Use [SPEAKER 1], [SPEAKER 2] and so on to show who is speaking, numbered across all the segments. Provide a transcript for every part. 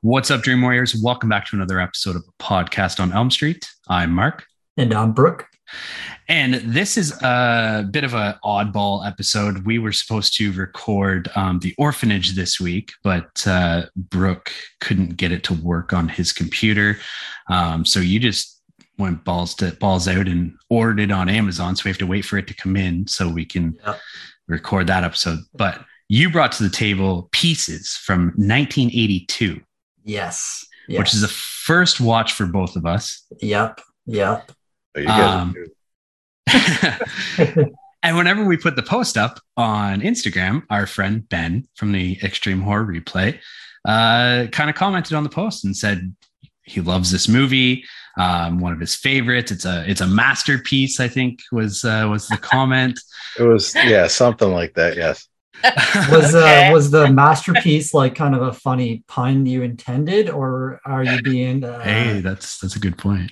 [SPEAKER 1] What's up, Dream Warriors? Welcome back to another episode of a podcast on Elm Street. I'm Mark.
[SPEAKER 2] And I'm Brooke.
[SPEAKER 1] And this is a bit of an oddball episode. We were supposed to record um, the orphanage this week, but uh, Brooke couldn't get it to work on his computer. Um, so you just went balls to balls out and ordered it on Amazon. So we have to wait for it to come in so we can
[SPEAKER 2] Yeah.
[SPEAKER 1] record that episode. But you brought to the table pieces from 1982,
[SPEAKER 2] Yes.
[SPEAKER 1] which is the
[SPEAKER 2] Yes.
[SPEAKER 1] first watch for both of us.
[SPEAKER 2] yep. Yep.
[SPEAKER 3] Oh, you guys
[SPEAKER 1] Um,
[SPEAKER 3] are good.
[SPEAKER 1] and whenever we put the post up on Instagram, our friend Ben from the Extreme Horror Replay uh, kind of commented on the post and said he loves this movie, um, one of his favorites. It's a it's a masterpiece. I think was uh, was the comment.
[SPEAKER 3] it was yeah, something like that. Yes,
[SPEAKER 2] Was
[SPEAKER 4] Okay.
[SPEAKER 2] uh, was the masterpiece like kind of a funny pun you intended, or are you being uh,
[SPEAKER 1] hey, that's that's a good point.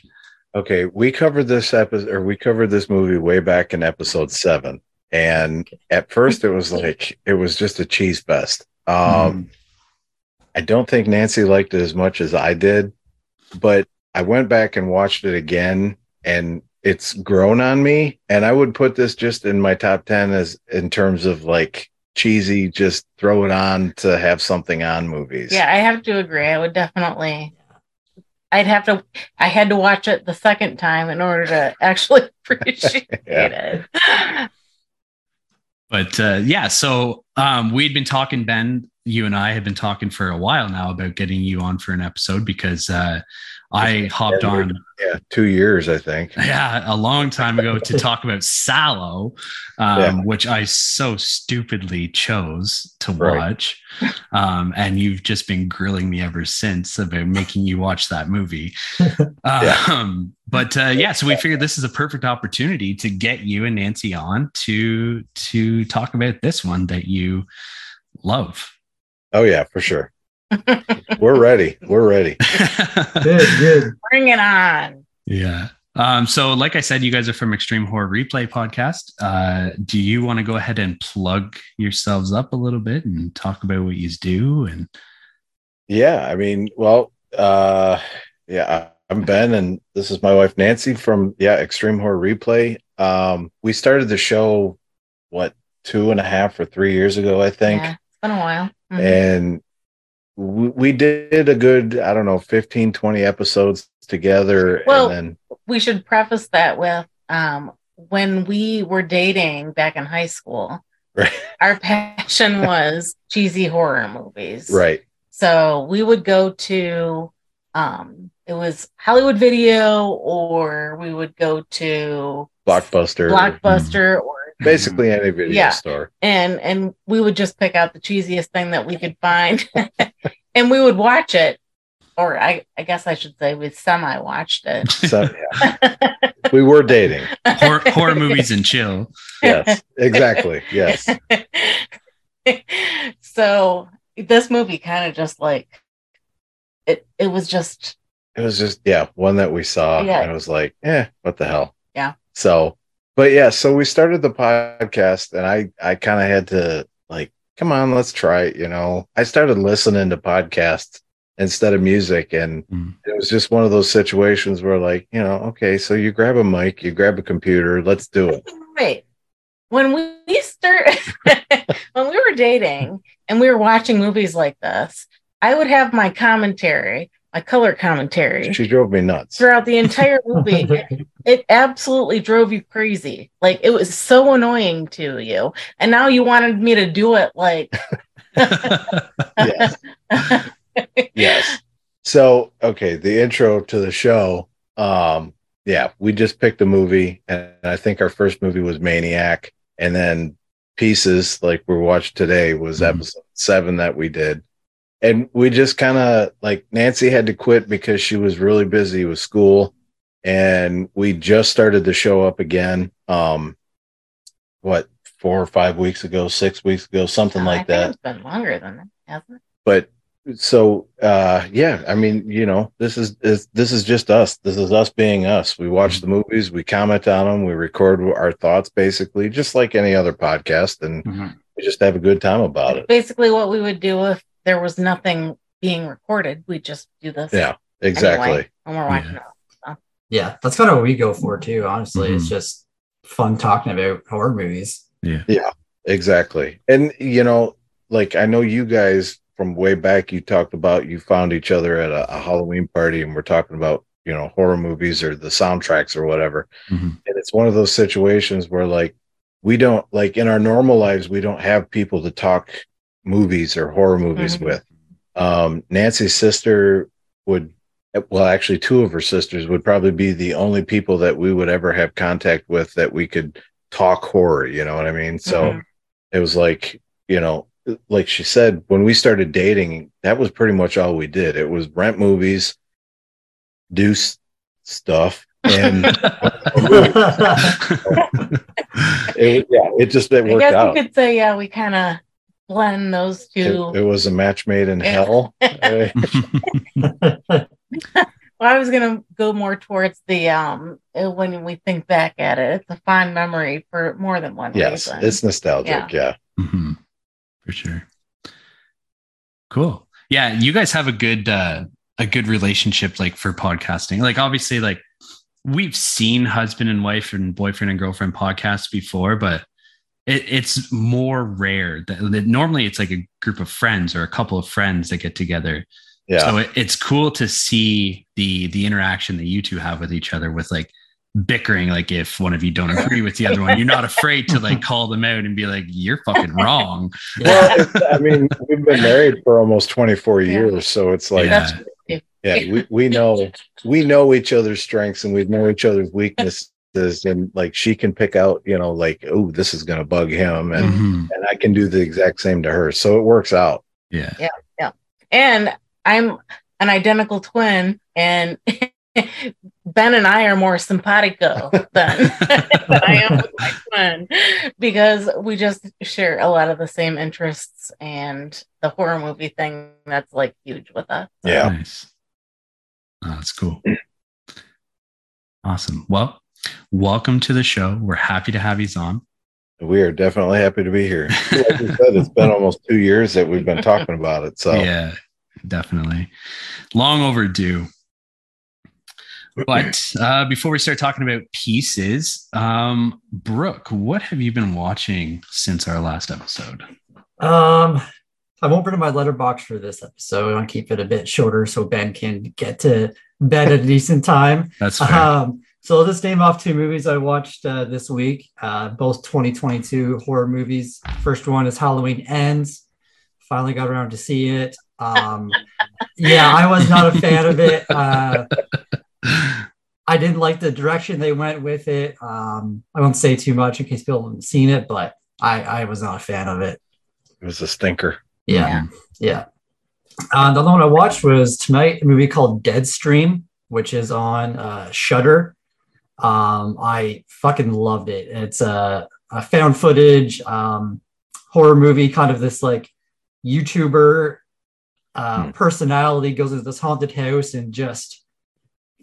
[SPEAKER 3] okay. We covered this episode, or we covered this movie way back in episode seven, and at first it was like it was just a cheese fest. Um,
[SPEAKER 1] Mm-hmm.
[SPEAKER 3] I don't think Nancy liked it as much as I did, but I went back and watched it again, and it's grown on me. And I would put this just in my top ten as in terms of like cheesy, just throw it on to have something on movies.
[SPEAKER 4] Yeah, I have to agree. I would definitely. I'd have to. I had to watch it the second time in order to actually appreciate it.
[SPEAKER 1] But uh, yeah, so um, we'd been talking, Ben, you and I had been talking for a while now about getting you on for an episode because uh, I hopped
[SPEAKER 3] Yeah, we-
[SPEAKER 1] on
[SPEAKER 3] yeah, two years, I think.
[SPEAKER 1] yeah, a long time ago to talk about Sallow, um,
[SPEAKER 3] Yeah.
[SPEAKER 1] which I so stupidly chose to
[SPEAKER 3] Right.
[SPEAKER 1] watch. Um, and you've just been grilling me ever since about making you watch that movie. Um, but uh, yeah, so we figured this is a perfect opportunity to get you and Nancy on to to talk about this one that you love.
[SPEAKER 3] Oh yeah, for sure. We're ready. We're ready.
[SPEAKER 2] good, good.
[SPEAKER 4] Bring it on.
[SPEAKER 1] Yeah. Um, so, like I said, you guys are from Extreme Horror Replay Podcast. Uh, do you want to go ahead and plug yourselves up a little bit and talk about what you do? And
[SPEAKER 3] Yeah, I mean, well, uh yeah, I'm Ben and this is my wife Nancy from yeah, Extreme Horror Replay. Um we started the show what two and a half or three years ago, I think.
[SPEAKER 4] Yeah, it's been a while. Mhm.
[SPEAKER 3] and we, we did a good, I don't know, 15, 20 episodes together.
[SPEAKER 4] Well,
[SPEAKER 3] and
[SPEAKER 4] we should preface that with um, when we were dating back in high school,
[SPEAKER 3] Right.
[SPEAKER 4] our passion was cheesy horror movies.
[SPEAKER 3] then right.
[SPEAKER 4] So we would go to um it was Hollywood Video or we would go to
[SPEAKER 3] Blockbuster.
[SPEAKER 4] Blockbuster or
[SPEAKER 3] basically any video
[SPEAKER 4] Yeah.
[SPEAKER 3] store.
[SPEAKER 4] and and we would just pick out the cheesiest thing that we could find and we would watch it or I I guess I should say we semi watched it.
[SPEAKER 3] So yeah. we were dating.
[SPEAKER 1] horror, horror movies and chill.
[SPEAKER 3] yes exactly yes
[SPEAKER 4] so this movie kind of just like it it was just
[SPEAKER 3] it was just yeah one that we saw
[SPEAKER 4] Yeah.
[SPEAKER 3] and it was like eh what the hell
[SPEAKER 4] Yeah.
[SPEAKER 3] so but yeah so we started the podcast and i i kind of had to like come on let's try it you know i started listening to podcasts instead of music and
[SPEAKER 1] Mm.
[SPEAKER 3] it was just one of those situations where like you know okay so you grab a mic you grab a computer let's do it
[SPEAKER 4] Right. When we start when we were dating and we were watching movies like this, I would have my commentary, my color commentary
[SPEAKER 3] she drove me nuts
[SPEAKER 4] throughout the entire movie. it absolutely drove you crazy. Like it was so annoying to you. And now you wanted me to do it like
[SPEAKER 3] yes Yes. So, okay, the intro to the show. Um, yeah, we just picked a movie, and I think our first movie was Maniac, and then Pieces, like we watched today, was
[SPEAKER 4] Mm-hmm.
[SPEAKER 1] Mhm.
[SPEAKER 3] episode seven that we did. And we just kind of like Nancy had to quit because she was really busy with school, and we just started the show up again. Um, what four or five weeks ago, six weeks ago, something
[SPEAKER 4] Oh, I
[SPEAKER 3] like
[SPEAKER 4] think
[SPEAKER 3] that
[SPEAKER 4] It's been longer than that, hasn't it?
[SPEAKER 3] but so uh yeah i mean you know this is, is this is just us this is us being us we watch the movies we comment on them we record our thoughts basically just like any other podcast and
[SPEAKER 1] Mhm.
[SPEAKER 3] we just have a good time about it
[SPEAKER 4] Basically, what we would do if there was nothing being recorded. We just do this.
[SPEAKER 3] Yeah, exactly.
[SPEAKER 4] anyway when we're watching
[SPEAKER 1] Yeah.
[SPEAKER 4] it.
[SPEAKER 2] Yeah, that's kind of what we go for too. Honestly, it's
[SPEAKER 1] Mhm.
[SPEAKER 2] just fun talking about horror movies.
[SPEAKER 3] Exactly. And you know, like I know you guys from way back you talked about you found each other at a, a Halloween party and we're talking about, you know, horror movies or the soundtracks or whatever.
[SPEAKER 1] Mhm.
[SPEAKER 3] And it's one of those situations where like we don't like in our normal lives we don't have people to talk movies or horror movies
[SPEAKER 4] Mhm.
[SPEAKER 3] with. Um Nancy's sister would well actually two of her sisters would probably be the only people that we would ever have contact with that we could talk horror, you know what I mean? So
[SPEAKER 4] Mhm.
[SPEAKER 3] it was like you know like she said when we started dating that was pretty much all we did it was rent movies do s- stuff and it, yeah it just it
[SPEAKER 4] I
[SPEAKER 3] worked
[SPEAKER 4] guess
[SPEAKER 3] out
[SPEAKER 4] you could say, yeah, we kind of blend those
[SPEAKER 3] it,
[SPEAKER 4] two.
[SPEAKER 3] it was a match made in hell Uh,
[SPEAKER 4] well, I was gonna go more towards the um uh, when we think back at it, it's a fond memory for more than one
[SPEAKER 3] yes
[SPEAKER 4] reason.
[SPEAKER 3] it's nostalgic yeah,
[SPEAKER 1] Mhm. For sure. Cool. Yeah, you guys have a good uh a good relationship like for podcasting. Like obviously like we've seen husband and wife and boyfriend and girlfriend podcasts before, but it, it's more rare that, that normally it's like a group of friends or a couple of friends that get together
[SPEAKER 3] yeah.
[SPEAKER 1] so it, it's cool to see the the interaction that you two have with each other with like bickering like if one of you don't agree with the other one you're not afraid to like call them out and be like you're fucking wrong
[SPEAKER 2] Yeah.
[SPEAKER 3] well it's, i mean we've been married for almost 24
[SPEAKER 4] Yeah.
[SPEAKER 3] years so it's like
[SPEAKER 1] Yeah.
[SPEAKER 3] yeah, we, we know we know each other's strengths and we know each other's weaknesses and like she can pick out you know like oh this is going to bug him and
[SPEAKER 1] Mhm.
[SPEAKER 3] and I can do the exact same to her. So it works out.
[SPEAKER 1] yeah
[SPEAKER 4] and I'm an identical twin, and Ben and I are more simpatico than, than I am with my twin because we just share a lot of the same interests and the horror movie thing that's like huge with us.
[SPEAKER 3] Yeah.
[SPEAKER 1] nice Oh, that's cool awesome well welcome to the show we're happy to have you on
[SPEAKER 3] We are definitely happy to be here. Like you said, it's been almost two years that we've been talking about it. So
[SPEAKER 1] Yeah, definitely. Long overdue. But uh, before we start talking about pieces, um, Brooke, what have you been watching since our last episode?
[SPEAKER 2] Um, I've opened my letterbox for this episode. I'll keep it a bit shorter so Ben can get to bed at a decent time.
[SPEAKER 1] That's fair.
[SPEAKER 2] Um, so I'll just name off two movies I watched uh, this week, uh, both 2022 horror movies. First one is Halloween Ends. Finally got around to see it. Um, yeah, I was not a fan of it. Uh,
[SPEAKER 3] Uh-huh.
[SPEAKER 2] I didn't like the direction they went with it. Um, I won't say too much in case people haven't seen it, but I, I was not a fan of it.
[SPEAKER 3] it was a stinker.
[SPEAKER 2] Yeah. Yeah. Uh, the other one I watched was tonight a movie called Deadstream, which is on uh, Shutter. Um, I fucking loved it. It's a, a found footage um, horror movie, kind of this like YouTuber uh,
[SPEAKER 3] Hmm.
[SPEAKER 2] personality goes into this haunted house and just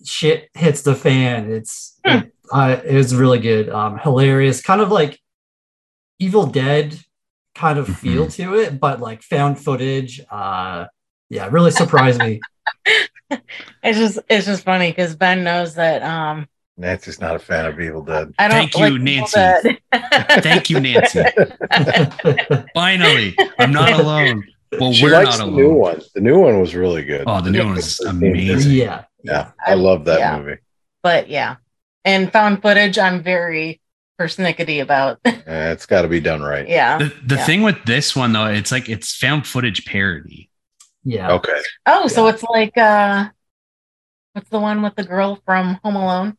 [SPEAKER 2] shit hits the fan. It's
[SPEAKER 4] Hmm.
[SPEAKER 2] it, uh, it was really good, um, hilarious, kind of like Evil Dead kind
[SPEAKER 3] Mm-hmm.
[SPEAKER 2] of feel to it, but like found footage. Uh, yeah, it really surprised me.
[SPEAKER 4] It's just it's just funny because Ben knows that um
[SPEAKER 3] Nancy's not a fan of Evil Dead.
[SPEAKER 4] I don't
[SPEAKER 1] Thank you,
[SPEAKER 4] like people
[SPEAKER 1] Nancy.
[SPEAKER 4] that-
[SPEAKER 1] Thank you, Nancy. Finally, I'm not alone. Well,
[SPEAKER 3] she
[SPEAKER 1] we're
[SPEAKER 3] likes
[SPEAKER 1] not
[SPEAKER 3] the
[SPEAKER 1] alone.
[SPEAKER 3] new one. The new one was really good.
[SPEAKER 1] Oh, the new one is amazing.
[SPEAKER 2] yeah,
[SPEAKER 3] Yeah, I love that
[SPEAKER 4] Yeah.
[SPEAKER 3] movie.
[SPEAKER 4] but yeah, and found footage. I'm very persnickety about.
[SPEAKER 3] Eh, it's got to be done right.
[SPEAKER 4] yeah.
[SPEAKER 1] The, the
[SPEAKER 4] Yeah.
[SPEAKER 1] thing with this one though, it's like it's found footage parody.
[SPEAKER 2] yeah.
[SPEAKER 3] Okay.
[SPEAKER 4] Oh, so it's like uh, what's the one with the girl from Home Alone?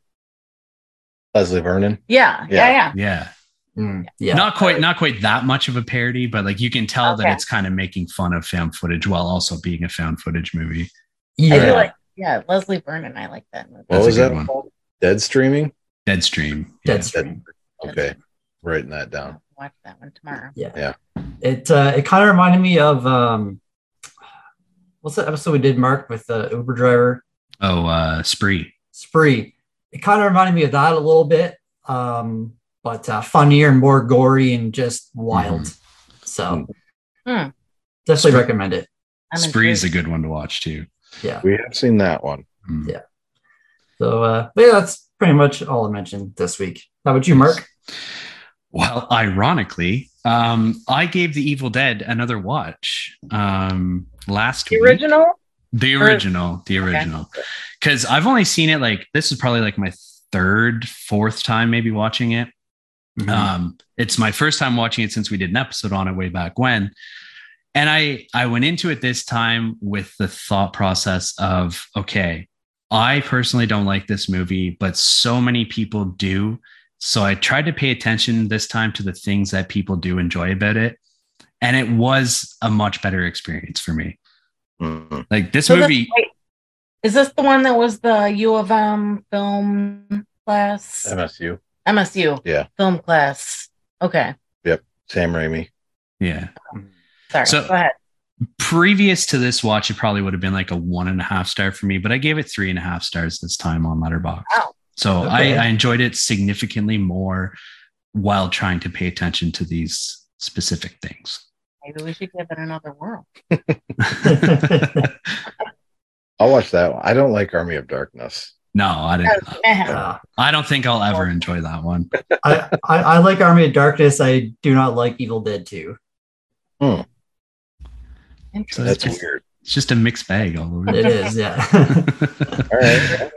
[SPEAKER 3] Leslie Vernon.
[SPEAKER 4] Yeah, yeah,
[SPEAKER 3] Yeah.
[SPEAKER 4] yeah.
[SPEAKER 1] Yeah.
[SPEAKER 2] Mm, yeah.
[SPEAKER 1] not quite not quite that much of a parody but like you can tell
[SPEAKER 4] Okay.
[SPEAKER 1] that it's kind of making fun of found footage while also being a found footage movie
[SPEAKER 4] I do
[SPEAKER 2] yeah.
[SPEAKER 4] like yeah Leslie Vernon. I like that movie.
[SPEAKER 3] What
[SPEAKER 1] That's a
[SPEAKER 3] was
[SPEAKER 1] good
[SPEAKER 3] that?
[SPEAKER 1] one.
[SPEAKER 3] called? Dead streaming.
[SPEAKER 1] deadstream yeah.
[SPEAKER 2] Deadstream.
[SPEAKER 3] Okay, writing that down.
[SPEAKER 4] I'll watch that one tomorrow.
[SPEAKER 2] It uh, it kind of reminded me of um, what's that episode we did, Mark, with the Uber driver
[SPEAKER 1] oh uh spree
[SPEAKER 2] spree. It kind of reminded me of that a little bit, um, but uh, funnier and more gory and just wild. So
[SPEAKER 4] Hmm.
[SPEAKER 2] Mm. definitely recommend it.
[SPEAKER 4] I'm
[SPEAKER 1] Spree's a
[SPEAKER 4] intrigued.
[SPEAKER 1] good one to watch too.
[SPEAKER 2] Yeah.
[SPEAKER 3] We have seen that one.
[SPEAKER 1] Mm.
[SPEAKER 2] Yeah. So, uh, but yeah, that's pretty much all I mentioned this week. How about you, Mark?
[SPEAKER 1] Well, ironically, um, I gave The Evil Dead another watch um, last
[SPEAKER 4] The
[SPEAKER 1] week.
[SPEAKER 4] original?
[SPEAKER 1] The
[SPEAKER 4] Or-
[SPEAKER 1] original, the original. Because I've only seen it like this is probably like my third, fourth time maybe watching it.
[SPEAKER 4] Mm-hmm.
[SPEAKER 1] Um, it's my first time watching it since we did an episode on it way back when. And I I went into it this time with the thought process of okay, I personally don't like this movie, but so many people do. So I tried to pay attention this time to the things that people do enjoy about it. And it was a much better experience for me.
[SPEAKER 3] Mm.
[SPEAKER 1] Like this
[SPEAKER 4] So that's-
[SPEAKER 1] movie,
[SPEAKER 4] wait, is this the one that was the U of M film class?
[SPEAKER 3] MSU.
[SPEAKER 4] MSU.
[SPEAKER 3] Yeah.
[SPEAKER 4] Film class. Okay.
[SPEAKER 3] Sam Raimi.
[SPEAKER 1] yeah.
[SPEAKER 4] Sorry.
[SPEAKER 1] So-
[SPEAKER 4] Go ahead.
[SPEAKER 1] Previous to this watch, it probably would have been like a one and a half star for me, but I gave it three and a half stars this time on Letterboxd.
[SPEAKER 4] Wow.
[SPEAKER 1] So
[SPEAKER 2] Okay.
[SPEAKER 1] I, I enjoyed it significantly more while trying to pay attention to these specific things.
[SPEAKER 4] Maybe we should give it another whirl.
[SPEAKER 3] I'll watch that one. I don't like Army of Darkness.
[SPEAKER 1] no, I didn't.
[SPEAKER 4] Oh, Yeah.
[SPEAKER 2] Uh,
[SPEAKER 1] I don't think I'll ever enjoy that one.
[SPEAKER 2] I, I, I like Army of Darkness. I do not like Evil Dead 2.
[SPEAKER 1] So
[SPEAKER 4] Interesting.
[SPEAKER 3] That's weird.
[SPEAKER 1] It's just a mixed bag all over.
[SPEAKER 2] It is, yeah.
[SPEAKER 3] All right.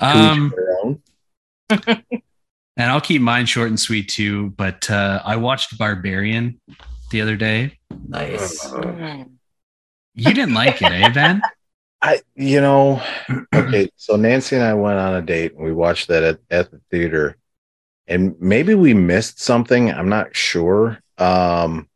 [SPEAKER 1] um,
[SPEAKER 3] To each their own.
[SPEAKER 1] and I'll keep mine short and sweet too. But uh, I watched Barbarian the other day.
[SPEAKER 3] Uh,
[SPEAKER 2] nice.
[SPEAKER 4] Mm.
[SPEAKER 1] You didn't like it, eh, Ben?
[SPEAKER 3] I, you know, okay. So Nancy and I went on a date and we watched that at, at the theater, and maybe we missed something. I'm not sure. Um,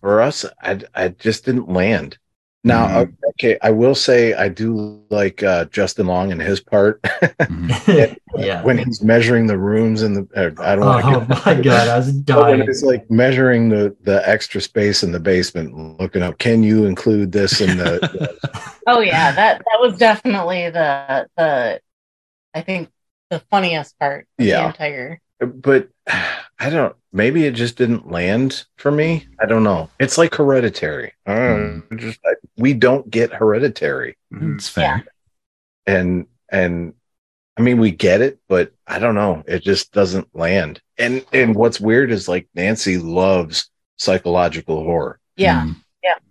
[SPEAKER 3] for us, I, I just didn't land. Now,
[SPEAKER 1] Mhm.
[SPEAKER 3] okay, I will say I do like uh, Justin Long and his part
[SPEAKER 1] Mhm.
[SPEAKER 2] yeah.
[SPEAKER 3] when he's measuring the rooms and the. uh, I don't. wanna
[SPEAKER 2] Oh
[SPEAKER 3] get-
[SPEAKER 2] my god, I was
[SPEAKER 3] But when
[SPEAKER 2] dying.
[SPEAKER 3] it's like measuring the the extra space in the basement, and looking up, can you include this in the?
[SPEAKER 4] Oh yeah, that that was definitely the the I think the funniest part of
[SPEAKER 3] Yeah.
[SPEAKER 4] the entire
[SPEAKER 3] but I don't. Maybe it just didn't land for me. I don't know. It's like hereditary. I
[SPEAKER 2] Hmm.
[SPEAKER 3] don't know. Just I, we don't get hereditary,
[SPEAKER 1] It's fair.
[SPEAKER 3] and and I mean we get it, but I don't know. It just doesn't land. And and what's weird is like Nancy loves psychological horror.
[SPEAKER 4] Yeah.
[SPEAKER 1] Mm.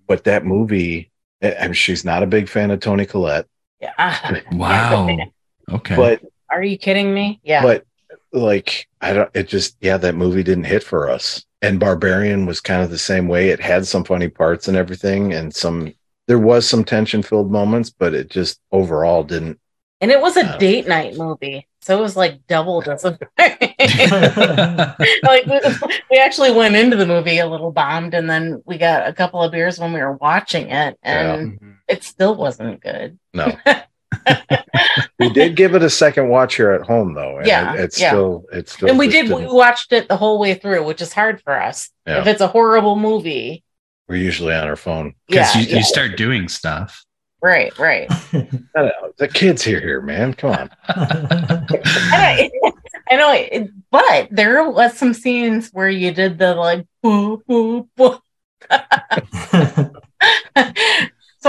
[SPEAKER 3] but that movie I- I'm, she's not a big fan of tony collette
[SPEAKER 4] Yeah.
[SPEAKER 1] Mm. Wow. Okay.
[SPEAKER 3] but
[SPEAKER 4] Are you kidding me? Yeah.
[SPEAKER 3] but like i don't it just yeah that movie didn't hit for us and barbarian was kind of the same way it had some funny parts and everything and some there was some tension filled moments but it just overall didn't
[SPEAKER 4] and it was
[SPEAKER 3] I
[SPEAKER 4] a
[SPEAKER 3] don't-
[SPEAKER 4] date night movie. So it was like double disappointment.
[SPEAKER 1] yeah.
[SPEAKER 4] like we, we actually went into the movie a little bombed and then we got a couple of beers when we were watching it and it still wasn't good
[SPEAKER 3] no we did give it a second watch here at home though and
[SPEAKER 4] Yeah,
[SPEAKER 3] it, it's
[SPEAKER 4] yeah.
[SPEAKER 3] still it's still
[SPEAKER 4] and we
[SPEAKER 3] just
[SPEAKER 4] did we
[SPEAKER 3] didn't-
[SPEAKER 4] watched it the whole way through which is hard for us
[SPEAKER 3] Yeah.
[SPEAKER 4] if it's a horrible movie
[SPEAKER 3] we're usually on our phone
[SPEAKER 1] Because
[SPEAKER 4] yeah,
[SPEAKER 1] you,
[SPEAKER 4] yeah,
[SPEAKER 1] you start doing stuff.
[SPEAKER 4] right right
[SPEAKER 3] I don't know. the kids here here man come on
[SPEAKER 4] I know, I know it, but there was some scenes where you did the like boo, boo, boo. so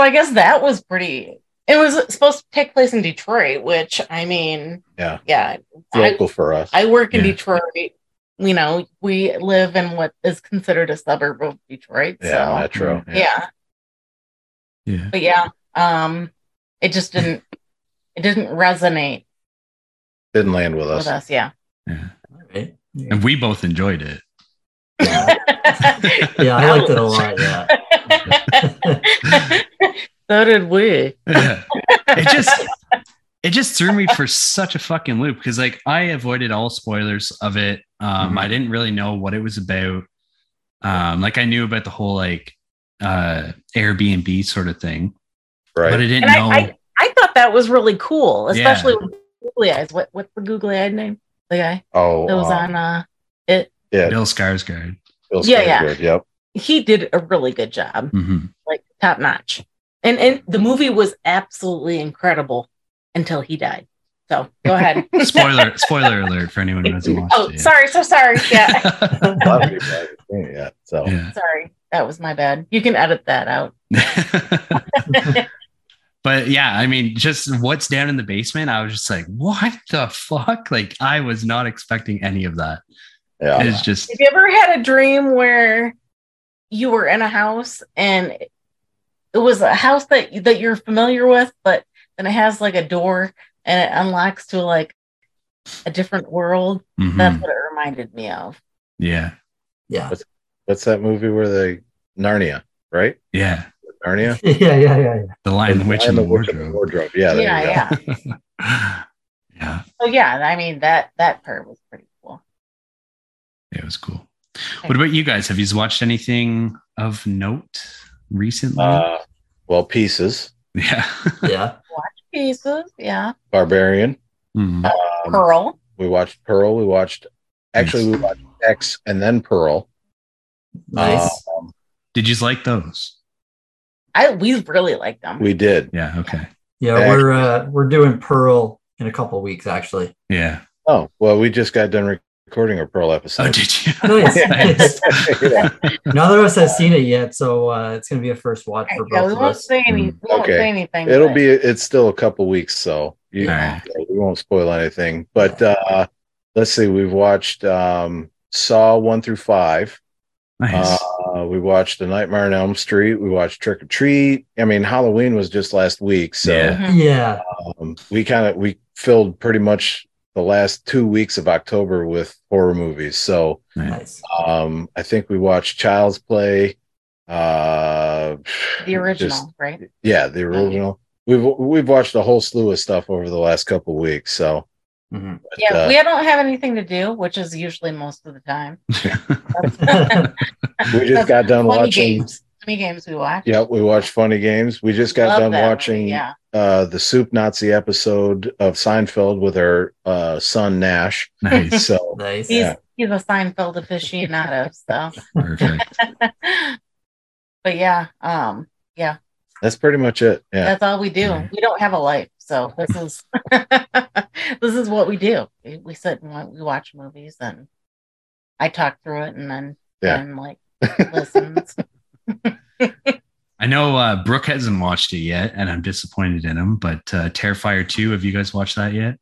[SPEAKER 4] I guess that was pretty. It was supposed to take place in Detroit, which I mean,
[SPEAKER 3] Yeah.
[SPEAKER 4] yeah. I,
[SPEAKER 3] local for us
[SPEAKER 4] I work in
[SPEAKER 1] Yeah.
[SPEAKER 4] Detroit. You know, we live in what is considered a suburb of Detroit. So
[SPEAKER 3] yeah
[SPEAKER 4] yeah,
[SPEAKER 3] metro
[SPEAKER 1] Yeah.
[SPEAKER 4] but yeah, um, it just didn't. It didn't resonate
[SPEAKER 3] didn't land with us
[SPEAKER 4] with us. Yeah,
[SPEAKER 1] yeah.
[SPEAKER 2] Alright.
[SPEAKER 1] And we both enjoyed it.
[SPEAKER 3] Mm-hmm.
[SPEAKER 2] yeah. Yeah, I liked it a lot. Yeah.
[SPEAKER 4] so did we.
[SPEAKER 1] Yeah. It just it just threw me for such a fucking loop because like I avoided all spoilers of it.
[SPEAKER 3] Mm-hmm.
[SPEAKER 1] Um,
[SPEAKER 2] Mhm.
[SPEAKER 1] I didn't really know what it was about. Um, like I knew about the whole like uh Airbnb sort of thing,
[SPEAKER 3] right
[SPEAKER 1] but I didn't
[SPEAKER 4] And
[SPEAKER 1] know.
[SPEAKER 4] I, I, I thought that was really cool,
[SPEAKER 1] Yeah.
[SPEAKER 4] especially with googly eyes. What what's the googly eyed name? The guy
[SPEAKER 3] oh
[SPEAKER 4] that was
[SPEAKER 3] um,
[SPEAKER 4] on uh it
[SPEAKER 3] yeah
[SPEAKER 1] Bill Skarsgård.
[SPEAKER 3] Bill's
[SPEAKER 4] Yeah,
[SPEAKER 3] very
[SPEAKER 4] yeah.
[SPEAKER 3] good, Yep.
[SPEAKER 4] he did a really good job,
[SPEAKER 1] hmm
[SPEAKER 4] like top notch. And and the movie was absolutely incredible until he died. So go ahead.
[SPEAKER 1] Spoiler spoiler alert for anyone who hasn't watched
[SPEAKER 4] oh,
[SPEAKER 1] it. yet.
[SPEAKER 4] sorry, so sorry. Yeah.
[SPEAKER 3] A lot of people haven't seen it yet. So
[SPEAKER 1] yeah.
[SPEAKER 4] sorry. That was my bad. You can edit that out.
[SPEAKER 1] but yeah, I mean, just what's down in the basement, I was just like, what the fuck? Like, I was not expecting any of that.
[SPEAKER 3] Yeah.
[SPEAKER 1] It's just,
[SPEAKER 4] Have you ever had a dream where you were in a house and it was a house that that you're familiar with, but then it has like a door and it unlocks to like a different world?
[SPEAKER 1] mhm.
[SPEAKER 3] Hmm.
[SPEAKER 4] That's what it reminded me of.
[SPEAKER 1] yeah,
[SPEAKER 2] Yeah.
[SPEAKER 3] What's that movie where they Narnia, right?
[SPEAKER 1] yeah.
[SPEAKER 3] Narnia?
[SPEAKER 2] Yeah. Yeah. Yeah. Yeah.
[SPEAKER 1] The Lion, the Witch,
[SPEAKER 3] Lion,
[SPEAKER 1] and the
[SPEAKER 3] Witch
[SPEAKER 1] Wardrobe.
[SPEAKER 3] and Wardrobe. Yeah, there
[SPEAKER 4] yeah,
[SPEAKER 3] you go.
[SPEAKER 4] yeah.
[SPEAKER 1] yeah,
[SPEAKER 4] So yeah, I mean that that part was pretty cool.
[SPEAKER 1] it was cool. What about you guys? Have you watched anything of note recently?
[SPEAKER 3] Uh, well, Pieces,
[SPEAKER 1] yeah.
[SPEAKER 2] Yeah.
[SPEAKER 4] Pieces, yeah.
[SPEAKER 3] Barbarian.
[SPEAKER 1] Mhm.
[SPEAKER 3] Um,
[SPEAKER 4] Pearl.
[SPEAKER 3] We watched Pearl. We watched, actually, we watched X and then Pearl.
[SPEAKER 2] Nice.
[SPEAKER 3] Um,
[SPEAKER 1] Did you like those?
[SPEAKER 4] I we really like them.
[SPEAKER 3] we did.
[SPEAKER 1] Yeah. Okay.
[SPEAKER 2] yeah.
[SPEAKER 3] Back-
[SPEAKER 2] We're uh, we're doing Pearl in a couple weeks actually.
[SPEAKER 1] Yeah.
[SPEAKER 3] Oh, well, we just got done re- recording our Pearl episode.
[SPEAKER 1] Oh, did you?
[SPEAKER 2] Nice.
[SPEAKER 1] Nice.
[SPEAKER 3] Yeah.
[SPEAKER 2] Neither of us have seen it yet, so uh, it's gonna be a first watch
[SPEAKER 4] Okay,
[SPEAKER 2] for
[SPEAKER 4] yeah, we
[SPEAKER 2] both of
[SPEAKER 4] won't
[SPEAKER 2] us.
[SPEAKER 4] say any we won't
[SPEAKER 3] Hmm, Okay.
[SPEAKER 4] say anything.
[SPEAKER 3] It'll
[SPEAKER 4] but-
[SPEAKER 3] be, it's still a couple weeks, so you,
[SPEAKER 1] Alright.
[SPEAKER 3] we won't spoil anything. But uh, let's see, we've watched um, Saw 1 through 5.
[SPEAKER 1] Nice.
[SPEAKER 3] Uh, we watched The Nightmare on Elm Street. We watched Trick or Treat. I mean, Halloween was just last week, so
[SPEAKER 1] Yeah.
[SPEAKER 2] Yeah.
[SPEAKER 3] um, we kind of we filled pretty much the last two weeks of October with horror movies. So
[SPEAKER 2] Nice.
[SPEAKER 3] um, I think we watched Child's Play. Uh,
[SPEAKER 4] the original,
[SPEAKER 3] just-
[SPEAKER 4] right?
[SPEAKER 3] yeah, the original. We've we've watched a whole slew of stuff over the last couple weeks. So
[SPEAKER 2] Mhm.
[SPEAKER 3] but,
[SPEAKER 4] Yeah,
[SPEAKER 3] uh,
[SPEAKER 4] we don't have anything to do, which is usually most of the time.
[SPEAKER 2] Mm-hmm.
[SPEAKER 3] we just got done
[SPEAKER 4] Funny
[SPEAKER 3] watching.
[SPEAKER 4] games, funny games we watch.
[SPEAKER 3] Yeah, we watched Funny Games. We just got
[SPEAKER 4] Love
[SPEAKER 3] done
[SPEAKER 4] that movie,
[SPEAKER 3] watching
[SPEAKER 4] Yeah,
[SPEAKER 3] uh, the soup Nazi episode of Seinfeld with her uh, son Nash.
[SPEAKER 1] nice.
[SPEAKER 3] So
[SPEAKER 2] nice.
[SPEAKER 4] he's
[SPEAKER 3] Yeah.
[SPEAKER 4] he's a Seinfeld aficionado, so.
[SPEAKER 1] Perfect.
[SPEAKER 4] but yeah, um,
[SPEAKER 3] that's pretty much it. Yeah,
[SPEAKER 4] that's all we do.
[SPEAKER 1] Mhm.
[SPEAKER 4] We don't have a life, so this is this is what we do. We, we sit and wa- we watch movies, and I talk through it, and then
[SPEAKER 3] Yeah.
[SPEAKER 4] Ben, like listens.
[SPEAKER 1] I know uh, Brooke hasn't watched it yet, and I'm disappointed in him. But uh, Terrifier 2, have you guys watched that yet?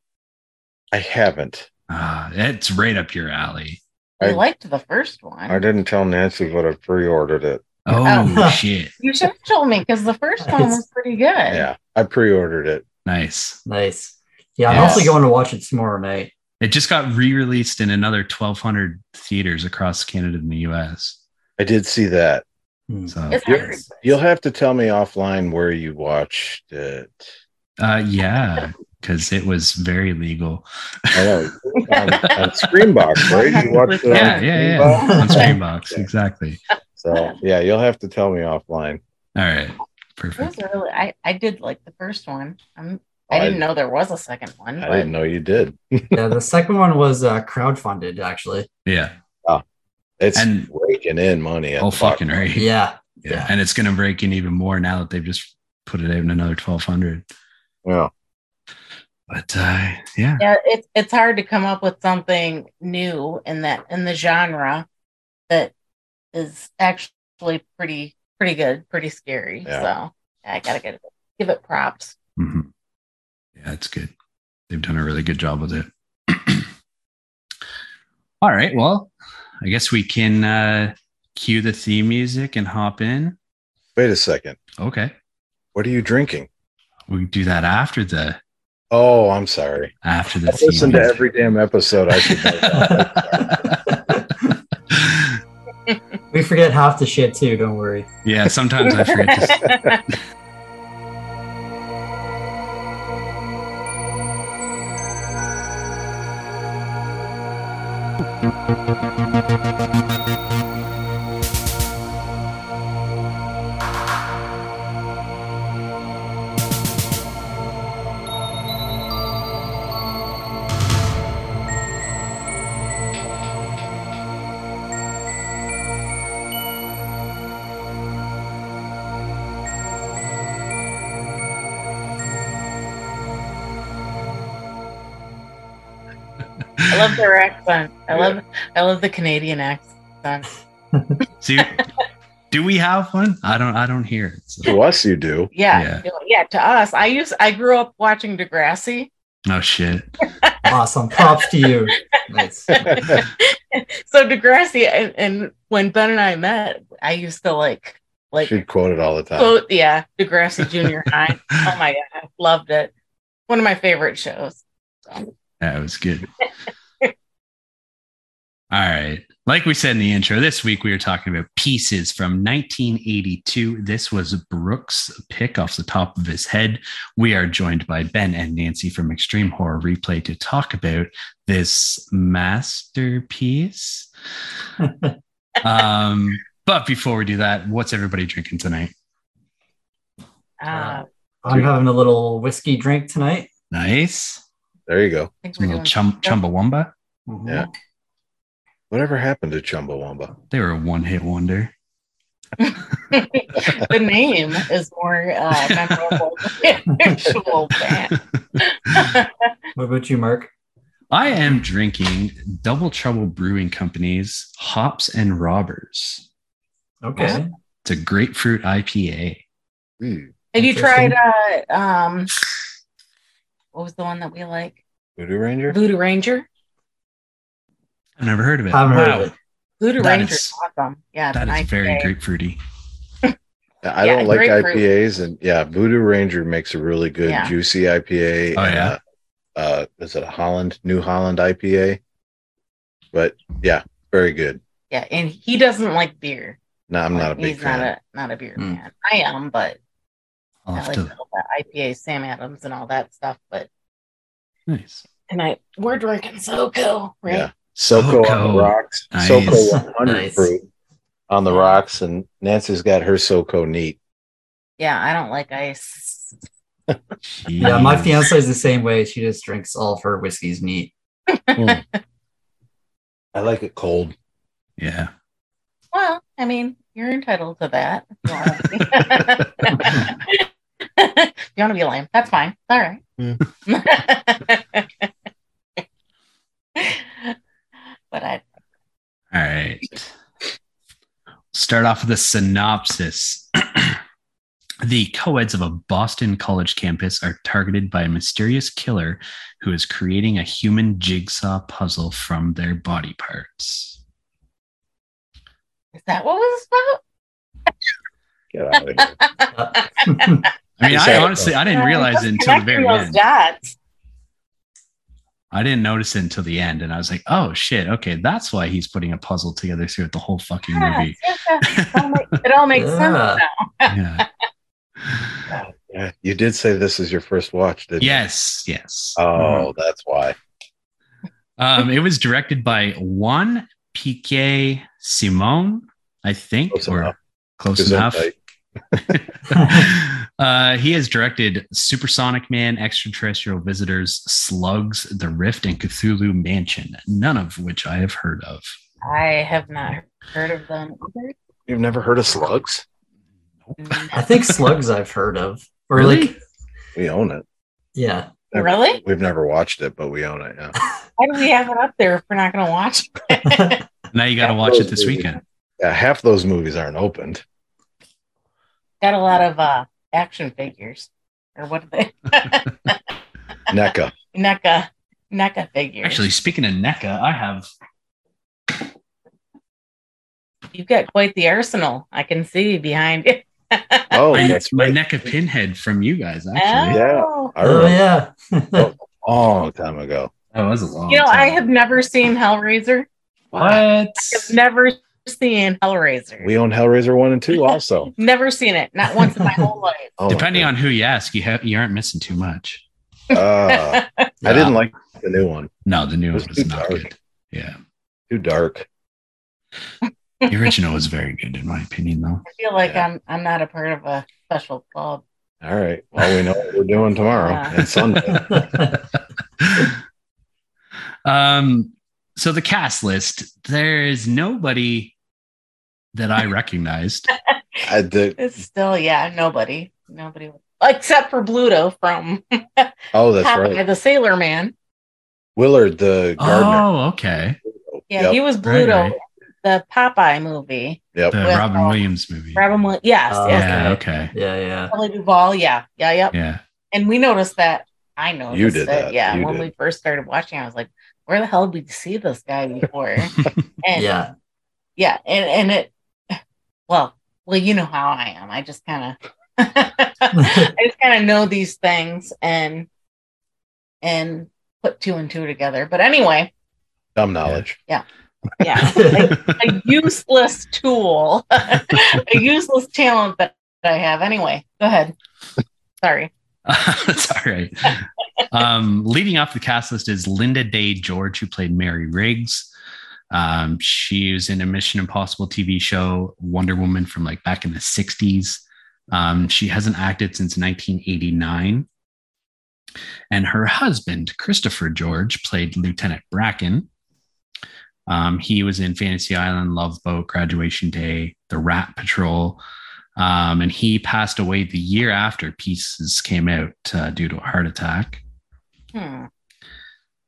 [SPEAKER 3] I haven't.
[SPEAKER 1] Ah, it's right up your alley.
[SPEAKER 4] We
[SPEAKER 3] I-
[SPEAKER 4] liked the first one.
[SPEAKER 3] I didn't tell Nancy, but I pre-ordered it.
[SPEAKER 1] Oh,
[SPEAKER 2] Oh.
[SPEAKER 1] shit!
[SPEAKER 4] You should have told me because the first one was pretty good.
[SPEAKER 3] Yeah, I pre-ordered it.
[SPEAKER 1] Nice.
[SPEAKER 2] Nice. Yeah, I'm
[SPEAKER 3] Yes.
[SPEAKER 2] also going to watch it tomorrow night.
[SPEAKER 1] It just got re-released in another 1,200 theaters across Canada and the U.S.
[SPEAKER 3] I did see that.
[SPEAKER 2] Hmm.
[SPEAKER 1] So,
[SPEAKER 4] It's
[SPEAKER 3] You'll-
[SPEAKER 4] hard.
[SPEAKER 3] You'll have to tell me offline where you watched it.
[SPEAKER 1] uh, yeah, because it was very legal.
[SPEAKER 3] I know on, on Screenbox, right? You watched it on
[SPEAKER 1] Yeah, yeah, yeah.
[SPEAKER 3] Screenbox?
[SPEAKER 1] On Screenbox, exactly.
[SPEAKER 3] So yeah, you'll have to tell me offline.
[SPEAKER 1] All right,
[SPEAKER 4] It was
[SPEAKER 1] perfect.
[SPEAKER 4] really, I, I did like the first one. I'm,
[SPEAKER 3] I-
[SPEAKER 4] I didn't know there was a second one.
[SPEAKER 3] I
[SPEAKER 4] but-
[SPEAKER 3] didn't know you did.
[SPEAKER 2] yeah, the second one was uh, crowdfunded actually.
[SPEAKER 1] Yeah.
[SPEAKER 3] It's
[SPEAKER 1] And-
[SPEAKER 3] raking in money. at
[SPEAKER 1] Oh,
[SPEAKER 3] the box.
[SPEAKER 1] fucking right.
[SPEAKER 2] Yeah,
[SPEAKER 1] Yeah. And it's going to break in even more now that they've just put it out in another 1,200.
[SPEAKER 3] Yeah.
[SPEAKER 1] But uh, yeah,
[SPEAKER 4] Yeah, it's it's hard to come up with something new in that in the genre that is actually pretty pretty good, pretty scary.
[SPEAKER 3] Yeah.
[SPEAKER 4] So yeah, I gotta get it, give it props.
[SPEAKER 1] Mhm. yeah, it's good. They've done a really good job with it. All right. Well, I guess we can uh, cue the theme music and hop in.
[SPEAKER 3] Wait a second.
[SPEAKER 1] Okay.
[SPEAKER 3] What are you drinking?
[SPEAKER 1] We can do that after the
[SPEAKER 3] Oh, I'm sorry.
[SPEAKER 1] after the
[SPEAKER 3] I
[SPEAKER 1] theme.
[SPEAKER 3] listen to
[SPEAKER 1] music.
[SPEAKER 3] every damn episode. I should know that.
[SPEAKER 2] we forget half the shit too. Don't worry.
[SPEAKER 1] yeah, sometimes I forget to
[SPEAKER 4] I love their accent. I love I love the Canadian accent.
[SPEAKER 1] So you, Do we have one? I don't. I don't hear it. so-
[SPEAKER 3] To us, you do.
[SPEAKER 4] Yeah, yeah. To us, I used I grew up watching Degrassi,
[SPEAKER 1] Oh shit.
[SPEAKER 2] Awesome. Props to you. Nice.
[SPEAKER 4] so Degrassi, and, and when Ben and I met, I used to like like
[SPEAKER 3] She'd quote it all the time.
[SPEAKER 4] quote, yeah, Degrassi Junior High. Oh my god, I loved it. One of my favorite shows. So,
[SPEAKER 1] That was good. All right. Like we said in the intro, this week we were talking about pieces from 1982. This was Brooks' pick off the top of his head. We are joined by Ben and Nancy from Extreme Horror Replay to talk about this masterpiece. um, but before we do that, what's everybody drinking tonight?
[SPEAKER 4] uh,
[SPEAKER 2] I'm having a little whiskey drink tonight.
[SPEAKER 1] Nice.
[SPEAKER 3] There you go.
[SPEAKER 4] I think
[SPEAKER 1] A
[SPEAKER 4] we're
[SPEAKER 1] little
[SPEAKER 4] doing
[SPEAKER 1] chum- chumbawamba.
[SPEAKER 2] Mhm.
[SPEAKER 3] Yeah. Whatever happened to Chumbawamba?
[SPEAKER 1] They were a one hit wonder.
[SPEAKER 4] the name is more uh, memorable than the actual band.
[SPEAKER 2] What about you, Mark?
[SPEAKER 1] I am drinking Double Trouble Brewing Company's Hops and Robbers.
[SPEAKER 2] Okay.
[SPEAKER 1] It's a grapefruit IPA.
[SPEAKER 3] Mm.
[SPEAKER 4] Have you
[SPEAKER 2] Interesting.
[SPEAKER 4] tried uh, um, what was the one that we like?
[SPEAKER 3] Voodoo Ranger?
[SPEAKER 4] Voodoo Ranger.
[SPEAKER 1] I've never heard of it.
[SPEAKER 2] Haven't heard of it.
[SPEAKER 4] Voodoo
[SPEAKER 1] That
[SPEAKER 4] Ranger
[SPEAKER 1] is-
[SPEAKER 4] is awesome. Yeah, it's
[SPEAKER 1] That
[SPEAKER 4] an
[SPEAKER 1] is very
[SPEAKER 4] IPA.
[SPEAKER 1] grapefruity.
[SPEAKER 3] I
[SPEAKER 4] Yeah,
[SPEAKER 3] don't like
[SPEAKER 4] grapefruit.
[SPEAKER 3] IPAs, and yeah, Voodoo Ranger makes a really good
[SPEAKER 4] Yeah.
[SPEAKER 3] juicy IPA.
[SPEAKER 1] Oh,
[SPEAKER 3] and,
[SPEAKER 1] yeah?
[SPEAKER 3] uh, uh, is it a Holland New Holland IPA? But yeah, very good.
[SPEAKER 4] Yeah, and he doesn't like beer.
[SPEAKER 3] No, I'm not a big
[SPEAKER 4] He's not
[SPEAKER 3] fan.
[SPEAKER 4] a not a beer
[SPEAKER 2] Mm.
[SPEAKER 4] man. I am, but
[SPEAKER 1] Hmm. I'll
[SPEAKER 4] I
[SPEAKER 1] have
[SPEAKER 4] like
[SPEAKER 1] to.
[SPEAKER 4] all that IPA, Sam Adams, and all that stuff. But
[SPEAKER 1] Nice.
[SPEAKER 4] tonight we're drinking SoCo, right?
[SPEAKER 3] Yeah, Soco on the
[SPEAKER 1] Soco.
[SPEAKER 3] rocks.
[SPEAKER 1] Nice.
[SPEAKER 3] Soco 100
[SPEAKER 2] Nice.
[SPEAKER 3] fruit on the rocks, and Nancy's got her Soco neat.
[SPEAKER 4] Yeah, I don't like ice.
[SPEAKER 2] Yeah, my
[SPEAKER 1] Jeez.
[SPEAKER 2] fiance is the same way. She just drinks all of her whiskeys neat.
[SPEAKER 3] Mm. I like it cold.
[SPEAKER 1] Yeah.
[SPEAKER 4] Well, I mean, you're entitled to that. If you want to be lame? That's fine. All right. but I
[SPEAKER 1] All right. Start off with a synopsis. the co-eds of a Boston college campus are targeted by a mysterious killer who is creating a human jigsaw puzzle from their body parts.
[SPEAKER 4] is that what was about?
[SPEAKER 3] Get out of here.
[SPEAKER 2] Uh,
[SPEAKER 1] I mean, I
[SPEAKER 3] Exactly.
[SPEAKER 1] honestly I didn't realize it until the
[SPEAKER 4] Connecting
[SPEAKER 1] very
[SPEAKER 4] those
[SPEAKER 1] end.
[SPEAKER 4] dots.
[SPEAKER 1] I didn't notice it until the end, and I was like, "Oh shit! Okay, that's why he's putting a puzzle together throughout the whole fucking
[SPEAKER 4] Yes,
[SPEAKER 1] movie."
[SPEAKER 4] yes, yes. It all make- It all makes sense
[SPEAKER 2] Yeah.
[SPEAKER 4] now.
[SPEAKER 1] Yeah.
[SPEAKER 3] Yeah, you did say this is your first watch, didn't
[SPEAKER 1] yes, yes.
[SPEAKER 3] you? Oh, that's why.
[SPEAKER 1] Um, it was directed by Juan Piquet Simon, I think,
[SPEAKER 3] Close
[SPEAKER 1] or
[SPEAKER 3] enough.
[SPEAKER 1] close
[SPEAKER 3] Because I'm
[SPEAKER 1] enough.
[SPEAKER 3] like,
[SPEAKER 1] uh, he has directed Supersonic Man, Extraterrestrial Visitors, Slugs, The Rift, and Cthulhu Mansion, none of which I have heard of.
[SPEAKER 4] I have not heard of them either.
[SPEAKER 3] You've never heard of slugs?
[SPEAKER 2] I think slugs I've heard of. Or
[SPEAKER 1] Really?
[SPEAKER 2] like
[SPEAKER 3] We own it.
[SPEAKER 2] yeah.
[SPEAKER 3] Never-
[SPEAKER 4] Really?
[SPEAKER 3] We've never watched it, but we own it. Yeah.
[SPEAKER 4] Why do we have it up there if we're not going to watch? it?
[SPEAKER 1] Now you got to
[SPEAKER 3] Yeah,
[SPEAKER 1] watch it
[SPEAKER 3] those
[SPEAKER 1] this
[SPEAKER 3] movies.
[SPEAKER 1] weekend.
[SPEAKER 3] yeah half those movies aren't opened.
[SPEAKER 4] Got a lot of uh, action figures, or what are they? E
[SPEAKER 3] NECA.
[SPEAKER 4] NECA, NECA figures.
[SPEAKER 1] Actually, speaking of NECA, I have
[SPEAKER 4] you've got quite the arsenal. I can see behind you.
[SPEAKER 3] Oh,
[SPEAKER 1] my,
[SPEAKER 3] that's
[SPEAKER 1] my
[SPEAKER 3] right.
[SPEAKER 1] NECA pinhead from you guys.
[SPEAKER 4] Oh.
[SPEAKER 1] Actually,
[SPEAKER 3] I
[SPEAKER 2] Oh
[SPEAKER 3] remember
[SPEAKER 2] yeah.
[SPEAKER 3] a long time ago.
[SPEAKER 1] that was a long.
[SPEAKER 4] You know, I
[SPEAKER 1] time.
[SPEAKER 4] have never seen Hellraiser.
[SPEAKER 1] what?
[SPEAKER 4] I've never seen Hellraiser.
[SPEAKER 3] We own Hellraiser one and two also.
[SPEAKER 4] never seen it. Not once in my whole life.
[SPEAKER 3] Oh, my
[SPEAKER 1] Depending
[SPEAKER 3] God.
[SPEAKER 1] on who you ask, you have you aren't missing too much.
[SPEAKER 3] Uh, I didn't like the new one.
[SPEAKER 1] No, the new
[SPEAKER 3] It
[SPEAKER 1] one
[SPEAKER 3] was
[SPEAKER 1] was
[SPEAKER 3] too
[SPEAKER 1] not
[SPEAKER 3] dark.
[SPEAKER 1] good. Yeah.
[SPEAKER 3] Too dark.
[SPEAKER 1] The original was very good, in my opinion, though.
[SPEAKER 4] I feel like
[SPEAKER 3] Yeah.
[SPEAKER 4] I'm I'm not a part of a special club.
[SPEAKER 3] All right. Well, we know what we're doing tomorrow
[SPEAKER 4] Yeah.
[SPEAKER 3] and Sunday.
[SPEAKER 1] um, so the cast list, there is nobody that I recognized.
[SPEAKER 3] I, the,
[SPEAKER 4] It's still yeah, nobody, nobody except for Bluto from
[SPEAKER 3] oh, that's
[SPEAKER 4] Popeye
[SPEAKER 3] right.
[SPEAKER 4] the Sailor Man.
[SPEAKER 3] Willard, the gardener.
[SPEAKER 1] oh, okay.
[SPEAKER 4] Yeah,
[SPEAKER 3] Yep.
[SPEAKER 4] he was
[SPEAKER 1] Right,
[SPEAKER 4] Bluto.
[SPEAKER 1] right.
[SPEAKER 4] the Popeye movie.
[SPEAKER 3] Yep.
[SPEAKER 1] the
[SPEAKER 4] Well,
[SPEAKER 1] Robin Williams movie.
[SPEAKER 4] Robin Williams. Yes,
[SPEAKER 3] Uh,
[SPEAKER 2] Oh,
[SPEAKER 4] yes.
[SPEAKER 1] yeah, okay.
[SPEAKER 2] Yeah, yeah.
[SPEAKER 4] Kelly Duvall. Yeah, yeah, yep.
[SPEAKER 1] Yeah.
[SPEAKER 4] And we noticed that. I noticed
[SPEAKER 3] You did
[SPEAKER 4] it.
[SPEAKER 3] that.
[SPEAKER 4] Yeah.
[SPEAKER 3] You
[SPEAKER 4] when
[SPEAKER 3] did.
[SPEAKER 4] we first started watching, I was like, where the hell did we see this guy before? and yeah.
[SPEAKER 2] Yeah.
[SPEAKER 4] and, and it well, well, you know how I am. I just kind of I just kind of know these things and and put two and two together. But anyway,
[SPEAKER 1] Oh.
[SPEAKER 3] Dumb knowledge.
[SPEAKER 4] yeah. a useless tool, a useless talent that I have. Anyway, go ahead. Sorry.
[SPEAKER 1] That's all right. Um, leading off the cast list is Linda Day George, who played Mary Riggs. Um, she was in a Mission Impossible TV show, Wonder Woman from like back in the 60s. Um, she hasn't acted since 1989. And her husband, Christopher George, played Lieutenant Bracken. Um, he was in Fantasy Island, Love Boat, Graduation Day, The Rat Patrol, um, and he passed away the year after Pieces came out uh, due to a heart attack.
[SPEAKER 4] Hmm.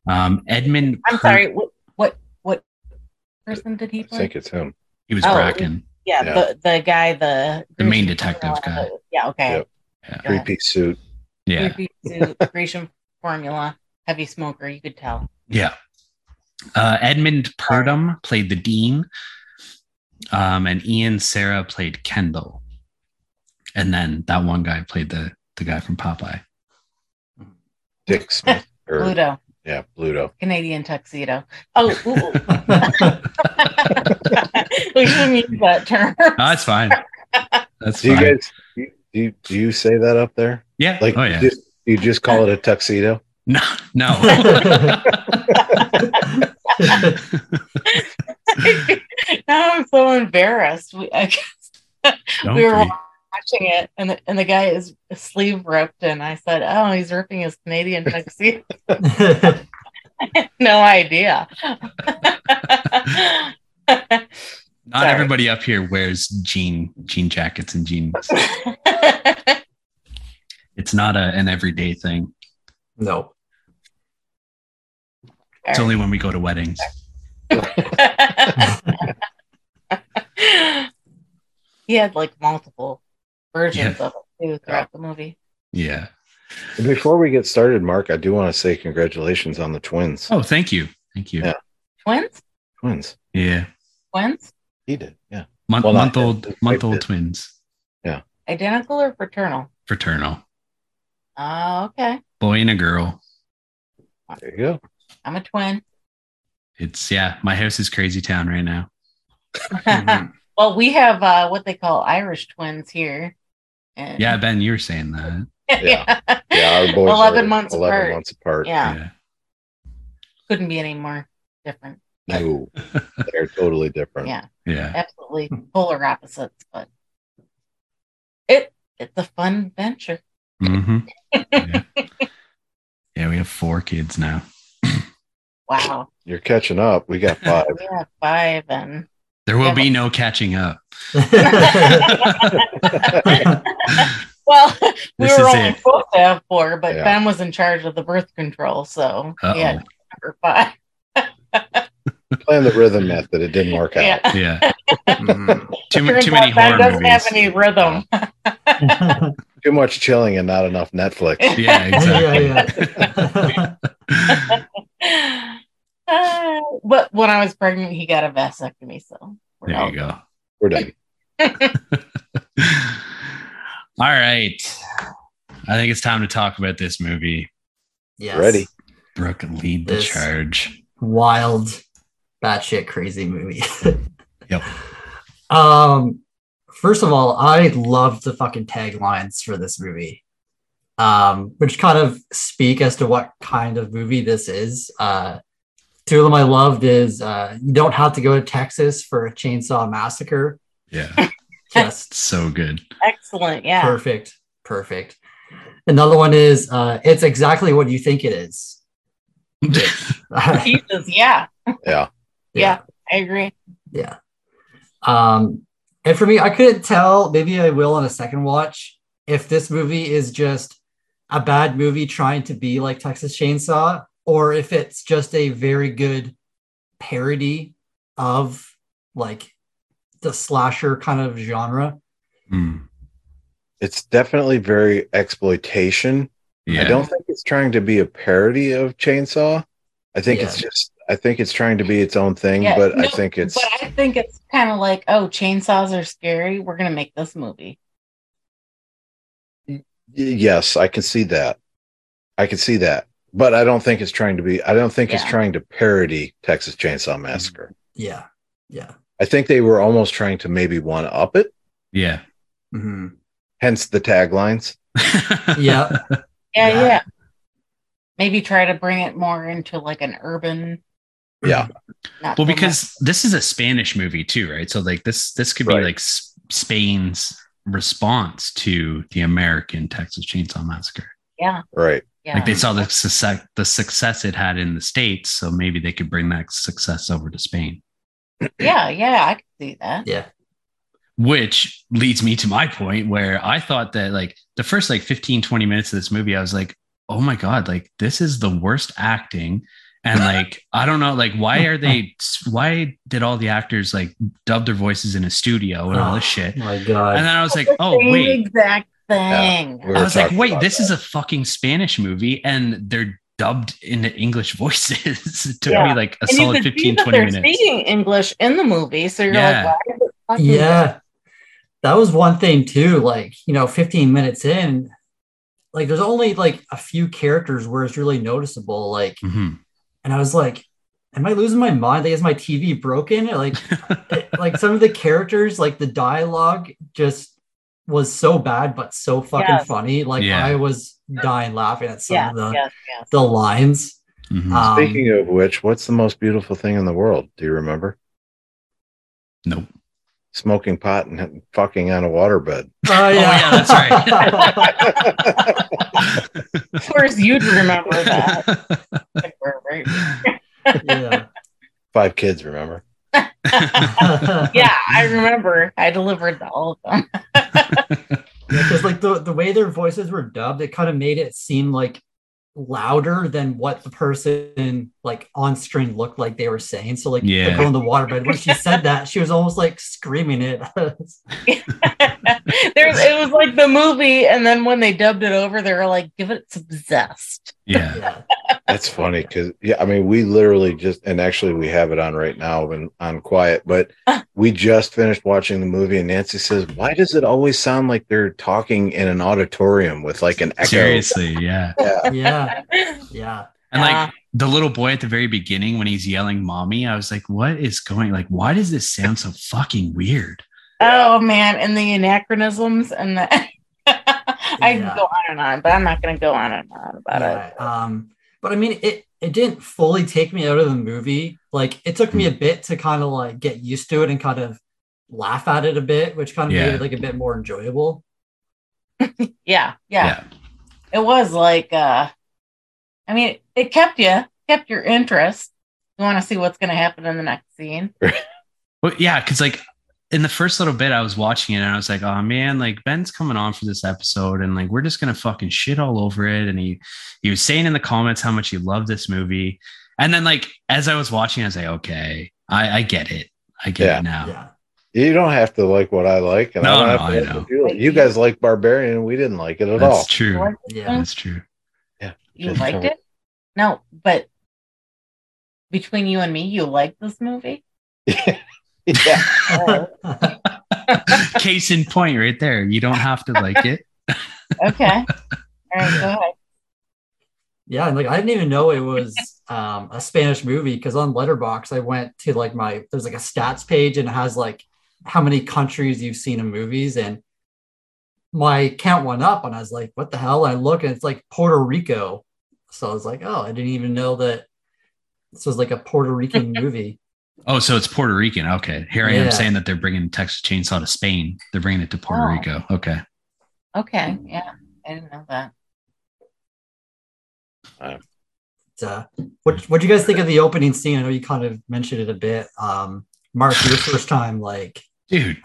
[SPEAKER 1] Um, Edmund,
[SPEAKER 4] I'm
[SPEAKER 1] Per-
[SPEAKER 4] sorry. What, what what person did he
[SPEAKER 3] I
[SPEAKER 4] play?
[SPEAKER 3] think it's him.
[SPEAKER 1] He was
[SPEAKER 4] Oh,
[SPEAKER 1] Bracken.
[SPEAKER 4] Yeah,
[SPEAKER 3] yeah.
[SPEAKER 4] the the guy, the
[SPEAKER 1] The main
[SPEAKER 4] Grecian
[SPEAKER 1] detective
[SPEAKER 4] formula. Yeah. Okay.
[SPEAKER 3] Yep.
[SPEAKER 1] Yeah.
[SPEAKER 4] Go
[SPEAKER 3] Three
[SPEAKER 4] ahead.
[SPEAKER 3] piece suit.
[SPEAKER 1] Yeah,
[SPEAKER 4] Three piece suit, Grecian formula, heavy smoker. You could tell.
[SPEAKER 1] yeah. Uh, Edmund Purdom played the dean, um, and Ian Sarah played Kendall, and then that one guy played the the guy from Popeye.
[SPEAKER 3] Dick Smith. Or,
[SPEAKER 4] Pluto,
[SPEAKER 3] Yeah, Bluto.
[SPEAKER 4] Canadian tuxedo. Oh, ooh, ooh. we shouldn't use that term.
[SPEAKER 1] No, that's fine. That's
[SPEAKER 3] Do you
[SPEAKER 1] fine.
[SPEAKER 3] guys do you, do you say that up there?
[SPEAKER 1] yeah.
[SPEAKER 3] Like
[SPEAKER 1] oh yeah.
[SPEAKER 3] you, just, you just call it a tuxedo?
[SPEAKER 1] No, no.
[SPEAKER 4] now I'm so embarrassed. We, I
[SPEAKER 1] Don't
[SPEAKER 4] we were
[SPEAKER 1] be.
[SPEAKER 4] watching it, and the, and the guy is sleeve ripped, and I said, "Oh, he's ripping his Canadian tuxedo." no idea.
[SPEAKER 1] Not
[SPEAKER 4] Sorry.
[SPEAKER 1] everybody up here wears jean jean jackets and jeans. It's not a, an everyday thing.
[SPEAKER 2] no.
[SPEAKER 1] It's only when we go to weddings.
[SPEAKER 4] he had like multiple versions
[SPEAKER 1] Yeah.
[SPEAKER 4] of it too throughout the movie.
[SPEAKER 1] Yeah.
[SPEAKER 3] And before we get started, Mark, I do want to say congratulations on the twins.
[SPEAKER 1] Oh, thank you. Thank you. Yeah.
[SPEAKER 3] Yeah.
[SPEAKER 4] Twins,
[SPEAKER 3] Twins.
[SPEAKER 4] twins,
[SPEAKER 3] He did. Yeah.
[SPEAKER 1] Month,
[SPEAKER 3] Well, not
[SPEAKER 1] month old
[SPEAKER 3] his
[SPEAKER 1] month
[SPEAKER 3] wife
[SPEAKER 1] old
[SPEAKER 3] did.
[SPEAKER 1] twins.
[SPEAKER 4] identical or fraternal?
[SPEAKER 1] Fraternal.
[SPEAKER 4] Oh, okay.
[SPEAKER 1] Boy and a girl.
[SPEAKER 3] There you go.
[SPEAKER 4] I'm a twin.
[SPEAKER 1] It's yeah, my house is crazy town right now.
[SPEAKER 2] Mhm.
[SPEAKER 4] well, we have uh, what they call Irish twins here. And
[SPEAKER 1] Yeah, Ben, you were saying that.
[SPEAKER 3] Yeah. Yeah, our boys
[SPEAKER 4] eleven
[SPEAKER 3] are
[SPEAKER 4] months
[SPEAKER 3] 11
[SPEAKER 4] apart.
[SPEAKER 3] months apart.
[SPEAKER 4] Yeah.
[SPEAKER 1] Yeah.
[SPEAKER 4] couldn't be any more different.
[SPEAKER 3] No, they're totally different.
[SPEAKER 4] Yeah,
[SPEAKER 1] Yeah.
[SPEAKER 4] absolutely
[SPEAKER 1] Hmm.
[SPEAKER 4] polar opposites, but it it's a fun venture.
[SPEAKER 1] hmm Yeah. yeah, we have four kids now.
[SPEAKER 4] Wow,
[SPEAKER 3] You're catching up. We got five.
[SPEAKER 4] we have five and
[SPEAKER 1] There will be no catching up.
[SPEAKER 4] well, we
[SPEAKER 1] This is
[SPEAKER 4] were only
[SPEAKER 1] it.
[SPEAKER 4] supposed to have four, but
[SPEAKER 3] Yeah.
[SPEAKER 4] Ben was in charge of the birth control, so
[SPEAKER 1] Uh-oh.
[SPEAKER 4] yeah, number five.
[SPEAKER 3] Playing the rhythm method. It didn't work out.
[SPEAKER 4] Yeah,
[SPEAKER 1] Yeah.
[SPEAKER 2] Mhm.
[SPEAKER 1] Too, m-
[SPEAKER 4] Turns
[SPEAKER 1] too many
[SPEAKER 4] out Ben
[SPEAKER 1] horror
[SPEAKER 4] doesn't
[SPEAKER 1] movies.
[SPEAKER 4] have any rhythm.
[SPEAKER 3] Too much chilling and not enough Netflix.
[SPEAKER 1] yeah, exactly.
[SPEAKER 2] yeah,
[SPEAKER 1] yeah.
[SPEAKER 4] Uh, but when I was pregnant, he got a vasectomy, so we're
[SPEAKER 1] There
[SPEAKER 4] out.
[SPEAKER 1] you go.
[SPEAKER 3] We're done.
[SPEAKER 1] All right. I think it's time to talk about this movie.
[SPEAKER 2] yeah.
[SPEAKER 3] Ready.
[SPEAKER 1] Brooke, lead the
[SPEAKER 2] This-
[SPEAKER 1] charge.
[SPEAKER 2] wild, batshit crazy movie.
[SPEAKER 1] Yep.
[SPEAKER 2] Um, first of all, I love the fucking taglines for this movie, um, which kind of speak as to what kind of movie this is. Uh, two of them I loved is uh, you don't have to go to Texas for a chainsaw massacre.
[SPEAKER 1] Yeah.
[SPEAKER 2] Just
[SPEAKER 1] So good.
[SPEAKER 4] Excellent, yeah.
[SPEAKER 2] perfect, perfect. Another one is uh, it's exactly what you think it is.
[SPEAKER 4] Jesus, yeah,
[SPEAKER 3] Yeah.
[SPEAKER 4] yeah, I agree.
[SPEAKER 2] Yeah. Um, and for me, I couldn't tell, maybe I will on a second watch, if this movie is just a bad movie trying to be like Texas Chainsaw, or if it's just a very good parody of like the slasher kind of genre.
[SPEAKER 1] Mm.
[SPEAKER 3] It's definitely very exploitation.
[SPEAKER 1] Yeah.
[SPEAKER 3] I don't think it's trying to be a parody of Chainsaw. I think it's just I think it's trying to be its own thing,
[SPEAKER 4] Yeah,
[SPEAKER 3] but I
[SPEAKER 4] no,
[SPEAKER 3] think it's
[SPEAKER 4] But I think it's kind of like, oh, chainsaws are scary. We're gonna make this movie.
[SPEAKER 3] Y- yes, I can see that. I can see that. But I don't think it's trying to be I don't think it's
[SPEAKER 4] Yeah.
[SPEAKER 3] trying to parody Texas Chainsaw Massacre.
[SPEAKER 2] Yeah. Yeah.
[SPEAKER 3] I think they were almost trying to maybe one up it,
[SPEAKER 1] Yeah.
[SPEAKER 2] hmm
[SPEAKER 3] hence the taglines.
[SPEAKER 2] Yeah.
[SPEAKER 4] Yeah,
[SPEAKER 2] Yeah.
[SPEAKER 4] yeah, Maybe try to bring it more into like an urban.
[SPEAKER 3] Yeah.
[SPEAKER 4] not
[SPEAKER 1] Well,
[SPEAKER 4] so
[SPEAKER 1] because this is a Spanish movie too, right? So like this this could
[SPEAKER 3] Right.
[SPEAKER 1] be like S- Spain's response to the American Texas Chainsaw Massacre.
[SPEAKER 4] much- yeah,
[SPEAKER 3] Right.
[SPEAKER 4] yeah.
[SPEAKER 1] Like they saw the success the success it had in the states, so maybe they could bring that success over to Spain.
[SPEAKER 4] yeah, yeah, I could see that.
[SPEAKER 2] Yeah.
[SPEAKER 1] Which leads me to my point where I thought that like the first like 15 20 minutes of this movie I was like, "Oh my god, like this is the worst acting." And like I don't know, like why are they why did all the actors like dub their voices in a studio and all this shit?
[SPEAKER 2] My God.
[SPEAKER 1] And then I was like,
[SPEAKER 4] It's the
[SPEAKER 1] oh
[SPEAKER 4] same
[SPEAKER 1] wait.
[SPEAKER 4] exact thing.
[SPEAKER 3] We were
[SPEAKER 1] I was like,
[SPEAKER 3] talking
[SPEAKER 1] wait,
[SPEAKER 3] about
[SPEAKER 1] this
[SPEAKER 3] that.
[SPEAKER 1] is a fucking Spanish movie and they're dubbed into English voices. it took me
[SPEAKER 4] Yeah.
[SPEAKER 1] like a
[SPEAKER 4] and you
[SPEAKER 1] solid
[SPEAKER 4] could
[SPEAKER 1] 15,
[SPEAKER 4] see that
[SPEAKER 1] 20
[SPEAKER 4] they're
[SPEAKER 1] minutes.
[SPEAKER 4] speaking English in the movie, so you're
[SPEAKER 1] Yeah.
[SPEAKER 4] like, why is it fucking
[SPEAKER 2] Yeah. That was one thing too. Like, you know, 15 minutes in, like there's only like a few characters where it's really noticeable. Like,
[SPEAKER 1] Mhm.
[SPEAKER 2] and I was like, am I losing my mind? Like, is my TV broken? Like, it- like some of the characters, like the dialogue just was so bad, but so fucking
[SPEAKER 4] Yes.
[SPEAKER 2] funny. Like
[SPEAKER 1] Yeah.
[SPEAKER 2] I was dying laughing at some
[SPEAKER 4] Yeah,
[SPEAKER 2] of the,
[SPEAKER 4] yes, yes.
[SPEAKER 2] the lines.
[SPEAKER 1] Mhm.
[SPEAKER 2] Um,
[SPEAKER 3] Speaking of which, what's the most beautiful thing in the world? Do you remember?
[SPEAKER 1] nope.
[SPEAKER 3] Smoking pot and fucking on a waterbed.
[SPEAKER 2] oh, yeah.
[SPEAKER 1] yeah, that's right.
[SPEAKER 4] Of course, you'd remember that. Like, we're- we're-
[SPEAKER 3] Five kids, remember?
[SPEAKER 2] yeah.
[SPEAKER 4] yeah, I remember. I delivered all of them.
[SPEAKER 2] because like the, the way their voices were dubbed it kind of made it seem like louder than what the person like on screen looked like they were saying so like
[SPEAKER 1] Yeah.
[SPEAKER 2] the girl in the waterbed when she said that she was almost like screaming it
[SPEAKER 4] There's, it was like the movie, and then when they dubbed it over, they were like, "Give it some zest."
[SPEAKER 1] yeah.
[SPEAKER 2] yeah
[SPEAKER 3] That's funny because yeah, I mean, we literally just and actually we have it on right now and on quiet, but
[SPEAKER 4] Ah.
[SPEAKER 3] we just finished watching the movie and Nancy says, "Why does it always sound like they're talking in an auditorium with like an echo?"
[SPEAKER 1] Seriously, yeah.
[SPEAKER 3] Yeah.
[SPEAKER 2] yeah yeah
[SPEAKER 1] And
[SPEAKER 4] Yeah.
[SPEAKER 1] like the little boy at the very beginning when he's yelling mommy, I was like, what is going like why does this sound so fucking weird?
[SPEAKER 4] Oh man, and the anachronisms and the. I
[SPEAKER 2] Yeah.
[SPEAKER 4] can go on and on, but I'm not going to go on and on about
[SPEAKER 2] yeah.
[SPEAKER 4] it.
[SPEAKER 2] um but i mean it it didn't fully take me out of the movie like it took me a bit to kind of like get used to it and kind of laugh at it a bit which kind of
[SPEAKER 1] Yeah.
[SPEAKER 2] made it like a bit more enjoyable
[SPEAKER 4] Yeah, yeah, It was like, uh I mean, it kept you, kept your interest. You want to see what's going to happen in the next scene.
[SPEAKER 1] Well, yeah, because like in the first little bit, I was watching it and I was like, oh man, like Ben's coming on for this episode and like we're just gonna fucking shit all over it. And he he was saying in the comments how much he loved this movie. And then like as I was watching, I was like, okay, I, I get it. I get
[SPEAKER 3] Yeah.
[SPEAKER 1] it now.
[SPEAKER 2] yeah
[SPEAKER 3] You don't have to like what I like, and
[SPEAKER 1] No,
[SPEAKER 3] I don't
[SPEAKER 1] no,
[SPEAKER 3] have
[SPEAKER 1] I
[SPEAKER 3] to like
[SPEAKER 1] know.
[SPEAKER 3] what you like. You guys like Barbarian, and we didn't like it at
[SPEAKER 1] That's
[SPEAKER 3] all.
[SPEAKER 1] true.
[SPEAKER 2] yeah
[SPEAKER 1] That's true.
[SPEAKER 4] You
[SPEAKER 3] Just
[SPEAKER 4] liked
[SPEAKER 3] kinda-
[SPEAKER 4] it? No, but between you and me, you liked this movie?
[SPEAKER 3] yeah,
[SPEAKER 4] Oh,
[SPEAKER 1] Case in point, right there. You don't have to like it.
[SPEAKER 4] okay. All right, go ahead.
[SPEAKER 2] Yeah, and like I didn't even know it was um, a Spanish movie because on Letterbox I went to like my there's like a stats page and it has like how many countries you've seen in movies and my count went up and I was like, what the hell? I look and it's like Puerto Rico, so I was like, oh, I didn't even know that this was like a Puerto Rican movie.
[SPEAKER 1] Oh, so it's Puerto Rican. Okay. Here I
[SPEAKER 2] Yeah.
[SPEAKER 1] am saying that they're bringing Texas Chainsaw to Spain. They're bringing it to Puerto
[SPEAKER 4] Oh.
[SPEAKER 1] Rico. Okay.
[SPEAKER 4] Okay.
[SPEAKER 1] Mm-hmm.
[SPEAKER 4] Yeah. I didn't know that.
[SPEAKER 2] But, uh, what what do you guys think of the opening scene? I know you kind of mentioned it a bit. Um, Mark, your first time, like
[SPEAKER 1] Dude,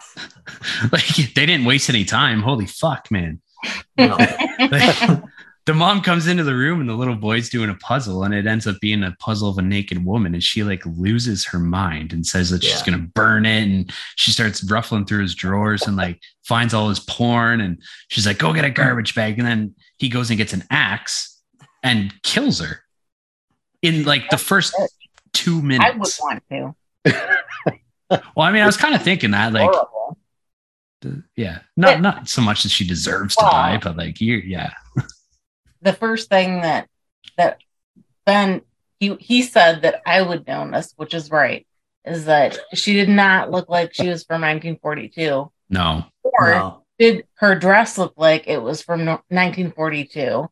[SPEAKER 1] like they didn't waste any time. Holy fuck, man.
[SPEAKER 2] you know,
[SPEAKER 1] Like, the mom comes into the room and the little boy's doing a puzzle and it ends up being a puzzle of a naked woman and she like loses her mind and says that she's
[SPEAKER 2] Yeah.
[SPEAKER 1] going to burn it and she starts ruffling through his drawers and like finds all his porn and she's like go get a garbage bag and then he goes and gets an axe and kills her in like the first two
[SPEAKER 4] I would
[SPEAKER 1] minutes
[SPEAKER 4] want to.
[SPEAKER 1] well i mean i was kind of thinking that like
[SPEAKER 4] Horrible.
[SPEAKER 1] the- yeah not
[SPEAKER 4] But-
[SPEAKER 1] not so much that she deserves to
[SPEAKER 4] Well-
[SPEAKER 1] die but like you yeah
[SPEAKER 4] The first thing that that Ben he he said that I would notice, which is right, is that she did not look like she was from 1942,
[SPEAKER 1] no
[SPEAKER 4] or
[SPEAKER 2] No.
[SPEAKER 4] did her dress look like it was from no- 1942?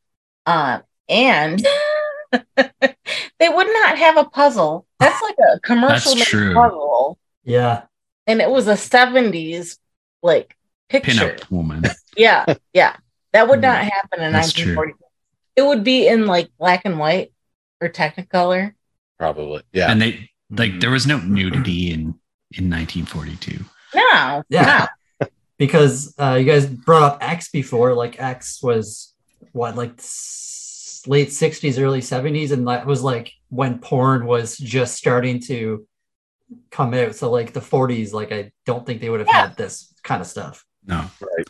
[SPEAKER 4] Um, and they would not have a puzzle. That's like a commercial
[SPEAKER 1] That's true.
[SPEAKER 4] puzzle,
[SPEAKER 2] Yeah.
[SPEAKER 4] and it was a 70s like picture.
[SPEAKER 1] pinup woman
[SPEAKER 4] Yeah, yeah, that would not
[SPEAKER 1] Mm,
[SPEAKER 4] happen in
[SPEAKER 1] that's true.
[SPEAKER 4] 1942. It would be in like black and white or Technicolor.
[SPEAKER 3] Probably. Yeah.
[SPEAKER 1] and they like
[SPEAKER 2] Mhm.
[SPEAKER 1] there was no
[SPEAKER 4] Mm-hmm.
[SPEAKER 1] nudity in in 1942
[SPEAKER 4] No,
[SPEAKER 2] Yeah. because uh, you guys brought up X before. Like X was what, like s- late '60s, early '70s, and that was like when porn was just starting to come out. So like the '40s, like I don't think they would have
[SPEAKER 4] Yeah.
[SPEAKER 2] had this kind of stuff.
[SPEAKER 1] no
[SPEAKER 3] Right.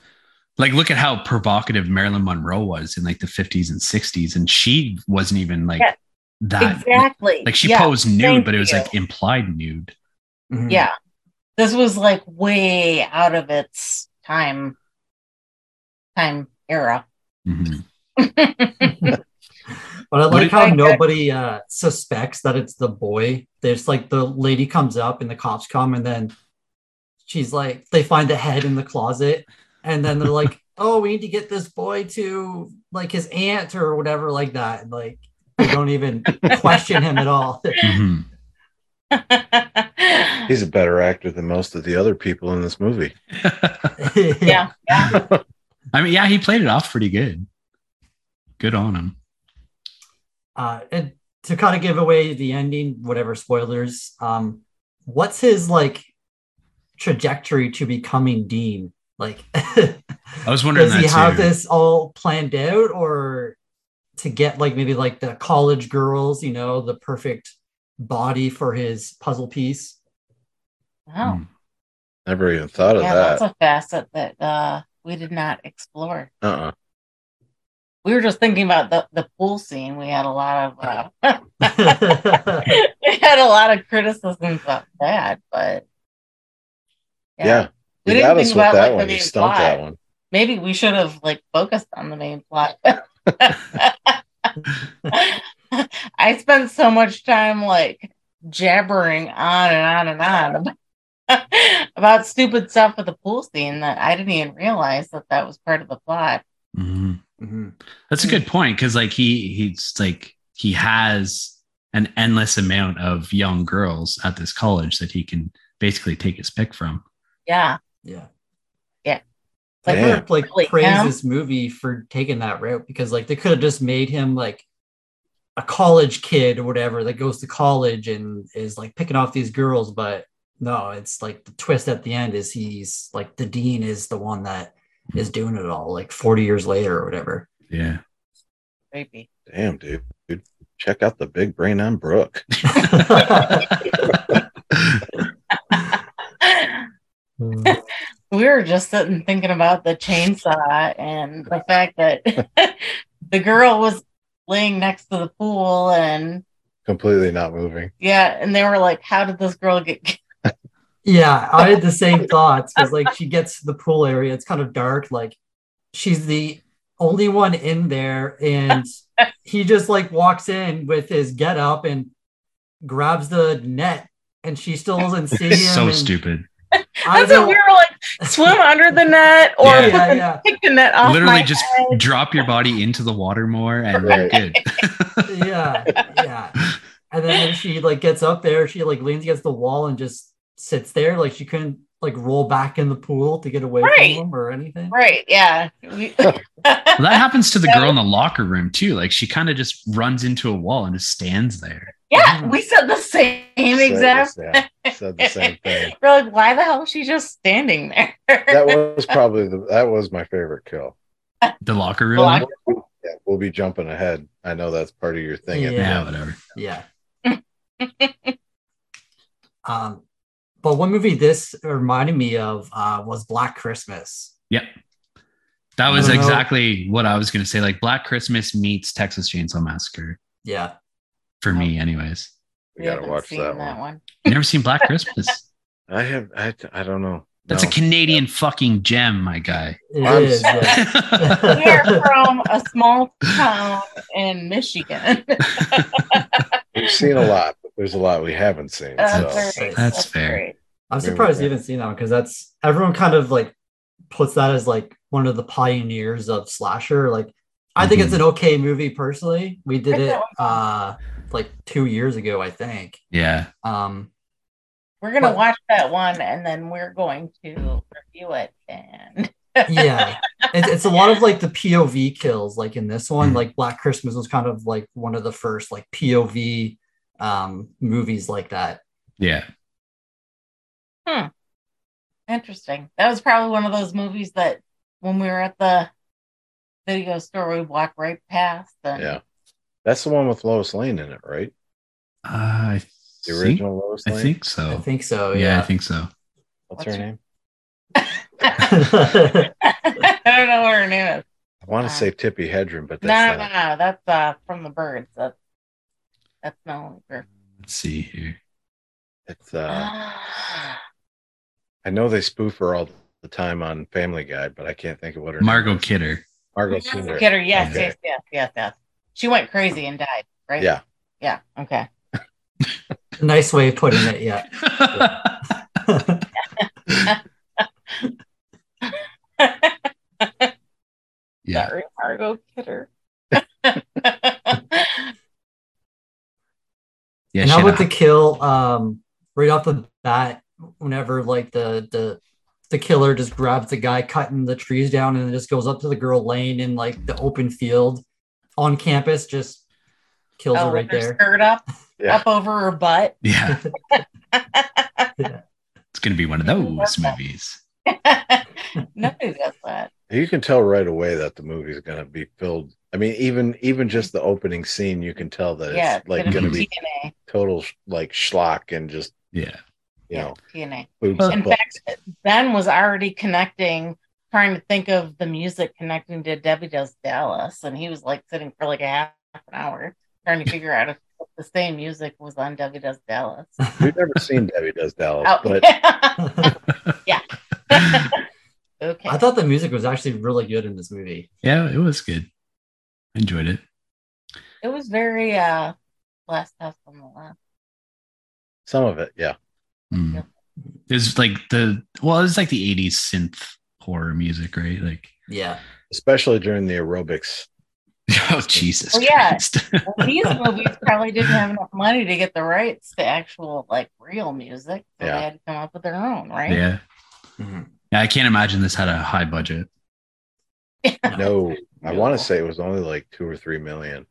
[SPEAKER 1] like look at how provocative marilyn monroe was in like the 50s and 60s and she wasn't even like
[SPEAKER 4] Yeah. no,
[SPEAKER 1] that
[SPEAKER 4] exactly.
[SPEAKER 1] like she
[SPEAKER 4] yeah.
[SPEAKER 1] posed nude
[SPEAKER 4] thank
[SPEAKER 1] but it was
[SPEAKER 4] you.
[SPEAKER 1] like implied nude
[SPEAKER 2] Mhm.
[SPEAKER 4] Yeah. This was like way out of its time time era.
[SPEAKER 1] Mhm.
[SPEAKER 2] But I
[SPEAKER 1] What-
[SPEAKER 2] like how
[SPEAKER 4] Like, uh,
[SPEAKER 2] nobody uh, suspects that it's the boy. There's like the lady comes up and the cops come, and then she's like, they find the head in the closet, and then they're like, oh, we need to get this boy to like his aunt or whatever, like that. And, like they don't even question him at all.
[SPEAKER 1] Mhm.
[SPEAKER 4] yeah.
[SPEAKER 3] He's a better actor than most of the other people in this movie.
[SPEAKER 4] Yeah.
[SPEAKER 1] i mean yeah he played it off pretty good good on him
[SPEAKER 2] Uh, and to kind of give away the ending, whatever spoilers. Um, what's his like trajectory to becoming dean? Like.
[SPEAKER 1] i was wondering
[SPEAKER 2] does
[SPEAKER 1] that
[SPEAKER 2] he have
[SPEAKER 1] too
[SPEAKER 2] this all planned out or to get like maybe like the college girls you know the perfect body for his puzzle piece
[SPEAKER 4] Wow.
[SPEAKER 1] Mm.
[SPEAKER 3] Never even thought of
[SPEAKER 4] Yeah,
[SPEAKER 3] that.
[SPEAKER 4] Oh, that's a facet that uh, we did not explore.
[SPEAKER 3] uh-uh.
[SPEAKER 4] We were just thinking about the, the pool scene. We had a lot of uh,
[SPEAKER 1] Mm-hmm.
[SPEAKER 2] yeah
[SPEAKER 4] we had a lot of criticisms about that, but
[SPEAKER 3] Yeah. yeah.
[SPEAKER 4] We
[SPEAKER 3] you
[SPEAKER 4] didn't
[SPEAKER 3] got
[SPEAKER 4] think
[SPEAKER 3] us with
[SPEAKER 4] about, like,
[SPEAKER 3] that
[SPEAKER 4] the
[SPEAKER 3] one.
[SPEAKER 4] main
[SPEAKER 3] You stumped
[SPEAKER 4] plot.
[SPEAKER 3] that one.
[SPEAKER 4] maybe we should have like focused on the main plot. I spent so much time like jabbering on and on and on about, about stupid stuff with the pool scene that I didn't even realize that that was part of the plot.
[SPEAKER 1] Mhm. That's a good point because like he he's like he has an endless amount of young girls at this college that he can basically take his pick from.
[SPEAKER 4] Yeah,
[SPEAKER 2] yeah
[SPEAKER 4] Yeah.
[SPEAKER 2] like,
[SPEAKER 3] Yeah.
[SPEAKER 2] we're, like
[SPEAKER 4] Really,
[SPEAKER 2] praise
[SPEAKER 4] yeah.
[SPEAKER 2] this movie for taking that route because like they could have just made him like a college kid or whatever that goes to college and is like picking off these girls but no it's like the twist at the end is he's like the dean is the one that is doing it all like 40 years later or whatever
[SPEAKER 1] Yeah.
[SPEAKER 4] creepy.
[SPEAKER 3] Damn, dude. dude. Check out the big brain on Brooke.
[SPEAKER 4] we were just sitting thinking about the chainsaw and the fact that the girl was laying next to the pool and
[SPEAKER 3] Completely not moving.
[SPEAKER 4] yeah, and they were like, "How did this girl get?" ki-"
[SPEAKER 2] Yeah, I had the same thoughts because like she gets to the pool area, it's kind of dark. Like she's the only one in there, and he just like walks in with his get up and grabs the net, and she still doesn't see him.
[SPEAKER 1] so
[SPEAKER 2] and
[SPEAKER 1] stupid.
[SPEAKER 2] I
[SPEAKER 4] That's what
[SPEAKER 2] don't,
[SPEAKER 4] we were like. Swim under the net or
[SPEAKER 1] Yeah.
[SPEAKER 4] put
[SPEAKER 2] yeah,
[SPEAKER 4] the
[SPEAKER 2] yeah,
[SPEAKER 4] pick the net off.
[SPEAKER 1] Literally
[SPEAKER 4] my
[SPEAKER 1] just
[SPEAKER 4] head.
[SPEAKER 1] drop your body into the water more and you're good.
[SPEAKER 2] yeah, yeah. And then when she like gets up there, she like leans against the wall and just sits there, like she couldn't like roll back in the pool to get away
[SPEAKER 4] Right.
[SPEAKER 2] from him or anything.
[SPEAKER 4] right. Yeah. We-
[SPEAKER 1] Well, that happens to the girl in the locker room too. Like she kind of just runs into a wall and just stands there.
[SPEAKER 4] yeah. We said the same exact.
[SPEAKER 3] Said, the same- said the same thing.
[SPEAKER 4] We're like, why the hell is she just standing there?
[SPEAKER 3] That was probably the that was my favorite kill.
[SPEAKER 1] The locker room.
[SPEAKER 4] Block-
[SPEAKER 3] Yeah, we'll be jumping ahead. I know that's part of your thing. at the
[SPEAKER 1] Yeah,
[SPEAKER 2] Yeah.
[SPEAKER 3] end.
[SPEAKER 1] whatever.
[SPEAKER 2] Yeah. um, but one movie this reminded me of uh, was Black Christmas.
[SPEAKER 1] That was
[SPEAKER 2] No, no.
[SPEAKER 1] exactly what I was going to say. Like Black Christmas meets Texas Chainsaw Massacre
[SPEAKER 2] Yeah.
[SPEAKER 1] for me, anyways.
[SPEAKER 3] We gotta
[SPEAKER 4] haven't
[SPEAKER 3] watch
[SPEAKER 4] seen
[SPEAKER 3] that one.
[SPEAKER 1] Never seen Black Christmas.
[SPEAKER 3] I have. I. I don't know.
[SPEAKER 1] That's
[SPEAKER 3] No.
[SPEAKER 1] a Canadian fucking gem, my guy.
[SPEAKER 2] it
[SPEAKER 3] I'm
[SPEAKER 2] is, yeah.
[SPEAKER 4] one. We're from a small town in Michigan.
[SPEAKER 3] We've seen a lot, but there's a lot we haven't seen.
[SPEAKER 4] That's
[SPEAKER 3] so.
[SPEAKER 4] great.
[SPEAKER 1] That's fair.
[SPEAKER 4] great.
[SPEAKER 2] I'm
[SPEAKER 3] Very
[SPEAKER 2] surprised you
[SPEAKER 3] good.
[SPEAKER 2] haven't seen that one because that's everyone kind of like puts that as like one of the pioneers of slasher. Like, I think it's
[SPEAKER 1] Mhm.
[SPEAKER 2] an okay movie personally. We did
[SPEAKER 4] It's
[SPEAKER 2] it
[SPEAKER 4] not-
[SPEAKER 2] uh like two years ago, I think.
[SPEAKER 1] yeah.
[SPEAKER 2] Um,
[SPEAKER 4] We're gonna
[SPEAKER 2] But-
[SPEAKER 4] watch that one, and then we're going to review it. And
[SPEAKER 2] yeah, it's, it's a lot of like the POV kills, like in this one,
[SPEAKER 1] Mhm.
[SPEAKER 2] like Black Christmas was kind of like one of the first like POV um movies like that.
[SPEAKER 1] Yeah.
[SPEAKER 4] interesting. That was probably one of those movies that when we were at the video store, we walked right past. And
[SPEAKER 3] Yeah, that's the one with Lois Lane in it, right?
[SPEAKER 1] Uh, I,
[SPEAKER 3] The
[SPEAKER 1] think,
[SPEAKER 3] original Lois
[SPEAKER 1] I
[SPEAKER 3] Lane.
[SPEAKER 1] think so.
[SPEAKER 2] I think so.
[SPEAKER 1] Oh. yeah, I
[SPEAKER 2] Yeah.
[SPEAKER 1] think so.
[SPEAKER 3] What's her name?
[SPEAKER 4] I don't know what her name is.
[SPEAKER 3] I want
[SPEAKER 4] Uh,
[SPEAKER 3] to say Tippy Hedren, but
[SPEAKER 4] No,
[SPEAKER 3] that's
[SPEAKER 4] no,
[SPEAKER 3] not.
[SPEAKER 4] no, that's uh, from the birds. That's that's no longer.
[SPEAKER 1] Let's see here.
[SPEAKER 3] It's. Uh, I know they spoof her all the time on Family Guy, but I can't think of what her
[SPEAKER 1] Margot
[SPEAKER 3] name is.
[SPEAKER 1] Kidder.
[SPEAKER 3] Margot Kidder.
[SPEAKER 4] Kidder. Kidder, yes,
[SPEAKER 3] Okay.
[SPEAKER 4] yes, yes, yes, yes. She went crazy and died, right?
[SPEAKER 3] Yeah,
[SPEAKER 4] Yeah. Okay.
[SPEAKER 2] nice way of putting it. Yeah.
[SPEAKER 1] yeah.
[SPEAKER 4] Sorry, Margot Kidder.
[SPEAKER 1] Yeah.
[SPEAKER 2] and how
[SPEAKER 1] shit,
[SPEAKER 2] about
[SPEAKER 1] I-
[SPEAKER 2] the kill um right off the bat whenever like the the the killer just grabs the guy cutting the trees down and then just goes up to the girl laying in like the open field on campus just kills
[SPEAKER 4] oh,
[SPEAKER 2] her right
[SPEAKER 4] with her
[SPEAKER 2] there
[SPEAKER 4] skirt up,
[SPEAKER 3] Yeah.
[SPEAKER 4] up over her butt.
[SPEAKER 1] yeah. It's going to be one of those movies.
[SPEAKER 4] Nobody does that.
[SPEAKER 3] you can tell right away that the movie's going to be filled. I mean, even even just the opening scene, you can tell that
[SPEAKER 4] yeah,
[SPEAKER 3] it's like going to be
[SPEAKER 4] TNA.
[SPEAKER 3] total sh- like schlock and just
[SPEAKER 1] Yeah.
[SPEAKER 3] you know
[SPEAKER 4] Yeah, TNA.
[SPEAKER 3] boobs.
[SPEAKER 1] Well,
[SPEAKER 3] and
[SPEAKER 4] in
[SPEAKER 3] butts.
[SPEAKER 4] fact, Ben was already connecting, trying to think of the music connecting to Debbie Does Dallas, and he was like sitting for like a half an hour trying to figure out if the same music was on Debbie Does Dallas.
[SPEAKER 3] we've never seen Debbie Does Dallas, Oh,
[SPEAKER 4] Oh,
[SPEAKER 3] but
[SPEAKER 4] okay.
[SPEAKER 2] i thought the music was actually really good in this movie
[SPEAKER 1] Yeah. It was good. Enjoyed it.
[SPEAKER 4] it was very uh last house on the left.
[SPEAKER 3] some of it, yeah.
[SPEAKER 1] Mm. There's like the, well, it's like the 80s synth horror music, right? Like,
[SPEAKER 2] yeah
[SPEAKER 3] Especially during the aerobics.
[SPEAKER 1] oh, Jesus
[SPEAKER 4] Oh, yeah.
[SPEAKER 1] Christ.
[SPEAKER 4] Well, these movies probably didn't have enough money to get the rights to actual like real music, so
[SPEAKER 3] Yeah.
[SPEAKER 4] they had to come up with their own, right?
[SPEAKER 1] yeah.
[SPEAKER 4] Mm-hmm.
[SPEAKER 2] Mhm.
[SPEAKER 1] Yeah, I can't imagine this had a high budget.
[SPEAKER 3] No, I want
[SPEAKER 2] No.
[SPEAKER 3] to say it was only like two or three million.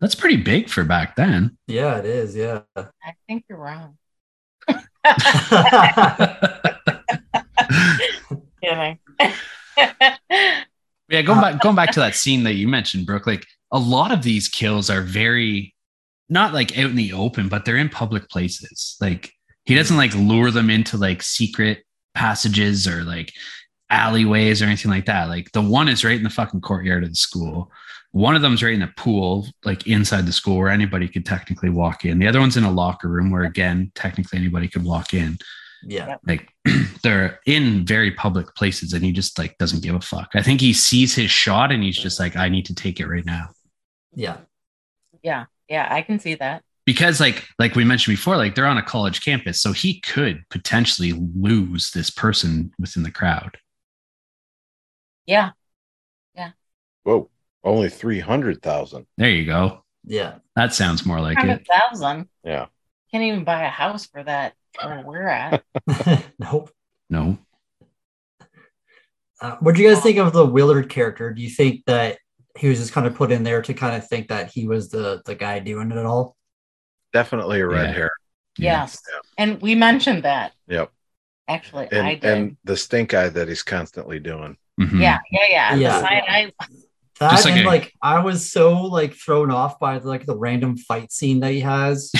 [SPEAKER 1] That's pretty big for back then.
[SPEAKER 2] yeah it is yeah
[SPEAKER 4] I think you're wrong. Kidding.
[SPEAKER 1] Yeah, going back going back to that scene that you mentioned, Brooke, like a lot of these kills are very not like out in the open, but they're in public places. Like he doesn't like lure them into like secret passages or like alleyways or anything like that. Like the one is right in the fucking courtyard of the school. One of them's right in the pool, like inside the school where anybody could technically walk in. The other one's in a locker room where again, technically anybody could walk in.
[SPEAKER 2] yeah
[SPEAKER 1] like they're in very public places and he just like doesn't give a fuck. I think he sees his shot and he's just like, I need to take it right now.
[SPEAKER 2] yeah
[SPEAKER 4] yeah, yeah, I can see that.
[SPEAKER 1] Because like like we mentioned before, like they're on a college campus, so he could potentially lose this person within the crowd.
[SPEAKER 4] Yeah,
[SPEAKER 3] Whoa, only three hundred thousand.
[SPEAKER 1] There you go.
[SPEAKER 2] yeah
[SPEAKER 1] That sounds more like
[SPEAKER 4] hundred
[SPEAKER 1] it.
[SPEAKER 4] thousand.
[SPEAKER 3] Yeah.
[SPEAKER 4] Can't even buy a house for that where we're at.
[SPEAKER 2] nope
[SPEAKER 1] No.
[SPEAKER 2] Uh, what do you guys think of the Willard character? Do you think that he was just kind of put in there to kind of think that he was the the guy doing it all?
[SPEAKER 3] Definitely a red
[SPEAKER 1] Yeah.
[SPEAKER 3] hair.
[SPEAKER 4] Yes, and we mentioned that
[SPEAKER 3] Yep.
[SPEAKER 4] actually. I
[SPEAKER 3] And
[SPEAKER 4] did.
[SPEAKER 3] and the stink eye that he's constantly doing.
[SPEAKER 1] Mhm.
[SPEAKER 4] yeah, yeah, yeah.
[SPEAKER 2] Yeah.
[SPEAKER 4] The side eye
[SPEAKER 2] That
[SPEAKER 1] Just like
[SPEAKER 2] and
[SPEAKER 1] a-
[SPEAKER 2] like I was so like thrown off by like the random fight scene that he has.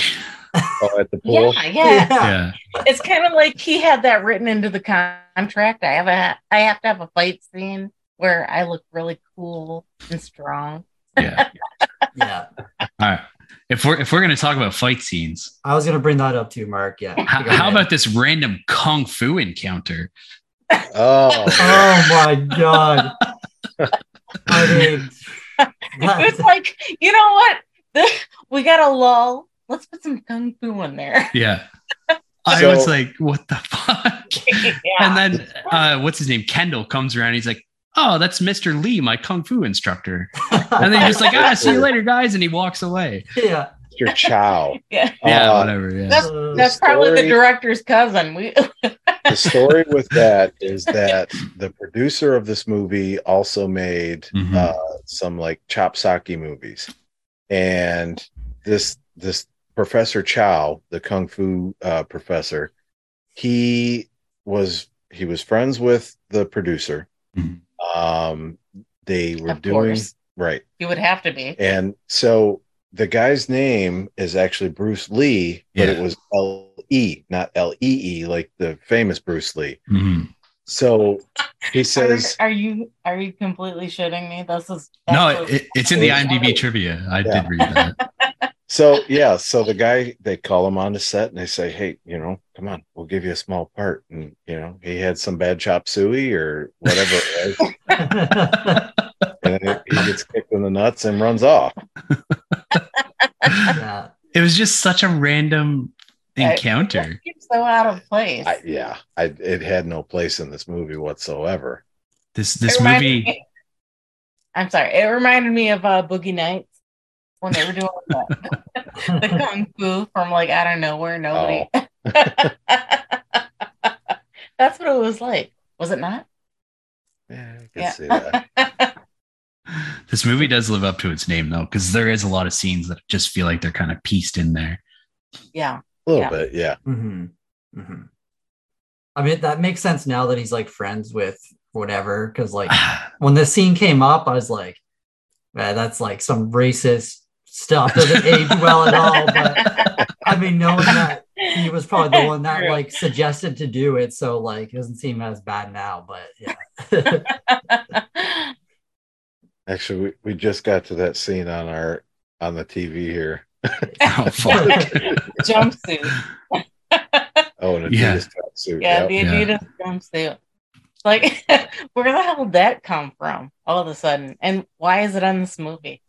[SPEAKER 3] Oh, at the pool.
[SPEAKER 4] Yeah, yeah.
[SPEAKER 1] yeah.
[SPEAKER 4] It's kind of like he had that written into the contract. I have a, I have to have a fight scene where I look really cool and strong.
[SPEAKER 1] Yeah.
[SPEAKER 2] yeah.
[SPEAKER 1] All right. If we're if we're gonna talk about fight scenes,
[SPEAKER 2] I was gonna bring that up too, Mark. Yeah.
[SPEAKER 1] how,
[SPEAKER 2] Go
[SPEAKER 1] how
[SPEAKER 2] ahead.
[SPEAKER 1] about this random kung fu encounter?
[SPEAKER 3] Oh,
[SPEAKER 2] Oh my god. I mean
[SPEAKER 4] It's like you know what? we got a lull. Let's put some kung fu in there.
[SPEAKER 1] Yeah. I
[SPEAKER 3] So-
[SPEAKER 1] was like, what the fuck?
[SPEAKER 4] yeah.
[SPEAKER 1] And then uh, what's his name? Kendall comes around. He's like, oh, that's Mr. Lee, my kung fu instructor. And then he's just like, ah, see you later, guys. And he walks away.
[SPEAKER 2] yeah.
[SPEAKER 3] Mr. Chow.
[SPEAKER 4] yeah.
[SPEAKER 1] Yeah,
[SPEAKER 3] Uh,
[SPEAKER 1] whatever. Yeah.
[SPEAKER 4] Oh, That's-
[SPEAKER 2] Uh,
[SPEAKER 4] That's probably the
[SPEAKER 3] story-
[SPEAKER 4] director's cousin. We
[SPEAKER 3] the story with that is that the producer of this movie also made
[SPEAKER 1] Mhm.
[SPEAKER 3] uh, some like chop sake movies, and this this Professor Chow, the kung fu uh, professor, he was he was friends with the producer.
[SPEAKER 1] Mhm.
[SPEAKER 3] Um, they were
[SPEAKER 4] Of
[SPEAKER 3] doing
[SPEAKER 4] course.
[SPEAKER 3] right,
[SPEAKER 4] you would have to be.
[SPEAKER 3] and so the guy's name is actually Bruce Lee, but it
[SPEAKER 1] Yeah.
[SPEAKER 3] was L E, not L E E, like the famous Bruce Lee.
[SPEAKER 1] Mhm.
[SPEAKER 3] So he
[SPEAKER 4] Are,
[SPEAKER 3] says,
[SPEAKER 4] are you are you completely shitting me? This is
[SPEAKER 1] No,
[SPEAKER 4] absolute-
[SPEAKER 1] it, it's in the
[SPEAKER 3] Yeah.
[SPEAKER 1] IMDb trivia. I
[SPEAKER 3] Yeah.
[SPEAKER 1] did read that.
[SPEAKER 3] so yeah, so the guy they call him on the set and they say, hey, you know, come on, we'll give you a small part, and you know he had some bad chop suey or whatever, it was, and then he gets kicked in the nuts and runs off.
[SPEAKER 2] yeah.
[SPEAKER 1] it was just such a random encounter.
[SPEAKER 4] You're so out of place.
[SPEAKER 3] I, yeah, I, it had no place in this movie whatsoever.
[SPEAKER 1] This
[SPEAKER 4] It
[SPEAKER 1] this
[SPEAKER 4] reminded
[SPEAKER 1] movie.
[SPEAKER 4] me- I'm sorry. It reminded me of uh, Boogie Nights when they were doing the, the kung fu from like I don't know where nobody. That's what it was like. Was it not?
[SPEAKER 3] Yeah, I can
[SPEAKER 4] Yeah.
[SPEAKER 3] see that.
[SPEAKER 1] This movie does live up to its name though, because there is a lot of scenes that just feel like they're kind of pieced in there.
[SPEAKER 4] yeah.
[SPEAKER 3] A little
[SPEAKER 4] Yeah.
[SPEAKER 3] bit, yeah.
[SPEAKER 2] hmm hmm I mean, that makes sense now that he's like friends with whatever. Cause like when the scene came up, I was like, man, that's like some racist stuff. Doesn't age well at all. But I mean, knowing that he was probably the one that
[SPEAKER 4] True.
[SPEAKER 2] like suggested to do it. So like it doesn't seem as bad now, but yeah.
[SPEAKER 3] Actually, we, we just got to that scene on our on the TV here.
[SPEAKER 1] oh fuck.
[SPEAKER 4] Jumpsuit.
[SPEAKER 3] Oh, and Adidas
[SPEAKER 1] Yeah.
[SPEAKER 3] tracksuit. yep.
[SPEAKER 4] Yeah, the Adidas jumpsuit. Like, where the hell did that come from all of a sudden? And why is it on this movie?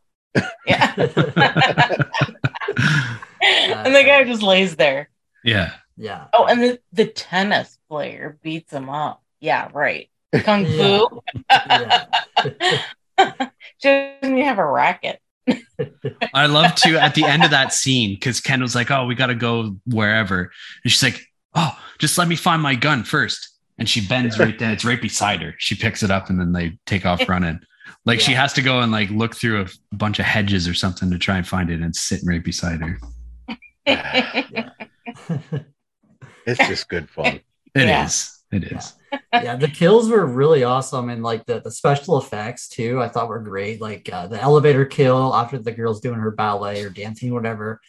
[SPEAKER 4] Yeah. and the guy just lays there.
[SPEAKER 1] yeah.
[SPEAKER 2] yeah.
[SPEAKER 4] Oh, and the, the tennis player beats him up. Yeah, right. Kung
[SPEAKER 2] Yeah.
[SPEAKER 4] Fu.
[SPEAKER 2] Yeah.
[SPEAKER 4] Shouldn't you have a racket?
[SPEAKER 1] I love to at the end of that scene because Kendall's like, "Oh, we got to go wherever," and she's like, "Oh, just let me find my gun first. And she bends right down; it's right beside her. She picks it up, and then they take off running. Like she
[SPEAKER 2] Yeah.
[SPEAKER 1] has to go and like look through a bunch of hedges or something to try and find it, and it's sitting right beside her.
[SPEAKER 3] It's just good fun.
[SPEAKER 1] It is.
[SPEAKER 4] Yeah.
[SPEAKER 1] It is.
[SPEAKER 2] yeah, the kills were really awesome, and like the, the special effects too, I thought were great. Like uh, the elevator kill after the girl's doing her ballet or dancing, whatever,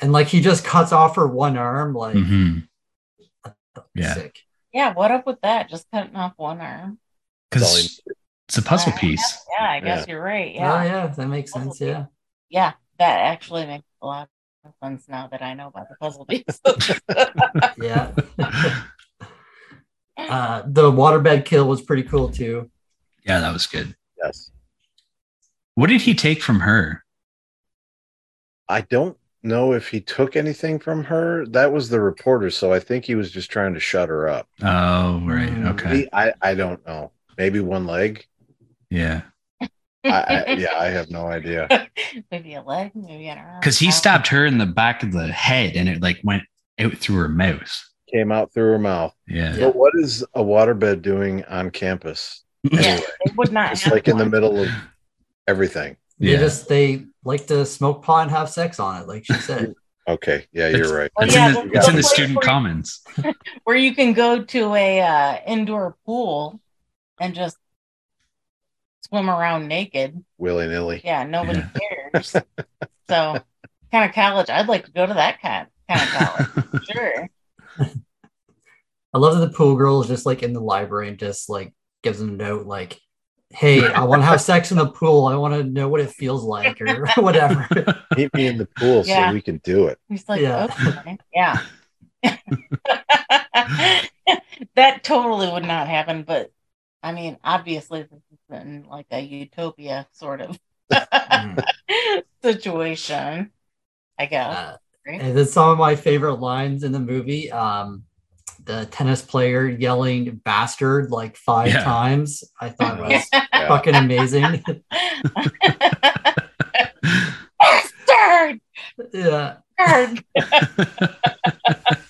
[SPEAKER 2] and like he just cuts off her one arm, like
[SPEAKER 1] Mhm. Yeah,
[SPEAKER 2] sick.
[SPEAKER 4] yeah, what up with that? Just cutting off one arm.
[SPEAKER 1] because it's a puzzle piece.
[SPEAKER 4] Yeah, I guess you're right.
[SPEAKER 2] Yeah,
[SPEAKER 4] Yeah.
[SPEAKER 2] oh, yeah, that makes sense. Yeah,
[SPEAKER 4] yeah, that actually makes a lot of sense now that I know about the puzzle piece.
[SPEAKER 2] yeah. uh, the waterbed kill was pretty cool too.
[SPEAKER 1] Yeah, that was good.
[SPEAKER 3] Yes.
[SPEAKER 1] What did he take from her?
[SPEAKER 3] I don't know if he took anything from her. That was the reporter, so I think he was just trying to shut her up.
[SPEAKER 1] Oh, right.
[SPEAKER 4] Um,
[SPEAKER 2] Mm.
[SPEAKER 1] Okay.
[SPEAKER 3] He- I, I don't know. Maybe one leg.
[SPEAKER 1] Yeah.
[SPEAKER 3] I, I yeah, I have no idea.
[SPEAKER 4] maybe a leg, maybe an arm.
[SPEAKER 1] Because he
[SPEAKER 4] I don't know.
[SPEAKER 1] stabbed her in the back of the head, and it like went out through her mouth.
[SPEAKER 3] Came out through her mouth.
[SPEAKER 1] Yeah.
[SPEAKER 2] Yeah.
[SPEAKER 3] But what is a waterbed doing on campus?
[SPEAKER 4] Yeah, they would not.
[SPEAKER 3] It's
[SPEAKER 4] have
[SPEAKER 3] like in the
[SPEAKER 4] one.
[SPEAKER 3] middle of everything.
[SPEAKER 1] Yeah.
[SPEAKER 2] They just they like to smoke pot and have sex on it, like she said.
[SPEAKER 3] Okay. Yeah, you're right.
[SPEAKER 4] Well,
[SPEAKER 1] It's
[SPEAKER 4] yeah,
[SPEAKER 1] in
[SPEAKER 4] that's
[SPEAKER 1] the, it's in the
[SPEAKER 4] the place
[SPEAKER 1] student
[SPEAKER 4] where-
[SPEAKER 1] commons.
[SPEAKER 4] where you can go to a uh, indoor pool and just swim around naked.
[SPEAKER 3] willy nilly.
[SPEAKER 4] Yeah, nobody cares. so, kind of college. I'd like to go to that kind kind of college. sure.
[SPEAKER 2] I love that the pool girl is just like in the library and just like gives them a note like, "Hey, I want to have sex in the pool. I want to know what it feels like or whatever."
[SPEAKER 3] Meet me in the pool
[SPEAKER 4] Yeah.
[SPEAKER 3] so we can do it.
[SPEAKER 4] He's like,
[SPEAKER 2] Yeah.
[SPEAKER 4] okay, yeah. that totally would not happen, but I mean, obviously, this is in like a utopia sort of
[SPEAKER 2] Mm.
[SPEAKER 4] situation, I guess.
[SPEAKER 2] Uh,
[SPEAKER 4] Right.
[SPEAKER 2] and then some of my favorite lines in the movie. Um, the tennis player yelling "bastard" like five
[SPEAKER 1] Yeah.
[SPEAKER 2] times. I thought
[SPEAKER 3] Yeah.
[SPEAKER 2] was
[SPEAKER 3] Yeah.
[SPEAKER 2] fucking amazing.
[SPEAKER 4] Bastard!
[SPEAKER 2] yeah,
[SPEAKER 4] Bastard!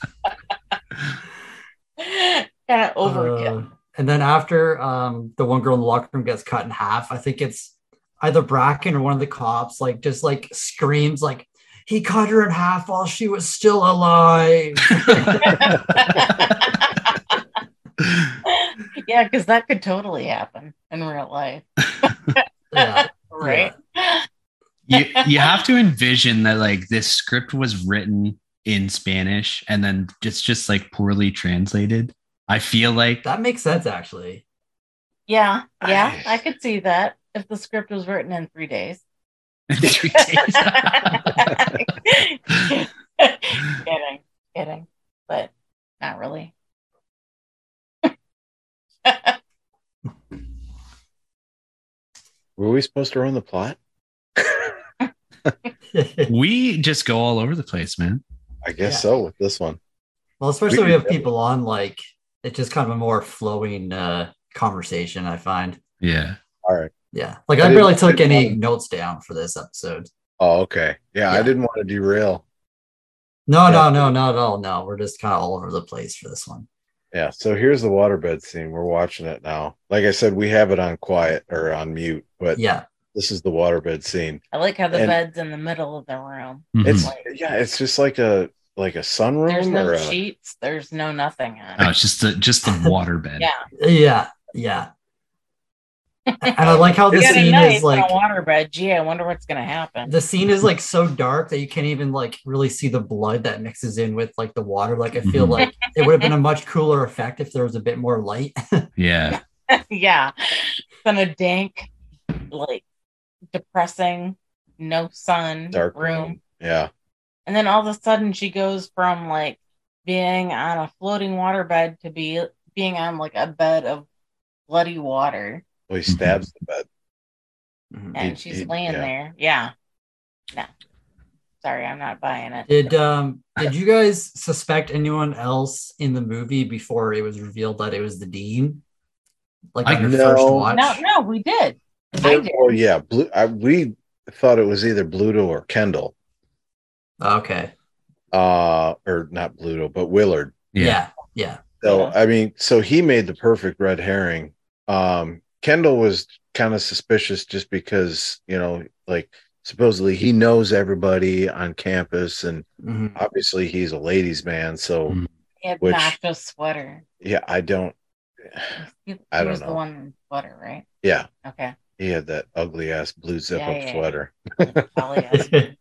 [SPEAKER 4] kind of overkill.
[SPEAKER 2] Uh, and then after um, the one girl in the locker room gets cut in half, I think it's either Bracken or one of the cops, like just like screams like he cut her in half while she was still alive. Uh.
[SPEAKER 4] yeah, because that could totally happen in real life,
[SPEAKER 2] yeah,
[SPEAKER 4] right?
[SPEAKER 1] you, you have to envision that like this script was written in Spanish and then it's just like poorly translated. I feel like
[SPEAKER 2] that makes sense actually.
[SPEAKER 4] Yeah, yeah, I could see that if the script was written in three days.
[SPEAKER 1] Three days.
[SPEAKER 4] kidding, kidding, but not really.
[SPEAKER 3] Were we supposed to run the plot?
[SPEAKER 1] we just go all over the place, man.
[SPEAKER 3] I guess
[SPEAKER 2] Yeah.
[SPEAKER 3] so with this one.
[SPEAKER 2] well, especially when
[SPEAKER 3] We-
[SPEAKER 2] we have people on, like it's just kind of a more flowing uh, conversation. I find.
[SPEAKER 1] Yeah.
[SPEAKER 3] All right.
[SPEAKER 2] Yeah, like
[SPEAKER 3] I
[SPEAKER 2] I, barely
[SPEAKER 3] didn't-
[SPEAKER 2] took any notes down for this episode.
[SPEAKER 3] Oh, okay. Yeah, I
[SPEAKER 2] Yeah.
[SPEAKER 3] didn't want to derail.
[SPEAKER 2] No,
[SPEAKER 3] Yeah.
[SPEAKER 2] no, no, not at all. No, we're just kind of all over the place for this one.
[SPEAKER 3] Yeah. So here's the waterbed scene. We're watching it now. Like I said, we have it on quiet or on mute, but
[SPEAKER 2] Yeah,
[SPEAKER 3] this is the waterbed scene.
[SPEAKER 4] I like how the
[SPEAKER 3] And-
[SPEAKER 4] bed's in the middle of the room.
[SPEAKER 1] Mhm.
[SPEAKER 3] It's
[SPEAKER 4] Like,
[SPEAKER 3] yeah, it's just like a like a
[SPEAKER 4] there's
[SPEAKER 3] sunroom
[SPEAKER 4] no
[SPEAKER 3] or a,
[SPEAKER 4] sheets, there's no nothing on
[SPEAKER 1] oh,
[SPEAKER 2] Uh,
[SPEAKER 4] it.
[SPEAKER 1] it's just the just the waterbed.
[SPEAKER 4] Yeah.
[SPEAKER 2] yeah, yeah. and I like how
[SPEAKER 4] You
[SPEAKER 2] the
[SPEAKER 4] got a
[SPEAKER 2] scene
[SPEAKER 4] knife
[SPEAKER 2] is
[SPEAKER 4] and
[SPEAKER 2] like
[SPEAKER 4] a water bed. Gee, I wonder what's gonna happen.
[SPEAKER 2] the scene is like so dark that you can't even like really see the blood that mixes in with like the water. Like I feel
[SPEAKER 3] Mm-hmm.
[SPEAKER 1] Mhm.
[SPEAKER 2] like it would have been a much cooler effect if there was a bit more light.
[SPEAKER 1] Yeah.
[SPEAKER 4] yeah. Then a dank, like depressing, no sun
[SPEAKER 3] dark
[SPEAKER 4] room.
[SPEAKER 3] room. Yeah.
[SPEAKER 4] And then all of a sudden she goes from like being on a floating waterbed to be being on like a bed of bloody water.
[SPEAKER 3] Well, he stabs the bed.
[SPEAKER 4] And
[SPEAKER 3] It-
[SPEAKER 4] she's
[SPEAKER 3] it-
[SPEAKER 4] laying
[SPEAKER 3] yeah.
[SPEAKER 4] there. Yeah. No. Sorry, I'm not buying it.
[SPEAKER 2] Did um did you guys suspect anyone else in the movie before it was revealed that it was the dean? Like
[SPEAKER 1] I-
[SPEAKER 2] on your first
[SPEAKER 3] No.
[SPEAKER 2] watch?
[SPEAKER 4] no, no, we did. I did.
[SPEAKER 3] Oh yeah, blue. I, we thought it was either Bluto or Kendall,
[SPEAKER 2] Okay.
[SPEAKER 3] uh, or not Bluto, but Willard.
[SPEAKER 1] Yeah.
[SPEAKER 2] Yeah. Yeah.
[SPEAKER 3] So
[SPEAKER 4] Yeah.
[SPEAKER 3] I mean, so he made the perfect red herring. Um, Kendall was kind of suspicious just because you know, like supposedly he knows everybody on campus, and
[SPEAKER 2] Mhm.
[SPEAKER 3] obviously he's a ladies' man. So
[SPEAKER 4] Mm-hmm.
[SPEAKER 1] Mhm.
[SPEAKER 4] He had
[SPEAKER 3] Which-
[SPEAKER 4] nacho sweater.
[SPEAKER 3] yeah, I don't.
[SPEAKER 4] He,
[SPEAKER 3] I
[SPEAKER 4] he
[SPEAKER 3] don't
[SPEAKER 4] was the
[SPEAKER 3] know.
[SPEAKER 4] one in sweater, right?
[SPEAKER 3] Yeah,
[SPEAKER 4] Okay.
[SPEAKER 3] he had that ugly ass blue zip
[SPEAKER 4] Yeah,
[SPEAKER 3] up
[SPEAKER 4] yeah, yeah.
[SPEAKER 3] sweater.
[SPEAKER 4] Polyester.
[SPEAKER 2] Mm-hmm.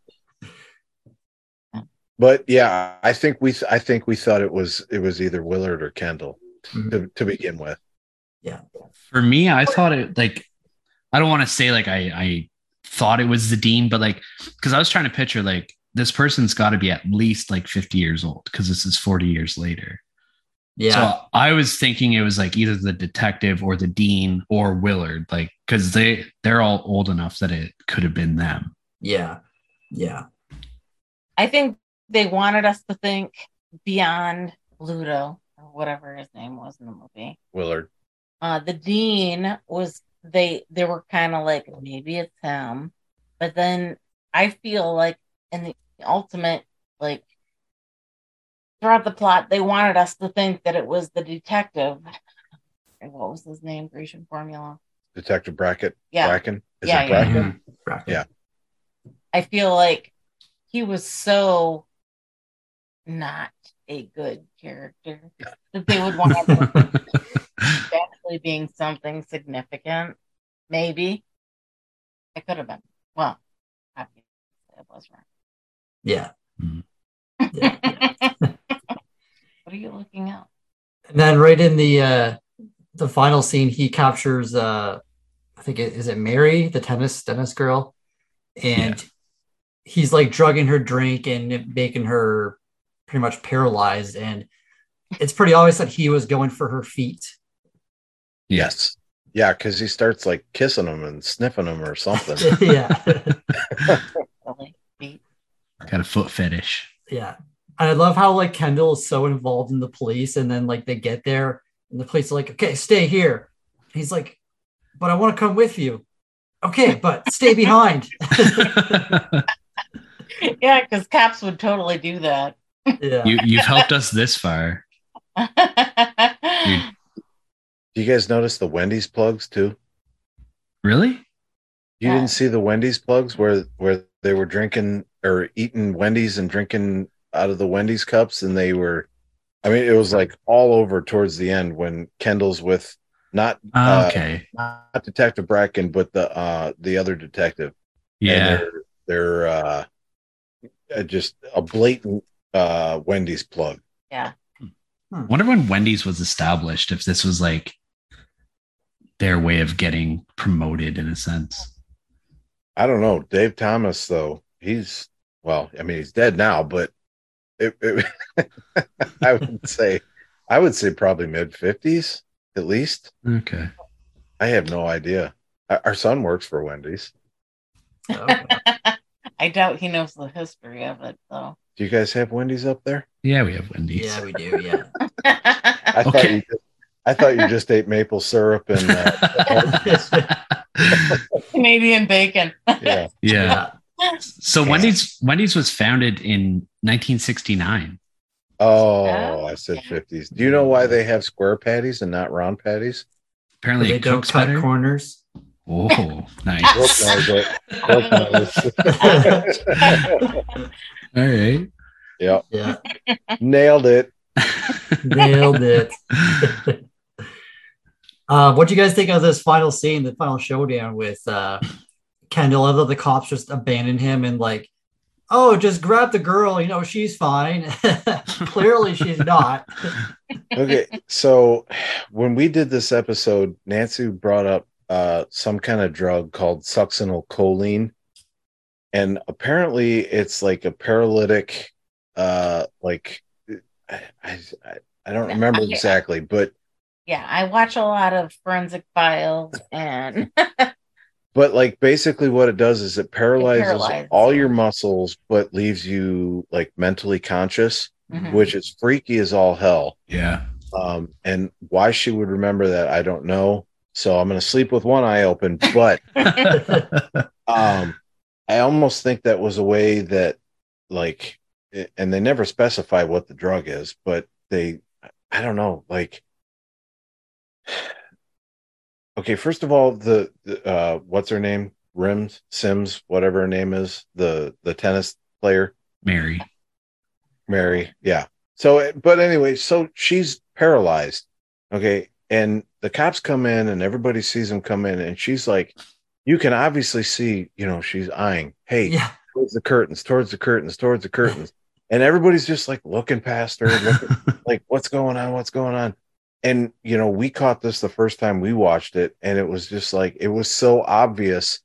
[SPEAKER 3] But yeah, I think we I think we thought it was it was either Willard or Kendall
[SPEAKER 4] Mm-hmm.
[SPEAKER 2] Mhm.
[SPEAKER 3] to, to begin with.
[SPEAKER 1] For me, I thought it like I don't want to say like I I thought it was the dean, but like because I was trying to picture like this person's got to be at least like 50 years old because this is 40 years later.
[SPEAKER 2] yeah.
[SPEAKER 1] So I was thinking it was like either the detective or the dean or Willard, like because they they're all old enough that it could have been them.
[SPEAKER 2] Yeah. Yeah.
[SPEAKER 4] I think they wanted us to think beyond Bluto or whatever his name was in the movie.
[SPEAKER 3] Willard.
[SPEAKER 4] Uh, the dean was they they were kind of like maybe it's him, but then I feel like in the ultimate like throughout the plot they wanted us to think that it was the detective. And What was his name? Grecian formula.
[SPEAKER 3] Detective Brackett.
[SPEAKER 4] Yeah,
[SPEAKER 3] Bracken. Is
[SPEAKER 4] Yeah,
[SPEAKER 3] it
[SPEAKER 4] yeah.
[SPEAKER 3] Bracken?
[SPEAKER 2] Bracken.
[SPEAKER 3] Yeah.
[SPEAKER 4] I feel like he was so not a good character that they would want him actually being something significant. Maybe it could have been. Well, obviously it was wrong.
[SPEAKER 2] Yeah. Yeah,
[SPEAKER 4] what are you looking at?
[SPEAKER 2] And then right in the uh the final scene, he captures uh I think it is it Mary, the tennis tennis girl, and he's like drugging her drink and making her pretty much paralyzed. And it's pretty obvious that he was going for her feet.
[SPEAKER 3] Yes. Yeah, because he starts like kissing them and sniffing them or something.
[SPEAKER 2] yeah.
[SPEAKER 4] Really? Beat?
[SPEAKER 1] Got a foot fetish.
[SPEAKER 2] Yeah. And I love how like Kendall is so involved in the police and then like they get there and the police are like, okay, stay here. He's like, but I want to come with you. Okay, but stay behind.
[SPEAKER 4] Yeah, because cops would totally do that.
[SPEAKER 2] Yeah.
[SPEAKER 1] you, you've helped us this far.
[SPEAKER 2] Hmm.
[SPEAKER 3] Do you guys notice the Wendy's plugs too?
[SPEAKER 1] Really?
[SPEAKER 3] You
[SPEAKER 4] Yeah.
[SPEAKER 3] didn't see the Wendy's plugs where where they were drinking or eating Wendy's and drinking out of the Wendy's cups, and they were, I mean, it was like all over towards the end when Kendall's with not
[SPEAKER 1] Ah,
[SPEAKER 3] Uh,
[SPEAKER 1] okay.
[SPEAKER 3] not Detective Bracken, but the uh the other detective.
[SPEAKER 1] Yeah.
[SPEAKER 3] and they're, they're uh, uh, just a blatant uh Wendy's plug.
[SPEAKER 1] Wonder when Wendy's was established, if this was like their way of getting promoted in a sense.
[SPEAKER 3] I don't know. Dave Thomas, though, he's well, I mean, he's dead now, but it, it, I would say, I would say probably mid 50s at least.
[SPEAKER 1] Okay.
[SPEAKER 3] I have no idea. Our our son works for Wendy's.
[SPEAKER 2] So,
[SPEAKER 4] I doubt he knows the history of it, though.
[SPEAKER 3] Do you guys have Wendy's up there?
[SPEAKER 1] Yeah, we have Wendy's.
[SPEAKER 2] yeah, we do. Yeah.
[SPEAKER 3] I thought
[SPEAKER 1] Okay.
[SPEAKER 3] you just, I thought you just ate maple syrup and uh,
[SPEAKER 4] Canadian bacon.
[SPEAKER 3] yeah.
[SPEAKER 1] yeah. So
[SPEAKER 3] Yeah.
[SPEAKER 1] Wendy's Wendy's was founded in 1969.
[SPEAKER 3] Oh, I said 50s. Do you know why they have square patties and not round patties?
[SPEAKER 1] Apparently,
[SPEAKER 2] They
[SPEAKER 1] it
[SPEAKER 2] don't
[SPEAKER 1] cooks
[SPEAKER 2] cut
[SPEAKER 1] better.
[SPEAKER 2] corners.
[SPEAKER 1] oh, nice.
[SPEAKER 3] Brooke knows it. Brooke knows.
[SPEAKER 1] All right.
[SPEAKER 3] yep,
[SPEAKER 2] Yeah.
[SPEAKER 3] nailed it.
[SPEAKER 2] Nailed it. Uh, what do you guys think of this final scene, the final showdown with uh, Kendall? Other the cops just abandon him and like, oh, just grab the girl. You know she's fine. Clearly she's not.
[SPEAKER 3] okay so when we did this episode nancy brought up uh some kind of drug called succinylcholine and apparently it's like a paralytic uh like i i, I don't remember
[SPEAKER 4] Yeah.
[SPEAKER 3] exactly but
[SPEAKER 4] Yeah, I watch a lot of forensic files and
[SPEAKER 3] but like basically what it does is it paralyzes,
[SPEAKER 4] paralyzes
[SPEAKER 3] all
[SPEAKER 4] you.
[SPEAKER 3] your muscles but leaves you like mentally conscious
[SPEAKER 4] Mhm.
[SPEAKER 3] which is freaky as all hell
[SPEAKER 1] Yeah.
[SPEAKER 3] Um, and why she would remember that, I don't know. So I'm going to sleep with one eye open. But um, I almost think that was a way that, like, a- and they never specify what the drug is, but they, I don't know, like, okay, first of all, the, the uh, what's her name? Rims, Sims, whatever her name is, the the tennis player.
[SPEAKER 1] Mary.
[SPEAKER 3] Mary. Yeah. So, but anyway, so she's paralyzed. Okay. And the cops come in and everybody sees them come in. And she's like, you can obviously see, you know, she's eyeing, hey,
[SPEAKER 2] yeah.
[SPEAKER 3] towards the curtains, towards the curtains, towards the curtains. and everybody's just like looking past her, looking, like, what's going on? What's going on? And, you know, we caught this the first time we watched it. And it was just like, it was so obvious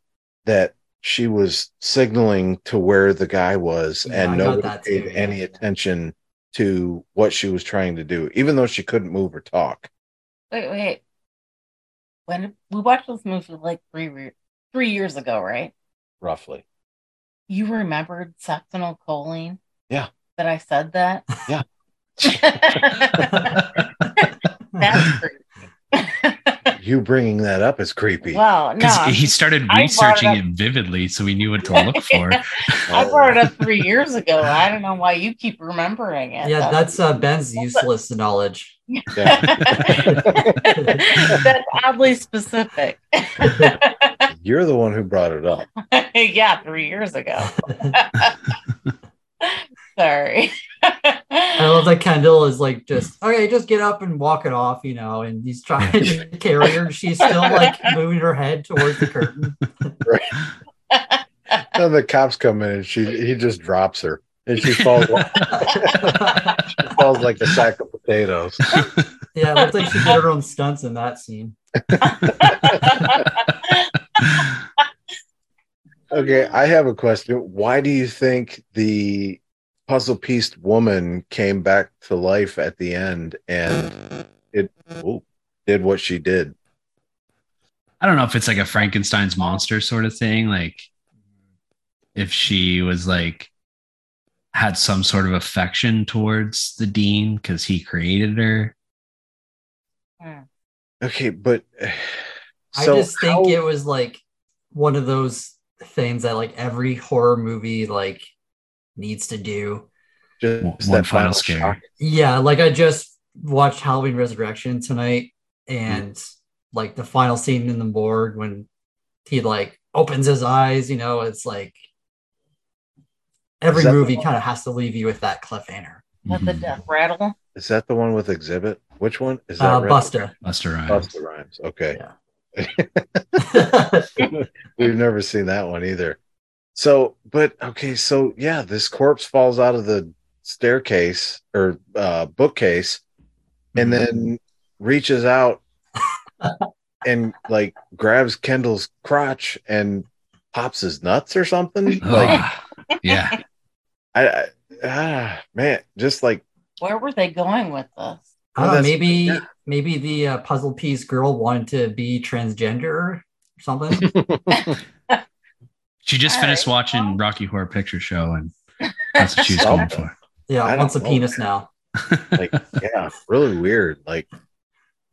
[SPEAKER 3] that she was signaling to where the guy was.
[SPEAKER 2] Yeah, I
[SPEAKER 3] and
[SPEAKER 2] got
[SPEAKER 3] nobody
[SPEAKER 2] that too,
[SPEAKER 3] paid
[SPEAKER 2] yeah.
[SPEAKER 3] any attention to what she was trying to do, even though she couldn't move or talk.
[SPEAKER 4] wait, wait. When did- we watched this movie like three re- three years ago, right?
[SPEAKER 3] Roughly.
[SPEAKER 4] You remembered succinylcholine?
[SPEAKER 3] Yeah.
[SPEAKER 4] That I said that?
[SPEAKER 3] Yeah.
[SPEAKER 4] That's crazy.
[SPEAKER 3] You bringing that up is creepy.
[SPEAKER 4] well, no.
[SPEAKER 1] Because
[SPEAKER 4] I'm
[SPEAKER 1] he started
[SPEAKER 4] I brought it
[SPEAKER 1] researching
[SPEAKER 4] up-
[SPEAKER 1] it vividly, so we knew what to look for.
[SPEAKER 4] I brought it up three years ago. I don't know why you keep remembering it.
[SPEAKER 2] Yeah,
[SPEAKER 4] though.
[SPEAKER 2] that's uh, Ben's useless knowledge.
[SPEAKER 3] Yeah.
[SPEAKER 2] uh,
[SPEAKER 4] that's oddly specific.
[SPEAKER 3] You're the one who brought it up.
[SPEAKER 4] yeah, three years ago. Sorry.
[SPEAKER 2] I love that Kendall is like just okay, just get up and walk it off, you know. And he's trying to carry her. She's still like moving her head towards the curtain.
[SPEAKER 3] Then the cops come in and she he just drops her and she falls she falls like a sack of potatoes.
[SPEAKER 2] Yeah, it looks like she did her own stunts in that scene.
[SPEAKER 3] Okay, I have a question. Why do you think the puzzle pieced woman came back to life at the end and it ooh, did what she did?
[SPEAKER 1] I don't know if it's like a Frankenstein's monster sort of thing. Like if she was like had some sort of affection towards the dean because he created her.
[SPEAKER 3] Okay, but
[SPEAKER 2] I just think
[SPEAKER 3] how-
[SPEAKER 2] it was like one of those things that like every horror movie like needs to do.
[SPEAKER 3] just
[SPEAKER 1] One-
[SPEAKER 3] that
[SPEAKER 1] one final
[SPEAKER 3] shock.
[SPEAKER 1] scare.
[SPEAKER 2] Yeah, like I just watched Halloween Resurrection tonight,
[SPEAKER 3] Hmm.
[SPEAKER 2] and like the final scene in the morgue when he like opens his eyes, you know, it's like every
[SPEAKER 3] Is that the
[SPEAKER 2] movie
[SPEAKER 4] one-
[SPEAKER 2] kind of has to leave you with that cliffhanger.
[SPEAKER 4] With the
[SPEAKER 2] Mm-hmm.
[SPEAKER 1] Mhm.
[SPEAKER 4] death rattle.
[SPEAKER 3] Is that the one with exhibit? Which one is that?
[SPEAKER 2] Uh,
[SPEAKER 3] Red-
[SPEAKER 2] Buster.
[SPEAKER 1] Buster Rhymes.
[SPEAKER 3] Busta Rhymes. Okay,
[SPEAKER 2] yeah,
[SPEAKER 3] we've never seen that one either. So, but okay, so yeah, this corpse falls out of the staircase or uh, bookcase, and then reaches out and like grabs Kendall's crotch and pops his nuts or something. Like
[SPEAKER 1] Ugh. yeah.
[SPEAKER 3] I, I ah, man, just like
[SPEAKER 4] Where were they going with this?
[SPEAKER 2] I don't
[SPEAKER 3] Well,
[SPEAKER 2] know,
[SPEAKER 3] Oh, that's-
[SPEAKER 2] maybe
[SPEAKER 3] yeah.
[SPEAKER 2] maybe the uh, puzzle piece girl wanted to be transgender or something.
[SPEAKER 1] She just
[SPEAKER 4] All
[SPEAKER 1] finished
[SPEAKER 4] right,
[SPEAKER 1] watching
[SPEAKER 4] well.
[SPEAKER 1] Rocky Horror Picture Show and that's what she was going for.
[SPEAKER 3] I
[SPEAKER 2] Yeah,
[SPEAKER 3] don't
[SPEAKER 2] wants a
[SPEAKER 3] know,
[SPEAKER 2] penis now.
[SPEAKER 3] like yeah really weird like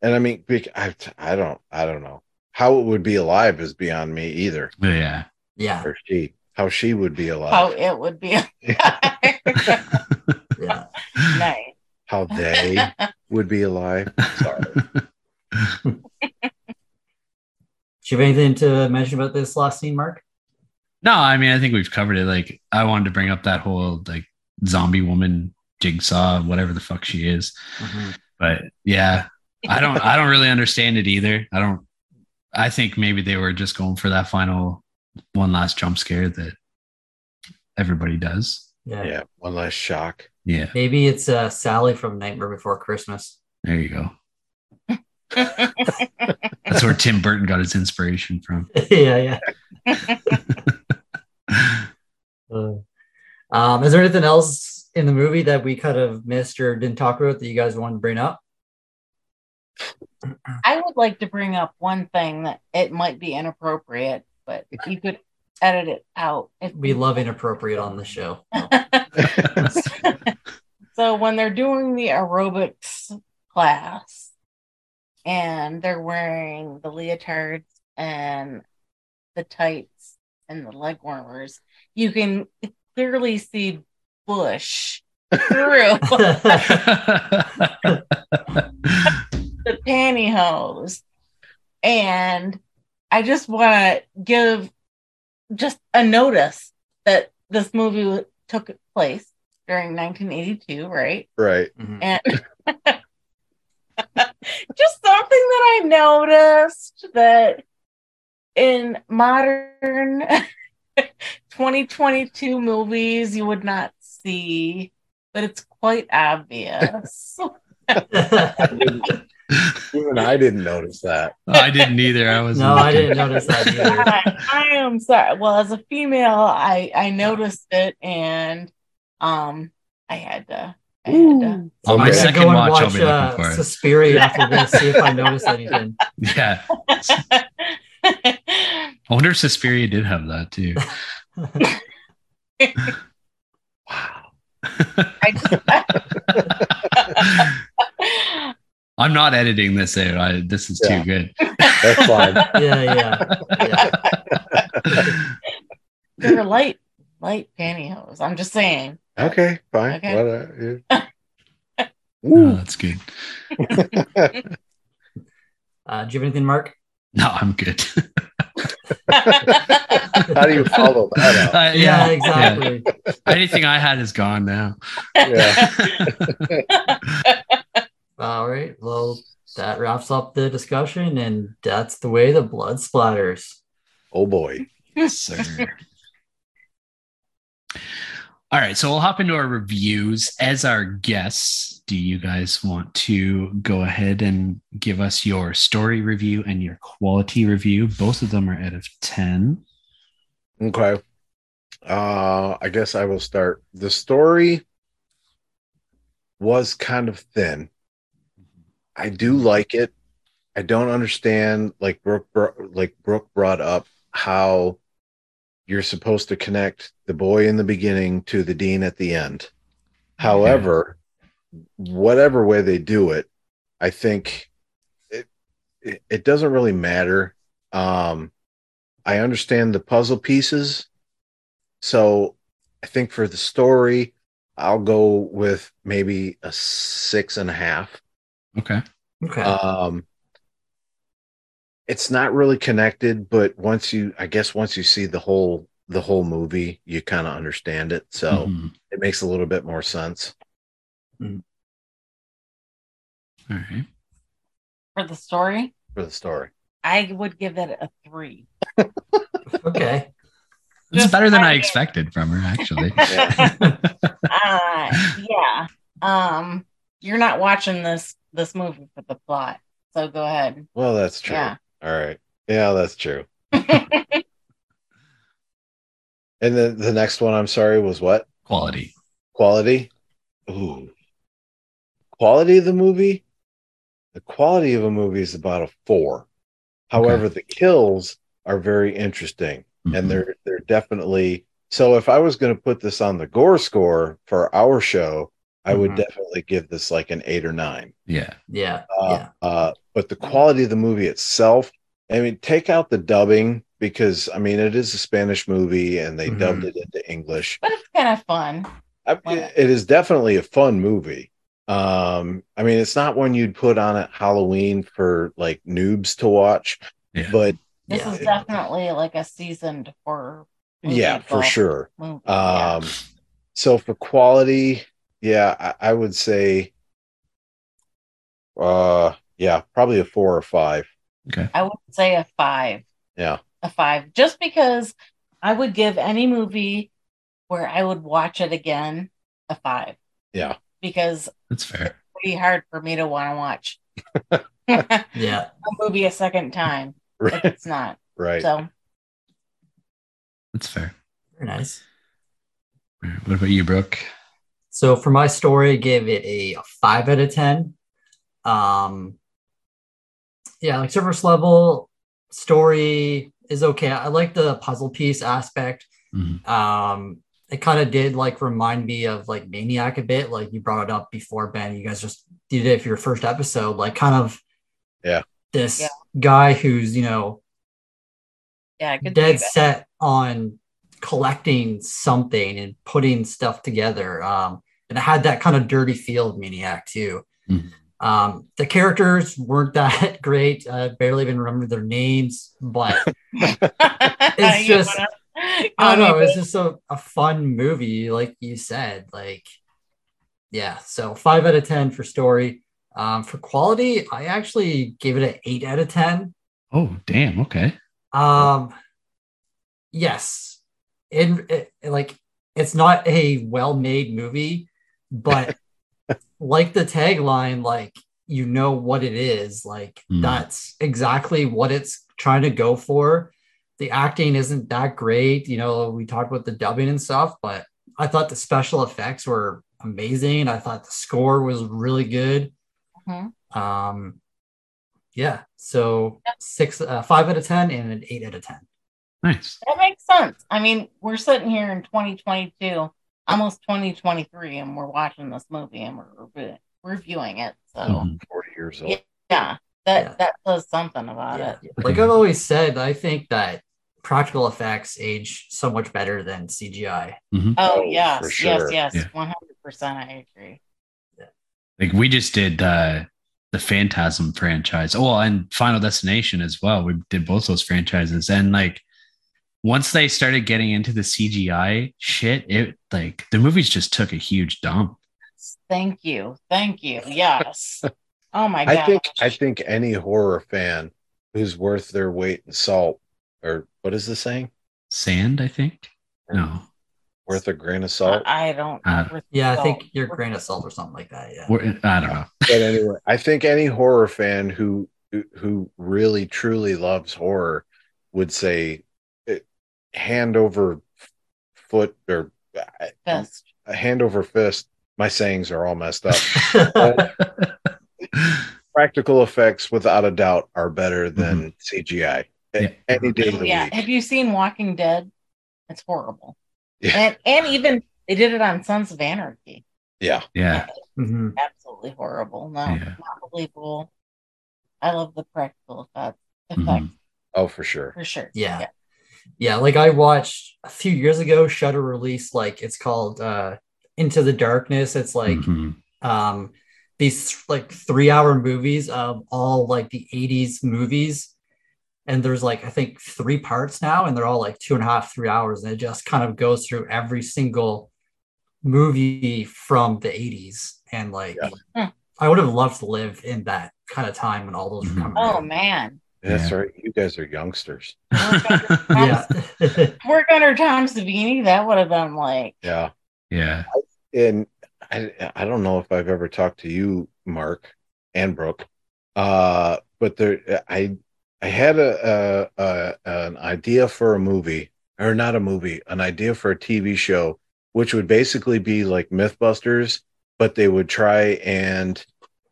[SPEAKER 3] and i mean bec- I, I don't i don't know how it would be alive is beyond me either
[SPEAKER 1] But yeah.
[SPEAKER 2] Yeah,
[SPEAKER 3] or she how she would be
[SPEAKER 4] How
[SPEAKER 3] alive
[SPEAKER 4] it would be.
[SPEAKER 2] yeah.
[SPEAKER 4] nice.
[SPEAKER 3] how they would be alive sorry
[SPEAKER 2] Do you have anything to mention about this last scene, Mark?
[SPEAKER 1] No, I mean, I think we've covered it. Like, I wanted to bring up that whole like zombie woman jigsaw, whatever the fuck she is.
[SPEAKER 3] Mm-hmm.
[SPEAKER 2] Mm-hmm.
[SPEAKER 1] But yeah, I don't, I don't really understand it either. I don't, I think maybe they were just going for that final one last jump scare that everybody does.
[SPEAKER 2] Yeah.
[SPEAKER 3] yeah one last shock
[SPEAKER 1] Yeah.
[SPEAKER 2] Maybe it's uh, Sally from Nightmare Before Christmas.
[SPEAKER 1] There you go. That's where Tim Burton got his inspiration from.
[SPEAKER 2] yeah, yeah. Uh, um, is there anything else in the movie that we could have missed or didn't talk about that you guys wanted to bring up?
[SPEAKER 4] I would like to bring up one thing that it might be inappropriate, but you could edit it out. If
[SPEAKER 2] We love inappropriate on the show.
[SPEAKER 4] so when they're doing the aerobics class and they're wearing the leotards and the tights and the leg warmers, you can clearly see bush through
[SPEAKER 2] Mm-hmm.
[SPEAKER 4] the pantyhose. And I just want to give just a notice that this movie w- took place during 1982, right?
[SPEAKER 3] right
[SPEAKER 2] Mhm.
[SPEAKER 4] And just something that I noticed that in modern 2022 movies you would not see, but it's quite obvious.
[SPEAKER 3] even i didn't notice that
[SPEAKER 1] I didn't either. I was
[SPEAKER 2] no, I
[SPEAKER 1] looking.
[SPEAKER 2] didn't notice that either.
[SPEAKER 4] I, I am sorry. Well, as a female, I I noticed it, and um, I had to. I had to.
[SPEAKER 1] On my
[SPEAKER 2] I'm gonna
[SPEAKER 1] second
[SPEAKER 2] go and
[SPEAKER 1] watch, I'll be looking
[SPEAKER 2] uh,
[SPEAKER 1] for it.
[SPEAKER 2] Suspiria after this, see if I notice anything.
[SPEAKER 1] Yeah. I wonder if Suspiria did have that too.
[SPEAKER 3] wow
[SPEAKER 4] I just,
[SPEAKER 1] I'm not editing this out. I, this is
[SPEAKER 3] Yeah.
[SPEAKER 1] too good.
[SPEAKER 3] that's fine
[SPEAKER 2] Yeah, yeah, yeah.
[SPEAKER 4] they're light, light pantyhose. I'm just saying.
[SPEAKER 3] okay fine uh,
[SPEAKER 4] Okay.
[SPEAKER 3] Whatever.
[SPEAKER 1] No, that's good.
[SPEAKER 2] Uh, do you have anything, Mark?
[SPEAKER 1] No, I'm good.
[SPEAKER 3] How do you follow that up?
[SPEAKER 1] Uh,
[SPEAKER 2] yeah,
[SPEAKER 1] yeah,
[SPEAKER 2] exactly.
[SPEAKER 1] yeah. Anything I had is gone now.
[SPEAKER 3] Yeah.
[SPEAKER 2] All right. Well, that wraps up the discussion, and that's the way the blood splatters.
[SPEAKER 3] Oh boy.
[SPEAKER 1] Yes, sir. All right, so we'll hop into our reviews as our guests. Do you guys want to go ahead and give us your story review and your quality review? Both of them are out of 10.
[SPEAKER 3] Okay. Uh, I guess I will start. The story was kind of thin. I do like it. I don't understand, like Brooke, bro- like Brooke brought up, how you're supposed to connect the boy in the beginning to the dean at the end. However, whatever way they do it, I think it it, it doesn't really matter. Um, I understand the puzzle pieces. So I think for the story, I'll go with maybe a six and a half.
[SPEAKER 1] Okay.
[SPEAKER 2] Okay.
[SPEAKER 3] Um, it's not really connected, but once you, I guess, once you see the whole the whole movie, you kind of understand it. So
[SPEAKER 1] Mhm.
[SPEAKER 3] it makes a little bit more sense.
[SPEAKER 1] All right.
[SPEAKER 4] For the story,
[SPEAKER 3] for the story.
[SPEAKER 4] I would give that a three.
[SPEAKER 2] okay.
[SPEAKER 1] This is
[SPEAKER 4] Just
[SPEAKER 1] better than I
[SPEAKER 4] like it.
[SPEAKER 1] expected from her, actually.
[SPEAKER 4] uh, yeah. Um, you're not watching this this movie for the plot, so go ahead.
[SPEAKER 3] Well, that's true.
[SPEAKER 4] Yeah.
[SPEAKER 3] All right. Yeah, that's true. And then the next one, I'm sorry, was what?
[SPEAKER 1] Quality.
[SPEAKER 3] Quality. Ooh. Quality of the movie? The quality of a movie is about a four. However, the kills are very interesting.
[SPEAKER 1] Mhm.
[SPEAKER 3] and they're they're definitely so if i was going to put this on the gore score for our show i would
[SPEAKER 2] Mhm.
[SPEAKER 3] definitely give this like an eight or nine
[SPEAKER 1] yeah.
[SPEAKER 2] Yeah.
[SPEAKER 3] uh, uh, but the quality of the movie itself i mean take out the dubbing because i mean it is a spanish movie and they
[SPEAKER 2] Mhm.
[SPEAKER 3] dubbed it into english
[SPEAKER 4] but it's kind of fun.
[SPEAKER 3] I,
[SPEAKER 4] Yeah.
[SPEAKER 3] it is definitely a fun movie um i mean it's not one you'd put on at halloween for like noobs to watch
[SPEAKER 1] Yeah.
[SPEAKER 3] but
[SPEAKER 4] This
[SPEAKER 2] Yeah.
[SPEAKER 4] is definitely like a seasoned horror. movie
[SPEAKER 3] yeah for
[SPEAKER 4] buff
[SPEAKER 3] sure
[SPEAKER 4] Movie. yeah.
[SPEAKER 3] Um, so for quality, yeah, I, I would say, uh, yeah, probably a four or five.
[SPEAKER 4] I would say a five.
[SPEAKER 3] Yeah.
[SPEAKER 4] A five, just because I would give any movie where I would watch it again a five.
[SPEAKER 3] Yeah.
[SPEAKER 4] Because
[SPEAKER 1] That's fair.
[SPEAKER 4] pretty hard for me to want to watch a
[SPEAKER 2] Yeah.
[SPEAKER 4] movie a second time. if
[SPEAKER 3] Right.
[SPEAKER 4] It's not.
[SPEAKER 3] Right.
[SPEAKER 4] So
[SPEAKER 1] That's fair.
[SPEAKER 2] Very nice.
[SPEAKER 1] All right. What about you, Brooke?
[SPEAKER 2] So for my story, I gave it a five out of ten. Um, yeah, like surface level story is okay. I like the puzzle piece aspect.
[SPEAKER 1] Mhm.
[SPEAKER 2] Um, it kind of did like remind me of like Maniac a bit, like you brought it up before, Ben. You guys just did it for your first episode, like kind of
[SPEAKER 3] Yeah.
[SPEAKER 2] this
[SPEAKER 4] Yeah.
[SPEAKER 2] guy who's you know
[SPEAKER 4] yeah, I could see
[SPEAKER 2] dead
[SPEAKER 4] that.
[SPEAKER 2] set on collecting something and putting stuff together. Um, and it had that kind of dirty feel of Maniac too.
[SPEAKER 1] Mhm.
[SPEAKER 2] Um, the characters weren't that great. I barely even remember their names, but It's
[SPEAKER 4] You
[SPEAKER 2] just-
[SPEAKER 4] wanna-
[SPEAKER 2] I don't know.
[SPEAKER 4] you
[SPEAKER 2] It's just a, a fun movie, like you said. Like, yeah. So five out of ten for story. Um, for quality, I actually gave it an eight out of ten.
[SPEAKER 1] Oh, damn. Okay.
[SPEAKER 2] Um, yes, it, it like it's not a well-made movie, but like the tagline, like you know what it is. Like
[SPEAKER 1] Mm.
[SPEAKER 2] that's exactly what it's trying to go for. The acting isn't that great. You know, we talked about the dubbing and stuff, but I thought the special effects were amazing. I thought the score was really good.
[SPEAKER 4] Mhm.
[SPEAKER 2] Um, yeah. So six, uh, five out of ten, and an eight out of ten.
[SPEAKER 1] Nice.
[SPEAKER 4] That makes sense. I mean, we're sitting here in 2022, almost 2023, and we're watching this movie and we're revi- reviewing it. So
[SPEAKER 1] Mhm.
[SPEAKER 3] Four years old.
[SPEAKER 4] yeah, that
[SPEAKER 2] Yeah.
[SPEAKER 4] that says something about
[SPEAKER 2] Yeah.
[SPEAKER 4] it.
[SPEAKER 2] Like I've always said, I think that practical effects age so much better than CGI.
[SPEAKER 4] Oh,
[SPEAKER 3] Oh,
[SPEAKER 4] yes,
[SPEAKER 3] for sure.
[SPEAKER 4] yes, yes,
[SPEAKER 1] Yeah.
[SPEAKER 4] 100. percent I agree.
[SPEAKER 1] Like we just did uh the Phantasm franchise. Oh, and Final Destination as well. We did both those franchises. And like once they started getting into the CGI shit, it like the movies just took a huge dump.
[SPEAKER 4] Thank you. Thank you. Yes. Oh my god.
[SPEAKER 3] I think I think any horror fan who's worth their weight in salt, or what is the saying?
[SPEAKER 1] Sand, I think. No,
[SPEAKER 3] Worth a grain of salt.
[SPEAKER 4] I don't
[SPEAKER 1] Uh,
[SPEAKER 4] with
[SPEAKER 2] Yeah, I
[SPEAKER 4] salt.
[SPEAKER 2] think your grain of salt or something like that. Yeah.
[SPEAKER 1] We're- I don't know.
[SPEAKER 3] but anyway, I think any horror fan who who- who really truly loves horror would say eh, hand over foot or eh,
[SPEAKER 4] Best.
[SPEAKER 3] hand over fist. My sayings are all messed up. Practical effects, without a doubt, are better than CGI eh,
[SPEAKER 1] Yeah.
[SPEAKER 3] any day of the
[SPEAKER 4] Yeah.
[SPEAKER 3] week.
[SPEAKER 4] Have you seen Walking Dead? It's horrible.
[SPEAKER 3] Yeah.
[SPEAKER 4] And and even they did it on Sons of Anarchy.
[SPEAKER 3] Yeah,
[SPEAKER 1] yeah,
[SPEAKER 2] Mhm.
[SPEAKER 4] Absolutely horrible. No,
[SPEAKER 1] Yeah.
[SPEAKER 4] not believable. I love the practical effect, effect
[SPEAKER 1] Mhm.
[SPEAKER 3] oh for sure.
[SPEAKER 4] for sure.
[SPEAKER 2] Yeah. Yeah, like I watched a few years ago, Shutter released like it's called uh Into the Darkness. It's like
[SPEAKER 1] Mhm.
[SPEAKER 2] um these like three hour movies of all like the 80s movies. And there's like I think three parts now, and they're all like two and a half, three hours, and it just kind of goes through every single movie from the 80s. And like
[SPEAKER 4] Yeah.
[SPEAKER 2] I would have loved to live in that kind of time when all those were
[SPEAKER 1] Mhm.
[SPEAKER 3] Mm-hmm.
[SPEAKER 2] coming.
[SPEAKER 4] Oh
[SPEAKER 2] out.
[SPEAKER 4] man.
[SPEAKER 3] That's right. You guys are youngsters.
[SPEAKER 2] Yeah.
[SPEAKER 4] Work under Tom Savini, that would have been like
[SPEAKER 3] Yeah.
[SPEAKER 1] yeah.
[SPEAKER 3] and I, I don't know if I've ever talked to you, Mark and Brooke, uh, but there I I had a, a, a an idea for a movie or not a movie, an idea for a TV show, which would basically be like MythBusters, but they would try and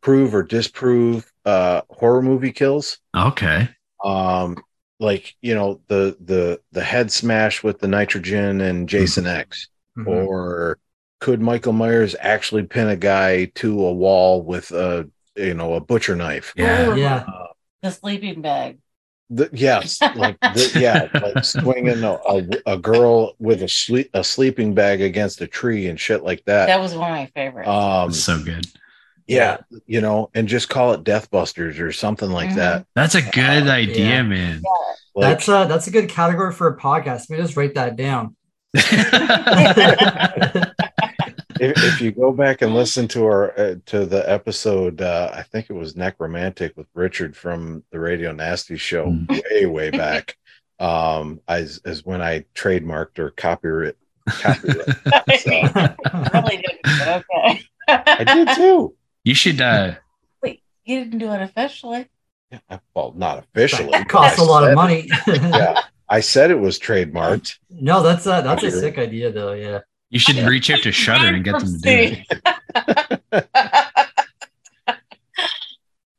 [SPEAKER 3] prove or disprove uh, horror movie kills
[SPEAKER 1] Okay.
[SPEAKER 3] um like you know the the the head smash with the nitrogen and jason x
[SPEAKER 2] Mhm.
[SPEAKER 3] or could michael myers actually pin a guy to a wall with a you know a butcher knife
[SPEAKER 1] Yeah.
[SPEAKER 2] Yeah.
[SPEAKER 4] the sleeping bag.
[SPEAKER 3] the, yes like the, yeah like swinging a, a, a girl with a sleep a sleeping bag against a tree and shit like that
[SPEAKER 4] That was one of my favorites.
[SPEAKER 3] um
[SPEAKER 1] That's so good.
[SPEAKER 3] yeah you know and just call it death busters or something like
[SPEAKER 4] Mhm.
[SPEAKER 3] that
[SPEAKER 1] That's a good idea,
[SPEAKER 2] Yeah.
[SPEAKER 1] man.
[SPEAKER 3] like,
[SPEAKER 2] that's a that's a good category for a podcast. Let me just write that down.
[SPEAKER 3] if, if you go back and listen to our uh, to the episode uh i think it was necromantic with richard from the radio nasty show
[SPEAKER 1] Mm.
[SPEAKER 3] way way back um as is when i trademarked or copyright copyright so,
[SPEAKER 4] really didn't, but okay.
[SPEAKER 3] i did too
[SPEAKER 1] you should. uh
[SPEAKER 4] you didn't do it officially.
[SPEAKER 3] Yeah, well not officially
[SPEAKER 2] That
[SPEAKER 3] but
[SPEAKER 2] costs
[SPEAKER 3] I
[SPEAKER 2] a lot
[SPEAKER 3] said-
[SPEAKER 2] of money.
[SPEAKER 3] yeah i said it was trademarked
[SPEAKER 2] no, that's a that's a
[SPEAKER 3] Sure.
[SPEAKER 2] sick idea though. Yeah.
[SPEAKER 1] You should reach out to Shutter and get them to do it.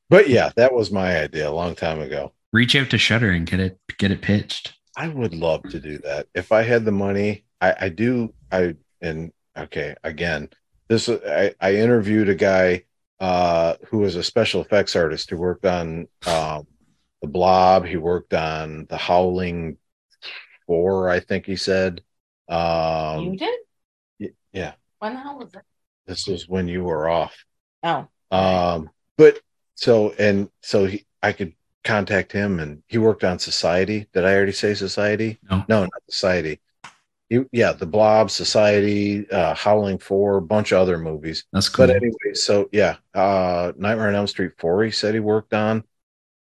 [SPEAKER 3] but yeah that was my idea a long time ago
[SPEAKER 1] Reach out to Shutter and get it get it pitched.
[SPEAKER 3] I would love to do that if I had the money. I, I do. I and okay again. This I, I interviewed a guy uh, who was a special effects artist who worked on um, the Blob. He worked on the Howling Four, I think he said.
[SPEAKER 4] you
[SPEAKER 3] Um,
[SPEAKER 4] did?
[SPEAKER 3] y- yeah.
[SPEAKER 4] When the hell was it?
[SPEAKER 3] this was when you were off.
[SPEAKER 4] Oh,
[SPEAKER 3] Um, but so and so he, I could contact him, and he worked on Society. Did I already say Society?
[SPEAKER 1] No.
[SPEAKER 3] no, not Society. He, yeah, The Blob, Society, uh, Howling Four, bunch of other movies.
[SPEAKER 1] That's cool.
[SPEAKER 3] But anyway, so yeah, uh, Nightmare on Elm Street Four. He said he worked on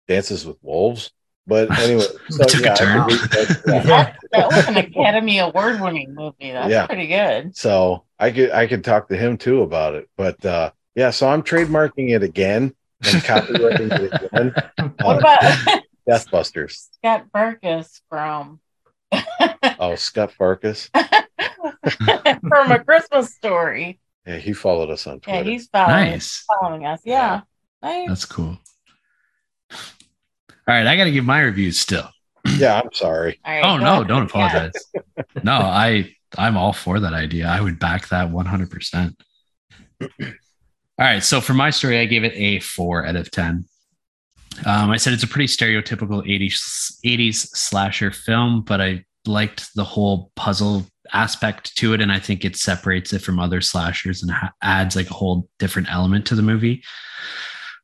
[SPEAKER 3] Dances with Wolves. But anyway, so
[SPEAKER 1] Took a
[SPEAKER 3] yeah, I
[SPEAKER 1] turn.
[SPEAKER 3] could- yeah.
[SPEAKER 2] Yeah.
[SPEAKER 4] that was an Academy Award winning movie. That's
[SPEAKER 3] Yeah.
[SPEAKER 4] pretty good.
[SPEAKER 3] So I could I could talk to him too about it. But uh yeah, so I'm trademarking it again and copywriting it again.
[SPEAKER 4] What
[SPEAKER 2] Mm-hmm.
[SPEAKER 3] Uh,
[SPEAKER 4] about
[SPEAKER 3] Death Busters.
[SPEAKER 4] Scott Burkus from
[SPEAKER 3] Oh, Scott Farkas.
[SPEAKER 4] from a Christmas story?
[SPEAKER 3] Yeah, he followed us on
[SPEAKER 4] Yeah,
[SPEAKER 3] Twitter.
[SPEAKER 4] he's following,
[SPEAKER 1] nice.
[SPEAKER 4] following us. Yeah. Nice.
[SPEAKER 1] That's cool. All right, I got to give my reviews still.
[SPEAKER 3] yeah, I'm sorry.
[SPEAKER 4] All right,
[SPEAKER 1] Oh
[SPEAKER 4] go
[SPEAKER 1] no,
[SPEAKER 4] ahead.
[SPEAKER 1] don't
[SPEAKER 4] Yeah.
[SPEAKER 1] apologize. No, I I'm all for that idea. I would back that 100%. All right, so for my story I gave it a 4 out of 10. Um, I said it's a pretty stereotypical 80s 80s slasher film, but I liked the whole puzzle aspect to it and I think it separates it from other slashers and ha- adds like a whole different element to the movie.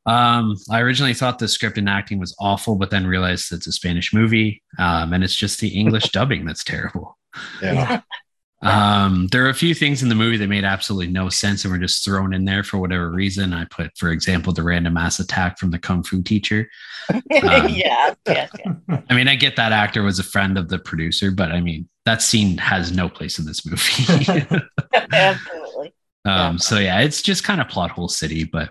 [SPEAKER 1] Um, I originally thought the script and acting was awful, but then realized it's a Spanish movie, um, and it's just the English dubbing that's terrible.
[SPEAKER 3] Yeah.
[SPEAKER 1] Um, there are a few things in the movie that made absolutely no sense and were just thrown in there for whatever reason. I put, for example, the random ass attack from the kung fu teacher.
[SPEAKER 4] yeah, yes, yes.
[SPEAKER 1] I mean, I get that actor was a friend of the producer, but I mean, that scene has no place in this movie.
[SPEAKER 4] absolutely.
[SPEAKER 1] Um,
[SPEAKER 4] Yeah.
[SPEAKER 1] so yeah, it's just kind of plot hole city, but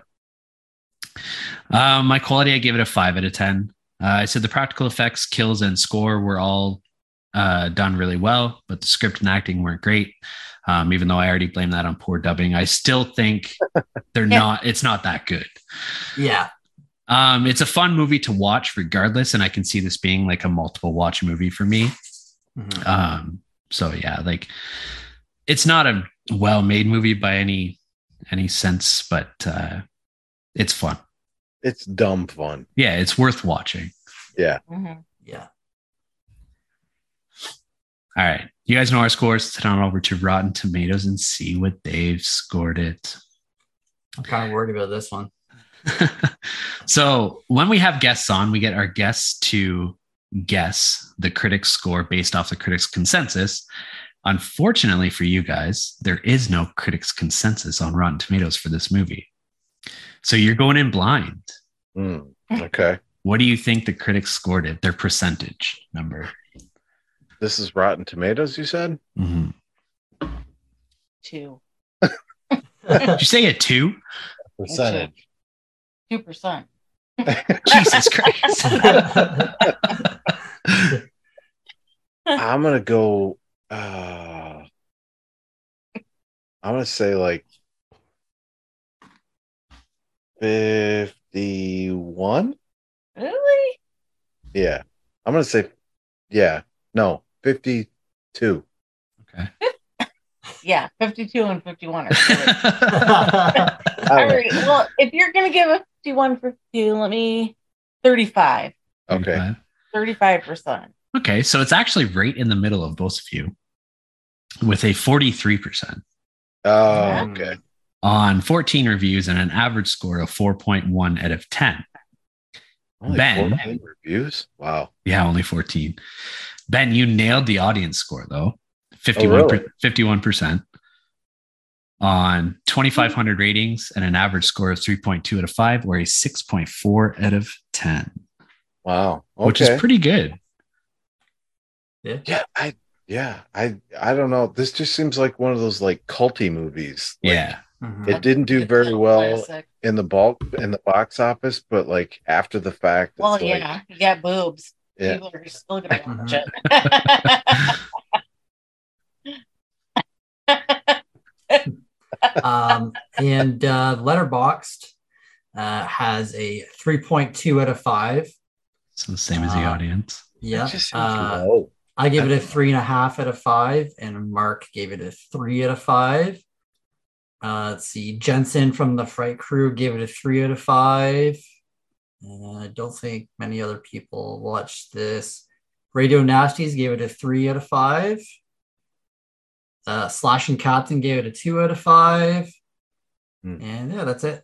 [SPEAKER 1] um, my quality, I gave it a five out of 10. Uh, I said the practical effects, kills, and score were all uh, done really well, but the script and acting weren't great. Um, even though I already blame that on poor dubbing, I still think they're
[SPEAKER 4] Yeah.
[SPEAKER 1] not, it's not that good.
[SPEAKER 2] yeah.
[SPEAKER 1] Um, it's a fun movie to watch regardless. And I can see this being like a multiple watch movie for me.
[SPEAKER 2] Mhm.
[SPEAKER 1] Um, so yeah, like it's not a well-made movie by any any sense, but uh, it's fun.
[SPEAKER 3] It's dumb fun.
[SPEAKER 1] Yeah, it's worth watching.
[SPEAKER 4] Mhm.
[SPEAKER 2] Yeah.
[SPEAKER 1] All right, you guys know our scores. Head on over to Rotten Tomatoes and see what they've scored it.
[SPEAKER 2] I'm kind of worried about this one.
[SPEAKER 1] so when we have guests on, we get our guests to guess the critics' score based off the critics' consensus. Unfortunately for you guys, there is no critics' consensus on Rotten Tomatoes for this movie. So you're going in blind.
[SPEAKER 3] Mm, okay.
[SPEAKER 1] What do you think the critics scored it? Their percentage number.
[SPEAKER 3] This is Rotten Tomatoes, you said?
[SPEAKER 4] Two.
[SPEAKER 1] Did you say a two?
[SPEAKER 4] Percentage. Two percent.
[SPEAKER 1] Jesus Christ.
[SPEAKER 2] Mm-hmm.
[SPEAKER 3] I'm going to go. Uh, I'm going to say like 51.
[SPEAKER 4] Really?
[SPEAKER 3] Yeah. I'm going to say, yeah. No, 52.
[SPEAKER 1] okay.
[SPEAKER 4] Yeah, fifty-two and fifty-one. Are really- All
[SPEAKER 3] Okay.
[SPEAKER 4] right. Well, if you're gonna give a fifty-one for you, let me thirty-five.
[SPEAKER 3] okay.
[SPEAKER 4] Thirty-five percent.
[SPEAKER 1] Okay. So it's actually right in the middle of both of you with a 43%
[SPEAKER 3] Oh, okay.
[SPEAKER 1] on 14 reviews and an average score of 4.1 out of 10.
[SPEAKER 3] Only
[SPEAKER 1] Ben.
[SPEAKER 3] 14 reviews? Wow.
[SPEAKER 1] Yeah, only 14. Ben, you nailed the audience score though. 51
[SPEAKER 3] Oh, really?
[SPEAKER 1] 51% on 2500 ratings and an average score of 3.2 out of 5 or a 6.4 out of 10,
[SPEAKER 3] Wow. Okay.
[SPEAKER 1] which is pretty good.
[SPEAKER 2] yeah.
[SPEAKER 3] Yeah, I yeah, I I don't know. This just seems like one of those like culty movies. Like,
[SPEAKER 1] yeah.
[SPEAKER 2] Mhm.
[SPEAKER 3] It didn't do
[SPEAKER 4] It's
[SPEAKER 3] very
[SPEAKER 4] a
[SPEAKER 3] well
[SPEAKER 4] classic.
[SPEAKER 3] in the bulk in the box office, but like after the fact, it's
[SPEAKER 4] Well,
[SPEAKER 3] like,
[SPEAKER 4] yeah, you got boobs.
[SPEAKER 3] yeah. Mm-hmm.
[SPEAKER 4] People are still gonna watch it.
[SPEAKER 2] um, and uh, Letterboxed uh, has a 3.2 out of 5.
[SPEAKER 1] So the same as the
[SPEAKER 2] Uh,
[SPEAKER 1] audience.
[SPEAKER 2] Yeah.
[SPEAKER 3] It just seems
[SPEAKER 2] Uh,
[SPEAKER 3] low.
[SPEAKER 2] I gave it a 3.5 out of 5, and Mark gave it a 3 out of 5. Uh, let's see. Jensen from the Fright Crew gave it a 3 out of 5. And I don't think many other people watched this. Radio Nasties gave it a 3 out of 5. Uh, Slash and Captain gave it a 2 out of 5.
[SPEAKER 3] Hmm.
[SPEAKER 2] And yeah, that's it.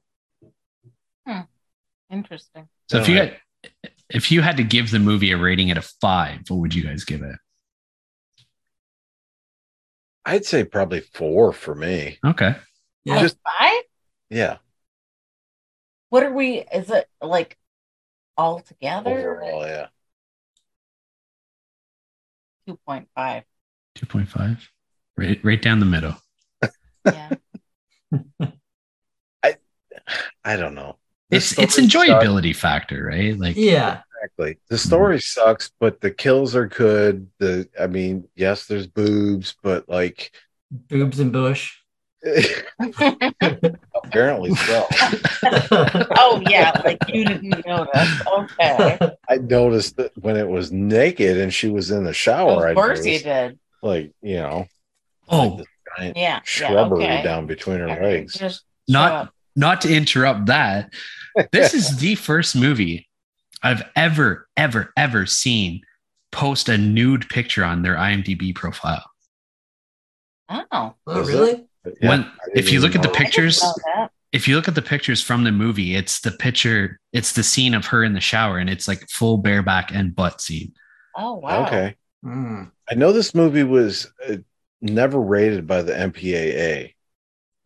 [SPEAKER 4] Interesting.
[SPEAKER 1] So if you
[SPEAKER 3] Alright.
[SPEAKER 1] had, if you had to give the movie a rating at a 5, what would you guys give it?
[SPEAKER 3] I'd say probably four for me.
[SPEAKER 1] Okay.
[SPEAKER 2] Yeah.
[SPEAKER 3] Just
[SPEAKER 4] Five?
[SPEAKER 3] yeah,
[SPEAKER 4] What are we? Is it like all together?
[SPEAKER 3] overall, yeah.
[SPEAKER 4] Two point five.
[SPEAKER 1] 2.5. Right right down the middle.
[SPEAKER 4] Yeah.
[SPEAKER 3] I don't know. The
[SPEAKER 1] It's it's
[SPEAKER 3] story sucks-
[SPEAKER 1] enjoyability factor, right? Like
[SPEAKER 2] Yeah.
[SPEAKER 3] Exactly. The
[SPEAKER 1] Hmm.
[SPEAKER 3] story sucks, but the kills are good. The I mean, yes, there's boobs, but like
[SPEAKER 2] boobs and bush.
[SPEAKER 3] apparently so.
[SPEAKER 4] oh yeah, like you didn't notice. Okay.
[SPEAKER 3] I noticed that when it was naked and she was in the shower, I
[SPEAKER 4] of course you
[SPEAKER 3] noticed,
[SPEAKER 4] did.
[SPEAKER 3] like you know,
[SPEAKER 1] oh,
[SPEAKER 3] like this giant
[SPEAKER 4] Yeah.
[SPEAKER 3] shrubbery
[SPEAKER 4] yeah, okay.
[SPEAKER 3] down between her
[SPEAKER 4] Okay,
[SPEAKER 3] legs.
[SPEAKER 4] Just
[SPEAKER 1] Not-
[SPEAKER 4] shut
[SPEAKER 1] not to interrupt that, this is the first movie I've ever, ever, ever seen post a nude picture on their IMDb profile.
[SPEAKER 4] up. Oh.
[SPEAKER 2] oh,
[SPEAKER 3] Is
[SPEAKER 2] really?
[SPEAKER 3] Yeah,
[SPEAKER 1] when,
[SPEAKER 2] Oh,
[SPEAKER 3] I didn't
[SPEAKER 1] if you
[SPEAKER 3] even
[SPEAKER 1] look at the
[SPEAKER 3] know.
[SPEAKER 4] I didn't
[SPEAKER 1] pictures,
[SPEAKER 4] know oh, that.
[SPEAKER 1] if you look at the pictures from the movie, it's the picture, it's the scene of her in the shower, and it's like full bareback and butt scene.
[SPEAKER 4] Oh wow.
[SPEAKER 3] Okay.
[SPEAKER 2] Mm.
[SPEAKER 3] I know this movie was uh, never rated by the MPAA.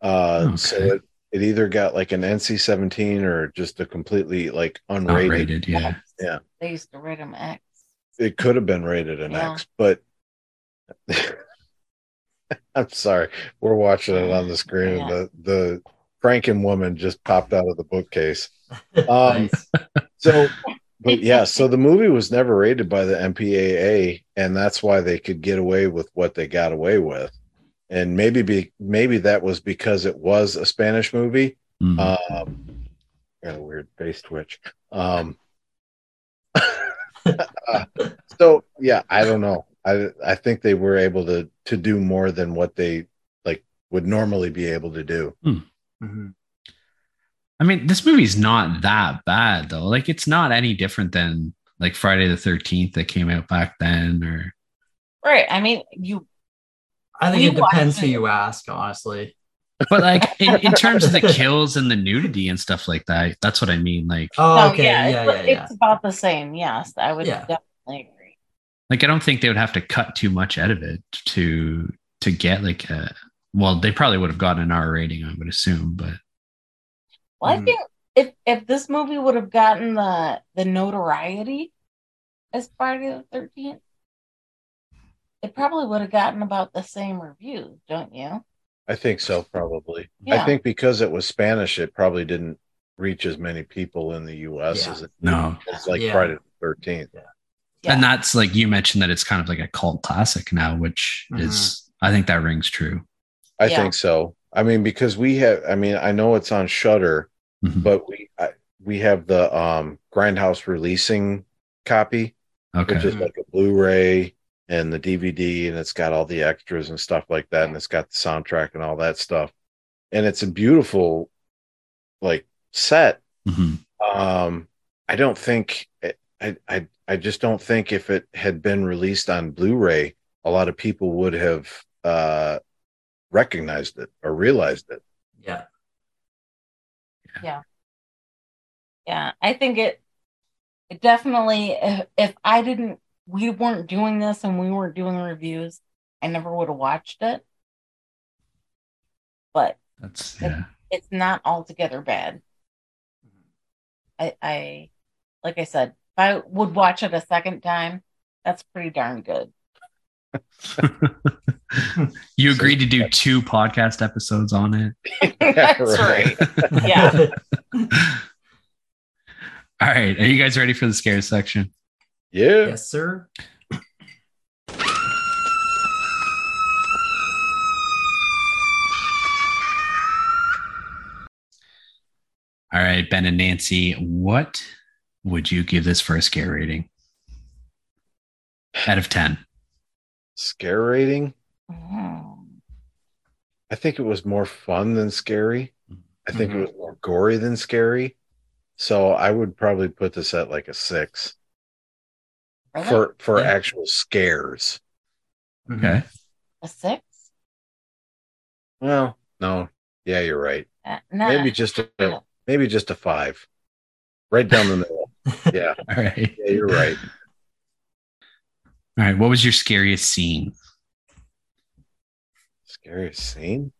[SPEAKER 3] Uh, So
[SPEAKER 1] Oh, Okay.
[SPEAKER 3] it, it either got like an NC 17 or just a completely like
[SPEAKER 1] Not
[SPEAKER 3] unrated.
[SPEAKER 1] rated, yeah.
[SPEAKER 3] Yeah.
[SPEAKER 4] They used to rate them X.
[SPEAKER 3] It could have been rated an
[SPEAKER 4] Yeah.
[SPEAKER 3] X, but I'm sorry. We're watching it on the screen.
[SPEAKER 4] Yeah.
[SPEAKER 3] And the, the Franken woman just popped out of the bookcase. Um, So, but yeah, so the movie was never rated by the MPAA, and that's why they could get away with what they got away with. And maybe be maybe that was because it was a Spanish movie.
[SPEAKER 1] Mm.
[SPEAKER 3] Um, got a weird face twitch. Um, uh, so yeah, I don't know. I I think they were able to to do more than what they like would normally be able to do.
[SPEAKER 2] mhm.
[SPEAKER 1] I mean, this movie's not that bad though. Like, it's not any different than like Friday the Thirteenth that came out back then, or
[SPEAKER 4] Right. I mean, you
[SPEAKER 2] I think
[SPEAKER 4] We
[SPEAKER 2] it depends
[SPEAKER 4] watched
[SPEAKER 2] who
[SPEAKER 4] it.
[SPEAKER 2] you ask, honestly.
[SPEAKER 1] but like in, in terms of the kills and the nudity and stuff like that. That's what I mean. Like,
[SPEAKER 2] Oh,
[SPEAKER 4] no,
[SPEAKER 2] okay.
[SPEAKER 4] yeah,
[SPEAKER 2] Yeah,
[SPEAKER 4] it's,
[SPEAKER 2] yeah, yeah.
[SPEAKER 4] it's about the same. Yes, I would
[SPEAKER 2] Yeah.
[SPEAKER 4] definitely agree.
[SPEAKER 1] like I don't think they would have to cut too much out of it to to get like a. Well, they probably would have gotten an R rating, I would assume, but
[SPEAKER 4] Well, I
[SPEAKER 2] Mhm.
[SPEAKER 4] think if if this movie would have gotten the the notoriety as Friday the Thirteenth, it probably would have gotten about the same reviews, don't you?
[SPEAKER 3] I think so, probably. I
[SPEAKER 4] Yeah.
[SPEAKER 3] think because it was Spanish, it probably didn't reach as many people in the U.S.
[SPEAKER 2] Yeah.
[SPEAKER 3] as it
[SPEAKER 1] no.
[SPEAKER 3] It's like
[SPEAKER 2] Yeah.
[SPEAKER 3] Friday the Thirteenth.
[SPEAKER 4] Yeah.
[SPEAKER 1] And that's like you mentioned that it's kind of like a cult classic now, which is
[SPEAKER 3] Mm-hmm.
[SPEAKER 1] I think that rings true.
[SPEAKER 3] I
[SPEAKER 4] Yeah.
[SPEAKER 3] think so. I mean, because we have. I mean, I know it's on Shutter,
[SPEAKER 1] Mhm.
[SPEAKER 3] but we I, we have the um Grindhouse releasing copy, which
[SPEAKER 1] Okay.
[SPEAKER 3] is like a Blu-ray and the DVD, and it's got all the extras and stuff like that, and it's got the soundtrack and all that stuff, and it's a beautiful, like set
[SPEAKER 1] Mhm.
[SPEAKER 3] um i don't think I, I i just don't think if it had been released on blu-ray a lot of people would have uh recognized it or realized it
[SPEAKER 2] yeah.
[SPEAKER 4] Yeah, I think it it definitely if, if I didn't we weren't doing this and we weren't doing reviews, I never would have watched it. But
[SPEAKER 1] That's yeah.
[SPEAKER 4] it's not altogether bad. I I like I said, if I would watch it a second time, that's pretty darn good.
[SPEAKER 1] you agreed to do two podcast episodes on it.
[SPEAKER 4] that's
[SPEAKER 3] right.
[SPEAKER 4] right. Yeah.
[SPEAKER 1] All right. Are you guys ready for the scare section?
[SPEAKER 3] yeah
[SPEAKER 2] yes, sir.
[SPEAKER 1] All right, Ben and Nancy, what would you give this for a scare rating? Out of 10.
[SPEAKER 3] scare rating
[SPEAKER 4] Mhm.
[SPEAKER 3] i think it was more fun than scary i think it was more gory than scary so i would probably put this at like a six
[SPEAKER 4] Really?
[SPEAKER 3] for for
[SPEAKER 2] Yeah.
[SPEAKER 3] actual scares
[SPEAKER 1] Okay.
[SPEAKER 4] a six?
[SPEAKER 3] well no yeah you're right
[SPEAKER 4] Uh, nah.
[SPEAKER 3] maybe just a maybe just a five right down the middle yeah
[SPEAKER 1] All right.
[SPEAKER 3] Yeah, you're right.
[SPEAKER 1] All right. What was your scariest scene?
[SPEAKER 3] Scariest scene?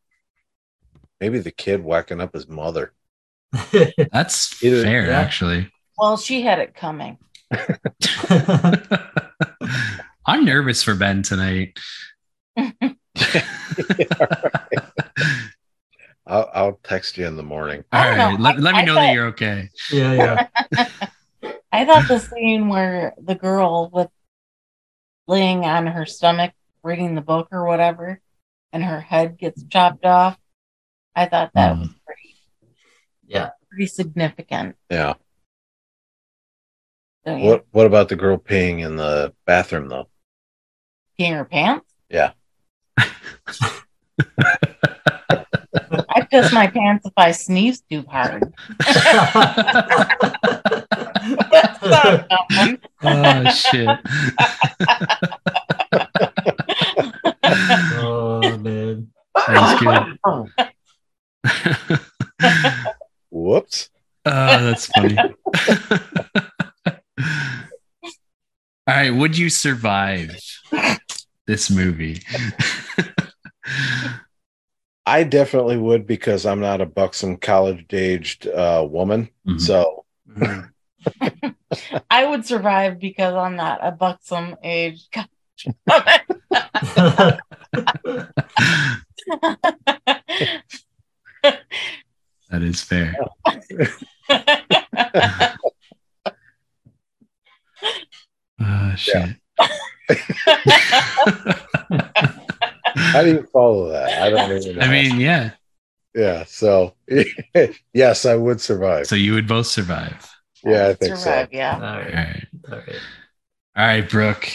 [SPEAKER 3] Maybe the kid whacking up his mother.
[SPEAKER 1] That's
[SPEAKER 3] Either-
[SPEAKER 1] fair,
[SPEAKER 2] yeah.
[SPEAKER 1] actually.
[SPEAKER 4] Well, she had it coming.
[SPEAKER 1] I'm nervous for Ben tonight.
[SPEAKER 3] I'll, I'll text you in the morning.
[SPEAKER 1] All
[SPEAKER 4] I don't know.
[SPEAKER 1] right. Let,
[SPEAKER 4] I-
[SPEAKER 1] let me
[SPEAKER 4] I
[SPEAKER 1] know
[SPEAKER 4] thought-
[SPEAKER 1] that you're okay.
[SPEAKER 2] yeah, Mm-hmm. yeah.
[SPEAKER 4] I thought the scene where the girl with laying on her stomach reading the book or whatever and her head gets chopped off. I thought that
[SPEAKER 3] Hmm.
[SPEAKER 1] Mhm.
[SPEAKER 4] was pretty
[SPEAKER 2] Yeah.
[SPEAKER 4] pretty significant.
[SPEAKER 3] Yeah.
[SPEAKER 4] Don't you?
[SPEAKER 3] What What about the girl peeing in the bathroom though?
[SPEAKER 4] Peeing her pants?
[SPEAKER 3] Yeah.
[SPEAKER 4] I piss my pants if I sneeze too hard. That's not a
[SPEAKER 1] oh, shit.
[SPEAKER 4] good
[SPEAKER 2] oh man.
[SPEAKER 1] That was good.
[SPEAKER 4] one.
[SPEAKER 1] All
[SPEAKER 3] whoops.
[SPEAKER 1] Uh, that's funny. All right, would you survive this movie?
[SPEAKER 3] I definitely would because I'm not a buxom college aged uh, woman.
[SPEAKER 1] Mhm.
[SPEAKER 3] So
[SPEAKER 4] Mm-hmm.
[SPEAKER 1] Mhm.
[SPEAKER 4] I would survive because I'm not a buxom age.
[SPEAKER 1] that is fair. Uh, shit.
[SPEAKER 3] how do you follow that? I don't even know.
[SPEAKER 1] I mean, yeah.
[SPEAKER 3] yeah. So yes, I would survive.
[SPEAKER 1] So you would both survive.
[SPEAKER 3] Yeah, I think so.
[SPEAKER 4] survive,
[SPEAKER 2] All
[SPEAKER 4] Yeah.
[SPEAKER 1] All
[SPEAKER 2] right.
[SPEAKER 1] right.
[SPEAKER 2] All right.
[SPEAKER 1] All right, Brooke.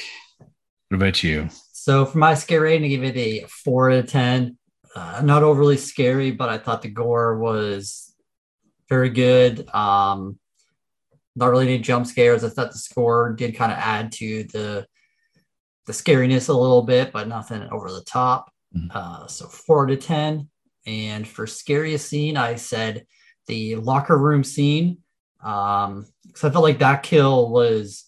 [SPEAKER 1] What about you?
[SPEAKER 2] So for my scare rating, I give it a four out of ten. Uh, not overly scary, but I thought the gore was very good. Um, not really any jump scares. I thought the score did kind of add to the the scariness a little bit, but nothing over the top.
[SPEAKER 1] Mhm.
[SPEAKER 2] Uh, so four out of ten. And for scariest scene, I said the locker room scene. Um, because I felt like that kill was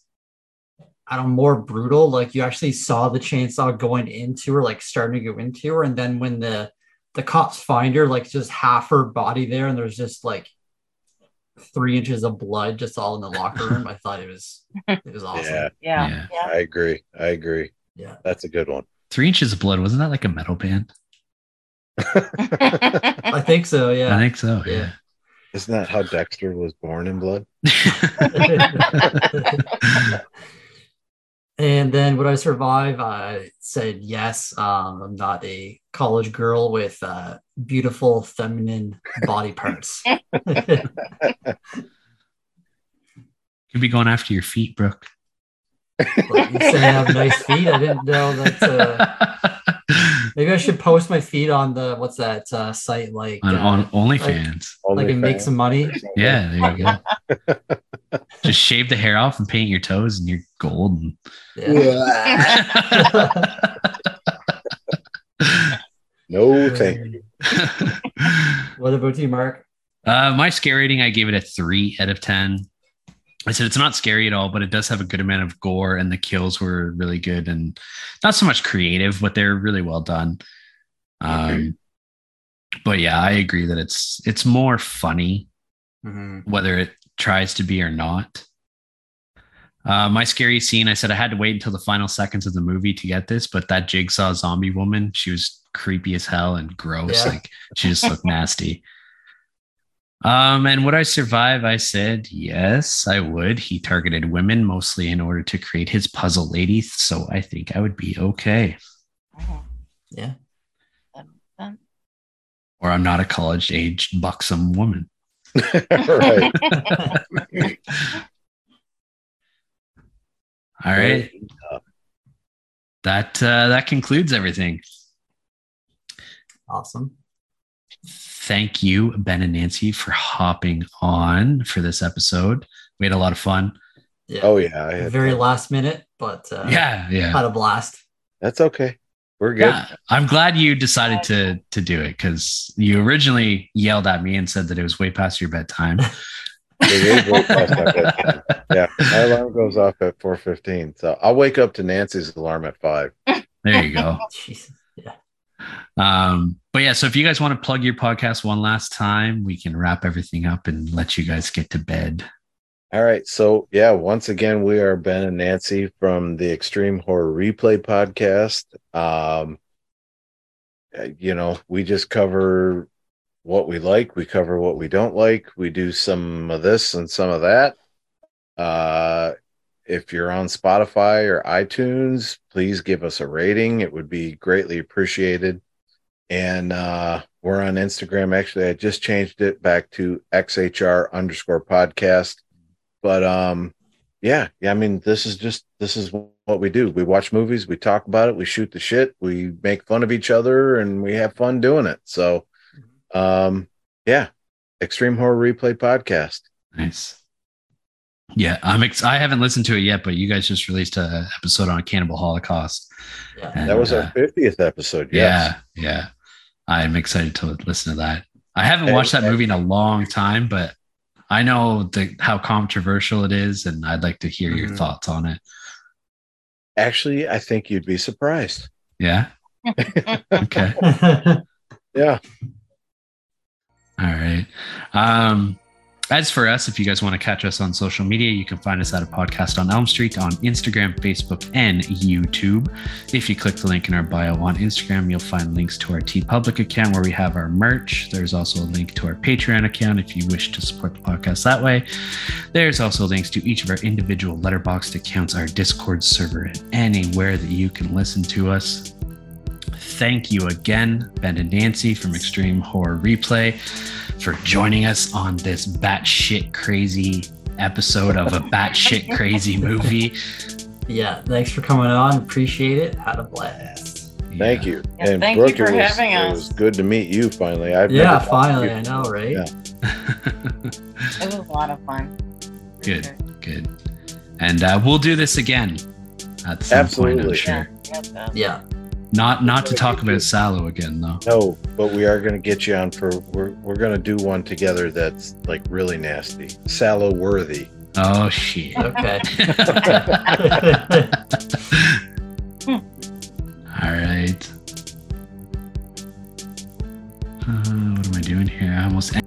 [SPEAKER 2] I don't know, more brutal. Like you actually saw the chainsaw going into her, like starting to go into her, and then when the the cops find her, like just half her body there, and there's just like three inches of blood just all in the locker room. I thought it was it was awesome.
[SPEAKER 3] Yeah,
[SPEAKER 4] Yeah.
[SPEAKER 1] Yeah.
[SPEAKER 4] Yeah.
[SPEAKER 3] I agree. I agree.
[SPEAKER 2] Yeah.
[SPEAKER 3] That's a good one.
[SPEAKER 1] Three inches of blood. Wasn't that like a metal band?
[SPEAKER 2] I think so.
[SPEAKER 1] I
[SPEAKER 2] Yeah.
[SPEAKER 1] think so.
[SPEAKER 2] Yeah.
[SPEAKER 1] Yeah.
[SPEAKER 3] Isn't that how Dexter was born in blood?
[SPEAKER 2] and then would I survive? I said yes. Um, I'm not a college girl with uh, beautiful feminine body parts.
[SPEAKER 1] Could be going after your feet, Brooke.
[SPEAKER 2] But you say I have nice feet. I didn't know that. Uh, maybe I should post my feet on the what's that uh, site like?
[SPEAKER 1] on,
[SPEAKER 2] uh,
[SPEAKER 1] on OnlyFans.
[SPEAKER 2] like and make some money.
[SPEAKER 1] yeah, there you go. Just shave the hair off and paint your toes, and you're golden.
[SPEAKER 2] Yeah.
[SPEAKER 3] no, thank you.
[SPEAKER 2] what about you, Mark?
[SPEAKER 1] Uh, my scare rating, I gave it a three out of 10. I said it's not scary at all, but it does have a good amount of gore, and the kills were really good and not so much creative, but they're really well done. Um, but yeah, I agree that it's it's more funny
[SPEAKER 2] Mhm.
[SPEAKER 1] whether it tries to be or not. Uh, my scary scene, I said I had to wait until the final seconds of the movie to get this, but that jigsaw zombie woman, she was creepy as hell and gross.
[SPEAKER 2] Yeah.
[SPEAKER 1] Like she just looked nasty. Um, and would I survive? I said, yes, I would. He targeted women mostly in order to create his puzzle lady. So I think I would be okay.
[SPEAKER 2] Yeah.
[SPEAKER 1] Or I'm not a college aged buxom woman.
[SPEAKER 3] right.
[SPEAKER 1] All right. That uh, that concludes everything.
[SPEAKER 2] Awesome.
[SPEAKER 1] thank you, Ben and Nancy, for hopping on for this episode. We had a lot of fun.
[SPEAKER 2] Yeah.
[SPEAKER 3] Oh yeah. I had
[SPEAKER 2] Very
[SPEAKER 3] that.
[SPEAKER 2] last minute, but uh,
[SPEAKER 1] yeah, yeah.
[SPEAKER 2] had a blast.
[SPEAKER 3] That's okay. We're good.
[SPEAKER 1] Yeah, I'm glad you decided to to do it because you originally yelled at me and said that it was way past your bedtime.
[SPEAKER 3] It is way past my bedtime. yeah. My alarm goes off at four fifteen. So I'll wake up to Nancy's alarm at five.
[SPEAKER 1] There you go.
[SPEAKER 2] Jesus.
[SPEAKER 1] Um, but yeah, so if you guys want to plug your podcast one last time, we can wrap everything up and let you guys get to bed.
[SPEAKER 3] All right. So yeah, once again, we are Ben and Nancy from the Extreme Horror Replay podcast. Um uh, you know, we just cover what we like, we cover what we don't like, we do some of this and some of that. Uh if you're on Spotify or iTunes, please give us a rating. It would be greatly appreciated. And uh, we're on Instagram. Actually, I just changed it back to XHR underscore podcast. But um, yeah, yeah. I mean, this is just this is what we do. We watch movies, we talk about it, we shoot the shit, we make fun of each other, and we have fun doing it. So, um, yeah, Extreme Horror Replay podcast.
[SPEAKER 1] Nice. Yeah, I'm ex- I haven't listened to it yet, but you guys just released a episode on Cannibal Holocaust.
[SPEAKER 2] Yeah.
[SPEAKER 1] And,
[SPEAKER 3] That was
[SPEAKER 1] uh,
[SPEAKER 3] our fiftieth episode. Yes.
[SPEAKER 1] Yeah, yeah. I'm excited to listen to that. I haven't
[SPEAKER 3] And-
[SPEAKER 1] watched that movie in a long time, but I know the, how controversial it is, and I'd like to hear your
[SPEAKER 3] Mhm.
[SPEAKER 1] thoughts on it.
[SPEAKER 3] Actually, I think you'd be surprised.
[SPEAKER 1] Yeah. Okay.
[SPEAKER 3] Yeah.
[SPEAKER 1] All right. Um, as for us, if you guys want to catch us on social media, you can find us at a podcast on Elm Street on Instagram, Facebook, and YouTube. If you click the link in our bio on Instagram, you'll find links to our T Public account where we have our merch. There's also a link to our Patreon account if you wish to support the podcast that way. There's also links to each of our individual letterboxed accounts, our Discord server, and anywhere that you can listen to us. Thank you again, Ben and Nancy from Extreme Horror Replay for joining us on this batshit crazy episode of a batshit crazy movie.
[SPEAKER 2] yeah, thanks for coming on. Appreciate it. Had a blast.
[SPEAKER 3] Thank you.
[SPEAKER 4] Yeah, thank you for
[SPEAKER 3] it was,
[SPEAKER 4] having
[SPEAKER 3] it
[SPEAKER 4] us.
[SPEAKER 3] was good to meet you finally. I've never
[SPEAKER 2] yeah,
[SPEAKER 3] talked to
[SPEAKER 2] finally,
[SPEAKER 3] you.
[SPEAKER 2] I know, right?
[SPEAKER 3] Yeah.
[SPEAKER 4] It was a lot of fun.
[SPEAKER 1] Good. Good. And uh, we'll do this again at some point, I'm
[SPEAKER 3] Absolutely.
[SPEAKER 1] sure.
[SPEAKER 4] Yeah, yeah, yeah.
[SPEAKER 2] Yeah.
[SPEAKER 1] Not not to talk about Sallow again, though.
[SPEAKER 3] No, but we are going to get you on for we're we're going to do one together that's like really nasty, sallow worthy.
[SPEAKER 1] Oh, shit.
[SPEAKER 2] Okay.
[SPEAKER 1] All right. Uh, what am I doing here? I almost